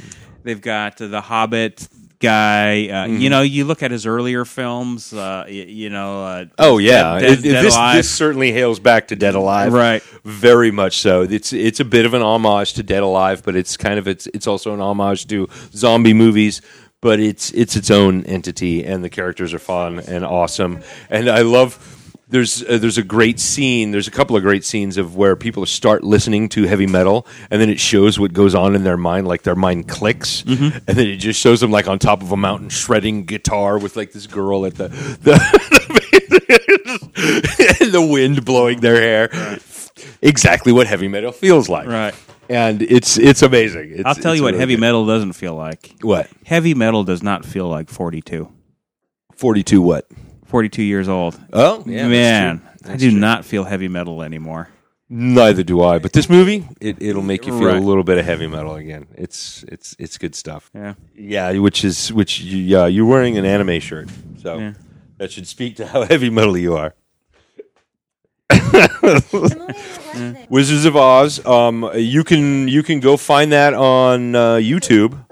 [SPEAKER 2] they've got the Hobbit guy. Uh,
[SPEAKER 1] Mm-hmm.
[SPEAKER 2] You know, you look at his earlier films. Uh, y- you know, uh,
[SPEAKER 1] Oh yeah,
[SPEAKER 2] Dead-
[SPEAKER 1] It- it-
[SPEAKER 2] Dead
[SPEAKER 1] this,
[SPEAKER 2] Alive.
[SPEAKER 1] this certainly hails back to Dead Alive,
[SPEAKER 2] Right.
[SPEAKER 1] Very much so. It's it's a bit of an homage to Dead Alive, but it's kind of it's it's also an homage to zombie movies. But it's it's its own entity, and the characters are fun and awesome, and I love. There's uh, there's a great scene. There's a couple of great scenes of where people start listening to heavy metal, and then it shows what goes on in their mind, like their mind clicks,
[SPEAKER 2] Mm-hmm.
[SPEAKER 1] and then it just shows them like on top of a mountain shredding guitar with like this girl at the, the <laughs> and <laughs> the wind blowing their hair. Exactly what heavy metal feels like.
[SPEAKER 2] Right.
[SPEAKER 1] And it's it's amazing. It's,
[SPEAKER 2] I'll tell
[SPEAKER 1] it's
[SPEAKER 2] you what
[SPEAKER 1] really
[SPEAKER 2] heavy
[SPEAKER 1] good.
[SPEAKER 2] metal doesn't feel like.
[SPEAKER 1] What?
[SPEAKER 2] Heavy metal does not feel like 42.
[SPEAKER 1] 42 what?
[SPEAKER 2] 42 years old.
[SPEAKER 1] Oh,
[SPEAKER 2] man, I do not feel heavy metal anymore.
[SPEAKER 1] Neither do I. But this movie, it, it'll make you feel
[SPEAKER 2] Right.
[SPEAKER 1] a little bit of heavy metal again. It's it's it's good stuff.
[SPEAKER 2] Yeah.
[SPEAKER 1] Yeah, which is which you, yeah, you're wearing an anime shirt. So
[SPEAKER 2] Yeah.
[SPEAKER 1] that should speak to how <laughs> heavy metal you are. Wizards of Oz. Um, you can you can go find that on uh, YouTube.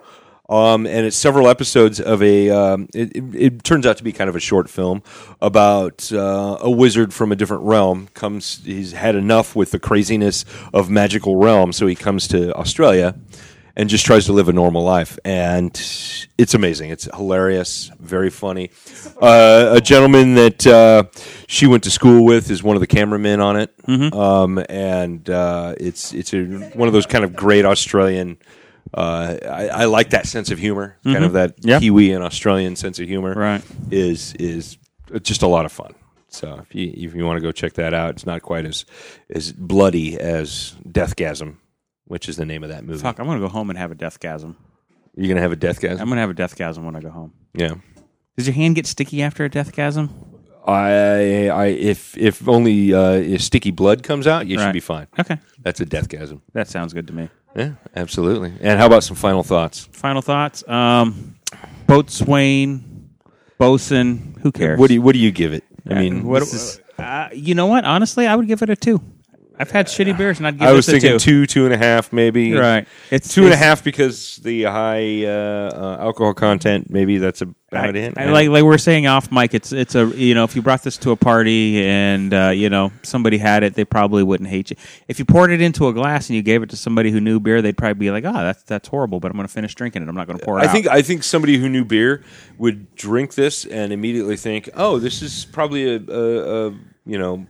[SPEAKER 1] Um, and it's several episodes of a. Um, it, it, it turns out to be kind of a short film about uh, a wizard from a different realm comes. He's had enough with the craziness of magical realm, so he comes to Australia and just tries to live a normal life. And it's amazing. It's hilarious, very funny. Uh, a gentleman that uh, she went to school with is one of the cameramen on it, um, and uh, it's it's a, one of those kind of great Australian. Uh, I, I like that sense of humor, kind of that
[SPEAKER 2] Yeah.
[SPEAKER 1] Kiwi and Australian sense of humor.
[SPEAKER 2] Right.
[SPEAKER 1] is is just a lot of fun. So if you if you want to go check that out, it's not quite as as bloody as Deathgasm, which is the name of that movie.
[SPEAKER 2] Fuck, I'm going to go home and have a deathgasm.
[SPEAKER 1] You're gonna have a deathgasm.
[SPEAKER 2] I'm going to have a deathgasm when I go home.
[SPEAKER 1] yeah.
[SPEAKER 2] Does your hand get sticky after a deathgasm?
[SPEAKER 1] I, I if if only uh, if sticky blood comes out, you should
[SPEAKER 2] Right.
[SPEAKER 1] be fine.
[SPEAKER 2] Okay.
[SPEAKER 1] That's a deathgasm.
[SPEAKER 2] That sounds good to me.
[SPEAKER 1] Yeah, absolutely. And how about some final thoughts?
[SPEAKER 2] final thoughts. Um, boatswain, bosun. Who cares?
[SPEAKER 1] What do you What do you give it? I mean,
[SPEAKER 2] what,
[SPEAKER 1] this is-
[SPEAKER 2] uh, you know what? Honestly, I would give it a two. I've had shitty beers, and I'd give
[SPEAKER 1] Uh, I was
[SPEAKER 2] this a
[SPEAKER 1] thinking two,
[SPEAKER 2] two.
[SPEAKER 1] two and a half, maybe.
[SPEAKER 2] Right.
[SPEAKER 1] It's
[SPEAKER 2] It's-
[SPEAKER 1] two and a
[SPEAKER 2] it's-
[SPEAKER 1] half because the high uh, uh, alcohol content. Maybe that's about
[SPEAKER 2] I,
[SPEAKER 1] it.
[SPEAKER 2] I- like like we we're saying off mic, it's it's a you know if you brought this to a party and uh, you know somebody had it, they probably wouldn't hate you. If you poured it into a glass and you gave it to somebody who knew beer, they'd probably be like, "Ah, that's that's horrible," but I'm going to finish drinking it. I'm not going to pour it.
[SPEAKER 1] I
[SPEAKER 2] out."
[SPEAKER 1] think I think somebody who knew beer would drink this and immediately think, "Oh, this is probably a, a, a you know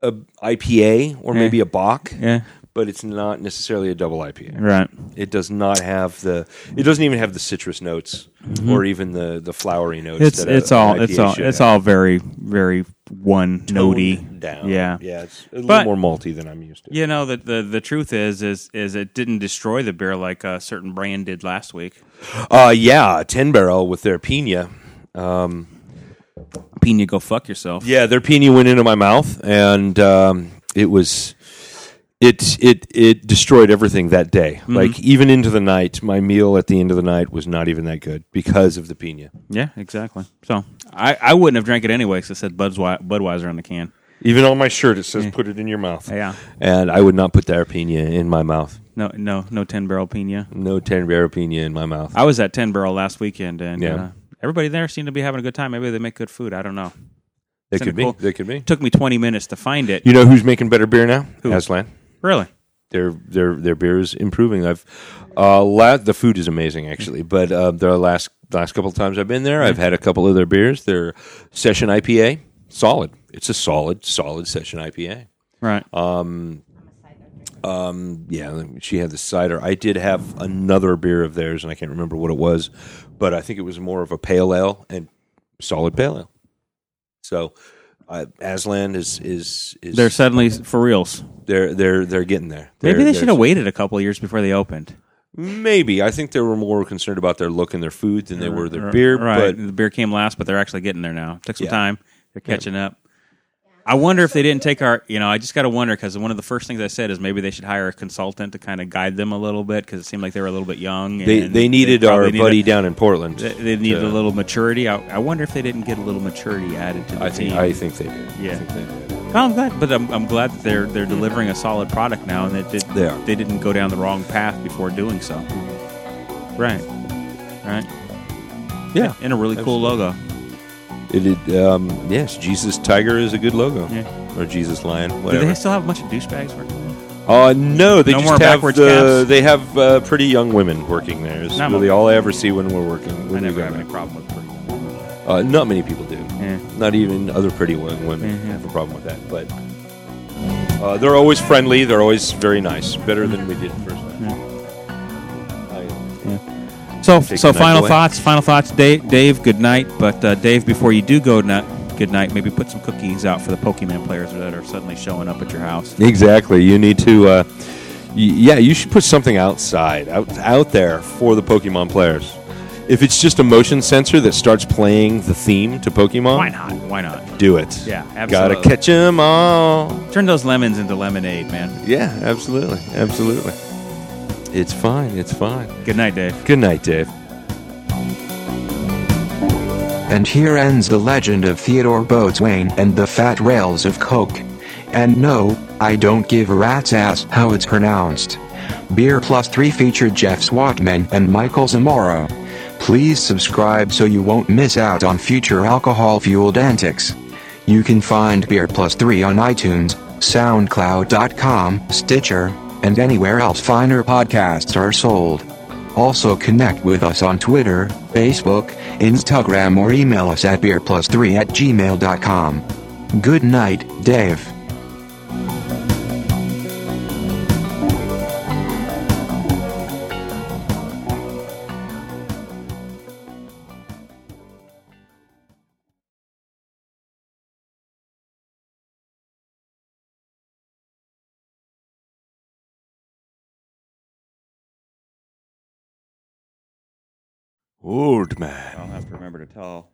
[SPEAKER 1] a IPA or maybe a Bock."
[SPEAKER 2] Yeah.
[SPEAKER 1] But it's not necessarily a double IPA.
[SPEAKER 2] right.
[SPEAKER 1] It does not have the. It doesn't even have the citrus notes or even the the flowery notes.
[SPEAKER 2] Mm-hmm. It's
[SPEAKER 1] that a-
[SPEAKER 2] it's all
[SPEAKER 1] an
[SPEAKER 2] it's
[SPEAKER 1] IPA
[SPEAKER 2] all
[SPEAKER 1] should
[SPEAKER 2] it's
[SPEAKER 1] have.
[SPEAKER 2] all very very one notey
[SPEAKER 1] Toned down.
[SPEAKER 2] Yeah.
[SPEAKER 1] yeah. It's a
[SPEAKER 2] But-
[SPEAKER 1] little more malty than I'm used to.
[SPEAKER 2] You know the, the the truth is is is it didn't destroy the beer like a certain brand did last week.
[SPEAKER 1] Uh, yeah, ten barrel with their pina. Um,
[SPEAKER 2] Pina, go fuck yourself.
[SPEAKER 1] yeah, their pina went into my mouth, and um, it was it it it destroyed everything that day.
[SPEAKER 2] Mm-hmm.
[SPEAKER 1] Like even into the night, my meal at the end of the night was not even that good because of the pina.
[SPEAKER 2] Yeah, exactly. So I, I wouldn't have drank it anyway because it said Budweiser, Budweiser on the can.
[SPEAKER 1] Even on my shirt, it says "Put it in your mouth."
[SPEAKER 2] Yeah.
[SPEAKER 1] and I would not put their pina in my mouth.
[SPEAKER 2] No, no, no ten barrel pina.
[SPEAKER 1] No ten barrel pina in my mouth.
[SPEAKER 2] I was at ten barrel last weekend, and
[SPEAKER 1] Yeah.
[SPEAKER 2] uh, everybody there seemed to be having a good time. Maybe they make good food. I don't know.
[SPEAKER 1] That
[SPEAKER 2] Isn't
[SPEAKER 1] could
[SPEAKER 2] it
[SPEAKER 1] be.
[SPEAKER 2] cool?
[SPEAKER 1] That could be.
[SPEAKER 2] It took me twenty minutes to find it.
[SPEAKER 1] You know who's making better beer now? Aslan.
[SPEAKER 2] Really?
[SPEAKER 1] their their their beer is improving. I've uh, la- the food is amazing actually, but uh, the last last couple of times I've been there, I've had a couple of their beers. Their session IPA, solid. It's a solid solid session IPA.
[SPEAKER 2] Right.
[SPEAKER 1] Um, Yeah, she had the cider. I did have another beer of theirs, and I can't remember what it was, but I think it was more of a pale ale and solid pale ale. So. Uh, Aslan is is is
[SPEAKER 2] They're suddenly for reals.
[SPEAKER 1] they're they're they're getting there. They're-
[SPEAKER 2] Maybe they
[SPEAKER 1] they're-
[SPEAKER 2] should have waited a couple of years before they opened.
[SPEAKER 1] Maybe I think they were more concerned about their look and their food than they were their beer.
[SPEAKER 2] Uh, Right.
[SPEAKER 1] But
[SPEAKER 2] the beer came last, but they're actually getting there now. Took some
[SPEAKER 1] Yeah.
[SPEAKER 2] time. They're catching up. I wonder if they didn't take our. You know, I just got to wonder because one of the first things I said is maybe they should hire a consultant to kind of guide them a little bit because it seemed like they were a little bit young.
[SPEAKER 1] they
[SPEAKER 2] and
[SPEAKER 1] they needed
[SPEAKER 2] probably
[SPEAKER 1] our
[SPEAKER 2] needed-
[SPEAKER 1] buddy down in Portland.
[SPEAKER 2] They, they needed
[SPEAKER 1] to-
[SPEAKER 2] a little maturity. I, I wonder if they didn't get a little maturity added to the
[SPEAKER 1] I
[SPEAKER 2] team.
[SPEAKER 1] think I think they did. I
[SPEAKER 2] Yeah.
[SPEAKER 1] think they did.
[SPEAKER 2] Well, I'm glad, but I'm, I'm glad that they're they're delivering a solid product now, and that did,
[SPEAKER 1] They are.
[SPEAKER 2] they didn't go down the wrong path before doing so. Right, right,
[SPEAKER 1] Yeah.
[SPEAKER 2] and a really cool logo.
[SPEAKER 1] It did. Um, yes, Jesus Tiger is a good logo.
[SPEAKER 2] Yeah.
[SPEAKER 1] Or Jesus Lion,
[SPEAKER 2] Do
[SPEAKER 1] whatever.
[SPEAKER 2] they still have a bunch of douchebags working? there?
[SPEAKER 1] Uh, no, they
[SPEAKER 2] No
[SPEAKER 1] just
[SPEAKER 2] more
[SPEAKER 1] have
[SPEAKER 2] backwards
[SPEAKER 1] the-
[SPEAKER 2] caps?
[SPEAKER 1] They have uh, pretty young women working there. Is
[SPEAKER 2] Not
[SPEAKER 1] really
[SPEAKER 2] much.
[SPEAKER 1] all I ever see when we're working.
[SPEAKER 2] I
[SPEAKER 1] When we
[SPEAKER 2] never
[SPEAKER 1] go
[SPEAKER 2] have
[SPEAKER 1] there.
[SPEAKER 2] any problem with them.
[SPEAKER 1] Uh, not many people do.
[SPEAKER 2] Yeah.
[SPEAKER 1] Not even other pretty young women
[SPEAKER 2] Mhm.
[SPEAKER 1] have a problem with that. But uh, they're always friendly. They're always very nice. Better than we did first time.
[SPEAKER 2] Mm-hmm.
[SPEAKER 1] I- uh,
[SPEAKER 2] So,
[SPEAKER 1] Take
[SPEAKER 2] so
[SPEAKER 1] the night
[SPEAKER 2] final
[SPEAKER 1] away.
[SPEAKER 2] thoughts. Final thoughts, Dave. Dave, good night. But uh, Dave, before you do go nut, good night. Maybe put some cookies out for the Pokemon players that are suddenly showing up at your house.
[SPEAKER 1] Exactly. You need to. Uh, y- yeah, you should put something outside, out out there for the Pokemon players. If it's just a motion sensor that starts playing the theme to Pokemon,
[SPEAKER 2] Why not? Why not?
[SPEAKER 1] do it.
[SPEAKER 2] Yeah,
[SPEAKER 1] Gotta
[SPEAKER 2] absolutely.
[SPEAKER 1] catch 'em all.
[SPEAKER 2] Turn those lemons into lemonade, man.
[SPEAKER 1] Yeah, absolutely, absolutely. It's fine. It's fine.
[SPEAKER 2] Good night, Dave.
[SPEAKER 1] Good night, Dave.
[SPEAKER 4] And here ends the legend of Theodore Boatswain and the fat rails of Coke. And no, I don't give a rat's ass how it's pronounced. Beer Plus 3 featured Jeff Swatman and Michael Zamora. Please subscribe so you won't miss out on future alcohol fueled antics. You can find Beer Plus 3 on iTunes, SoundCloud.com, Stitcher, and anywhere else finer podcasts are sold. Also connect with us on Twitter, Facebook, Instagram or email us at beerplus3 at gmail.com. Good night, Dave.
[SPEAKER 1] Old man.
[SPEAKER 2] I'll have to remember to tell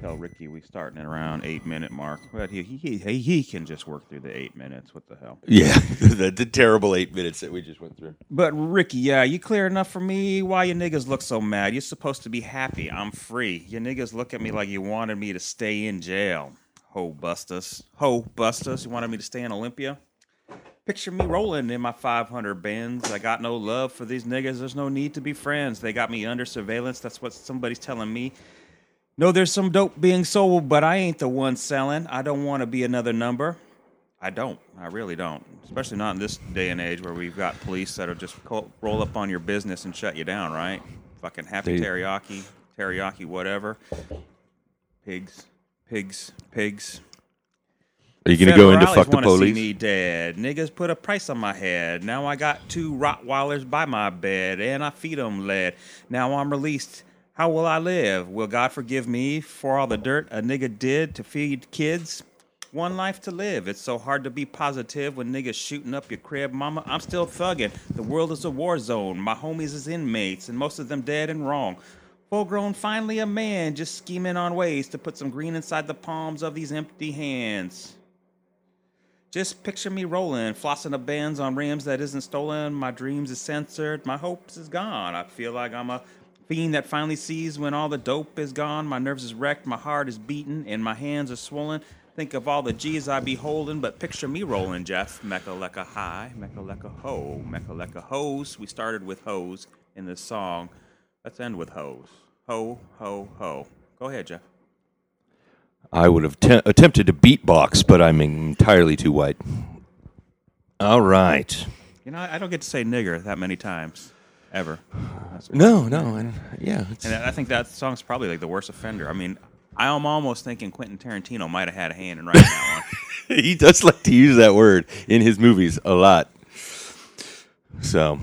[SPEAKER 2] tell Ricky we starting at around eight minute mark, but he he he, he can just work through the eight minutes. What the hell?
[SPEAKER 1] Yeah, <laughs> the, the terrible eight minutes that we just went through.
[SPEAKER 2] But Ricky, yeah, you clear enough for me. Why you niggas look so mad? You're supposed to be happy. I'm free. You niggas look at me like you wanted me to stay in jail. Ho busters, ho busters. You wanted me to stay in Olympia. Picture me rolling in my 500 bins. I got no love for these niggas. There's no need to be friends. They got me under surveillance. That's what somebody's telling me. No, there's some dope being sold, but I ain't the one selling. I don't want to be another number. I don't. I really don't. Especially not in this day and age where we've got police that'll just co- roll up on your business and shut you down, right? Fucking happy
[SPEAKER 1] They-
[SPEAKER 2] teriyaki, teriyaki, whatever. Pigs, pigs, pigs.
[SPEAKER 1] Are you gonna go into
[SPEAKER 2] Federales
[SPEAKER 1] fuck the
[SPEAKER 2] wanna see
[SPEAKER 1] police?
[SPEAKER 2] me dead. Niggas put a price on my head. Now I got two Rottweilers by my bed, and I feed 'em lead. Now I'm released. How will I live? Will God forgive me for all the dirt a nigga did to feed kids? One life to live. It's so hard to be positive when niggas shooting up your crib. Mama, I'm still thugging. The world is a war zone. My homies is inmates, and most of them dead and wrong. Full grown, finally a man, just scheming on ways to put some green inside the palms of these empty hands. Just picture me rolling, flossing the bands on rims that isn't stolen. My dreams is censored. My hopes is gone. I feel like I'm a fiend that finally sees when all the dope is gone. My nerves is wrecked. My heart is beaten, and my hands are swollen. Think of all the G's I be holding, but picture me rolling, Jeff. Mecca lecca high, mecca lecca ho, mecca lecca hose. We started with hose in this song. Let's end with hose. Ho, ho, ho. Go ahead, Jeff.
[SPEAKER 1] I would have te- attempted to beatbox, but I'm entirely too white. All right.
[SPEAKER 2] You know, I don't get to say nigger that many times, ever.
[SPEAKER 1] No, no, and yeah, <laughs> it's,
[SPEAKER 2] And I think that song's probably like the worst offender. I mean, I'm almost thinking Quentin Tarantino might have had a hand in writing that one.
[SPEAKER 1] he does like to use that word in his movies a lot. So,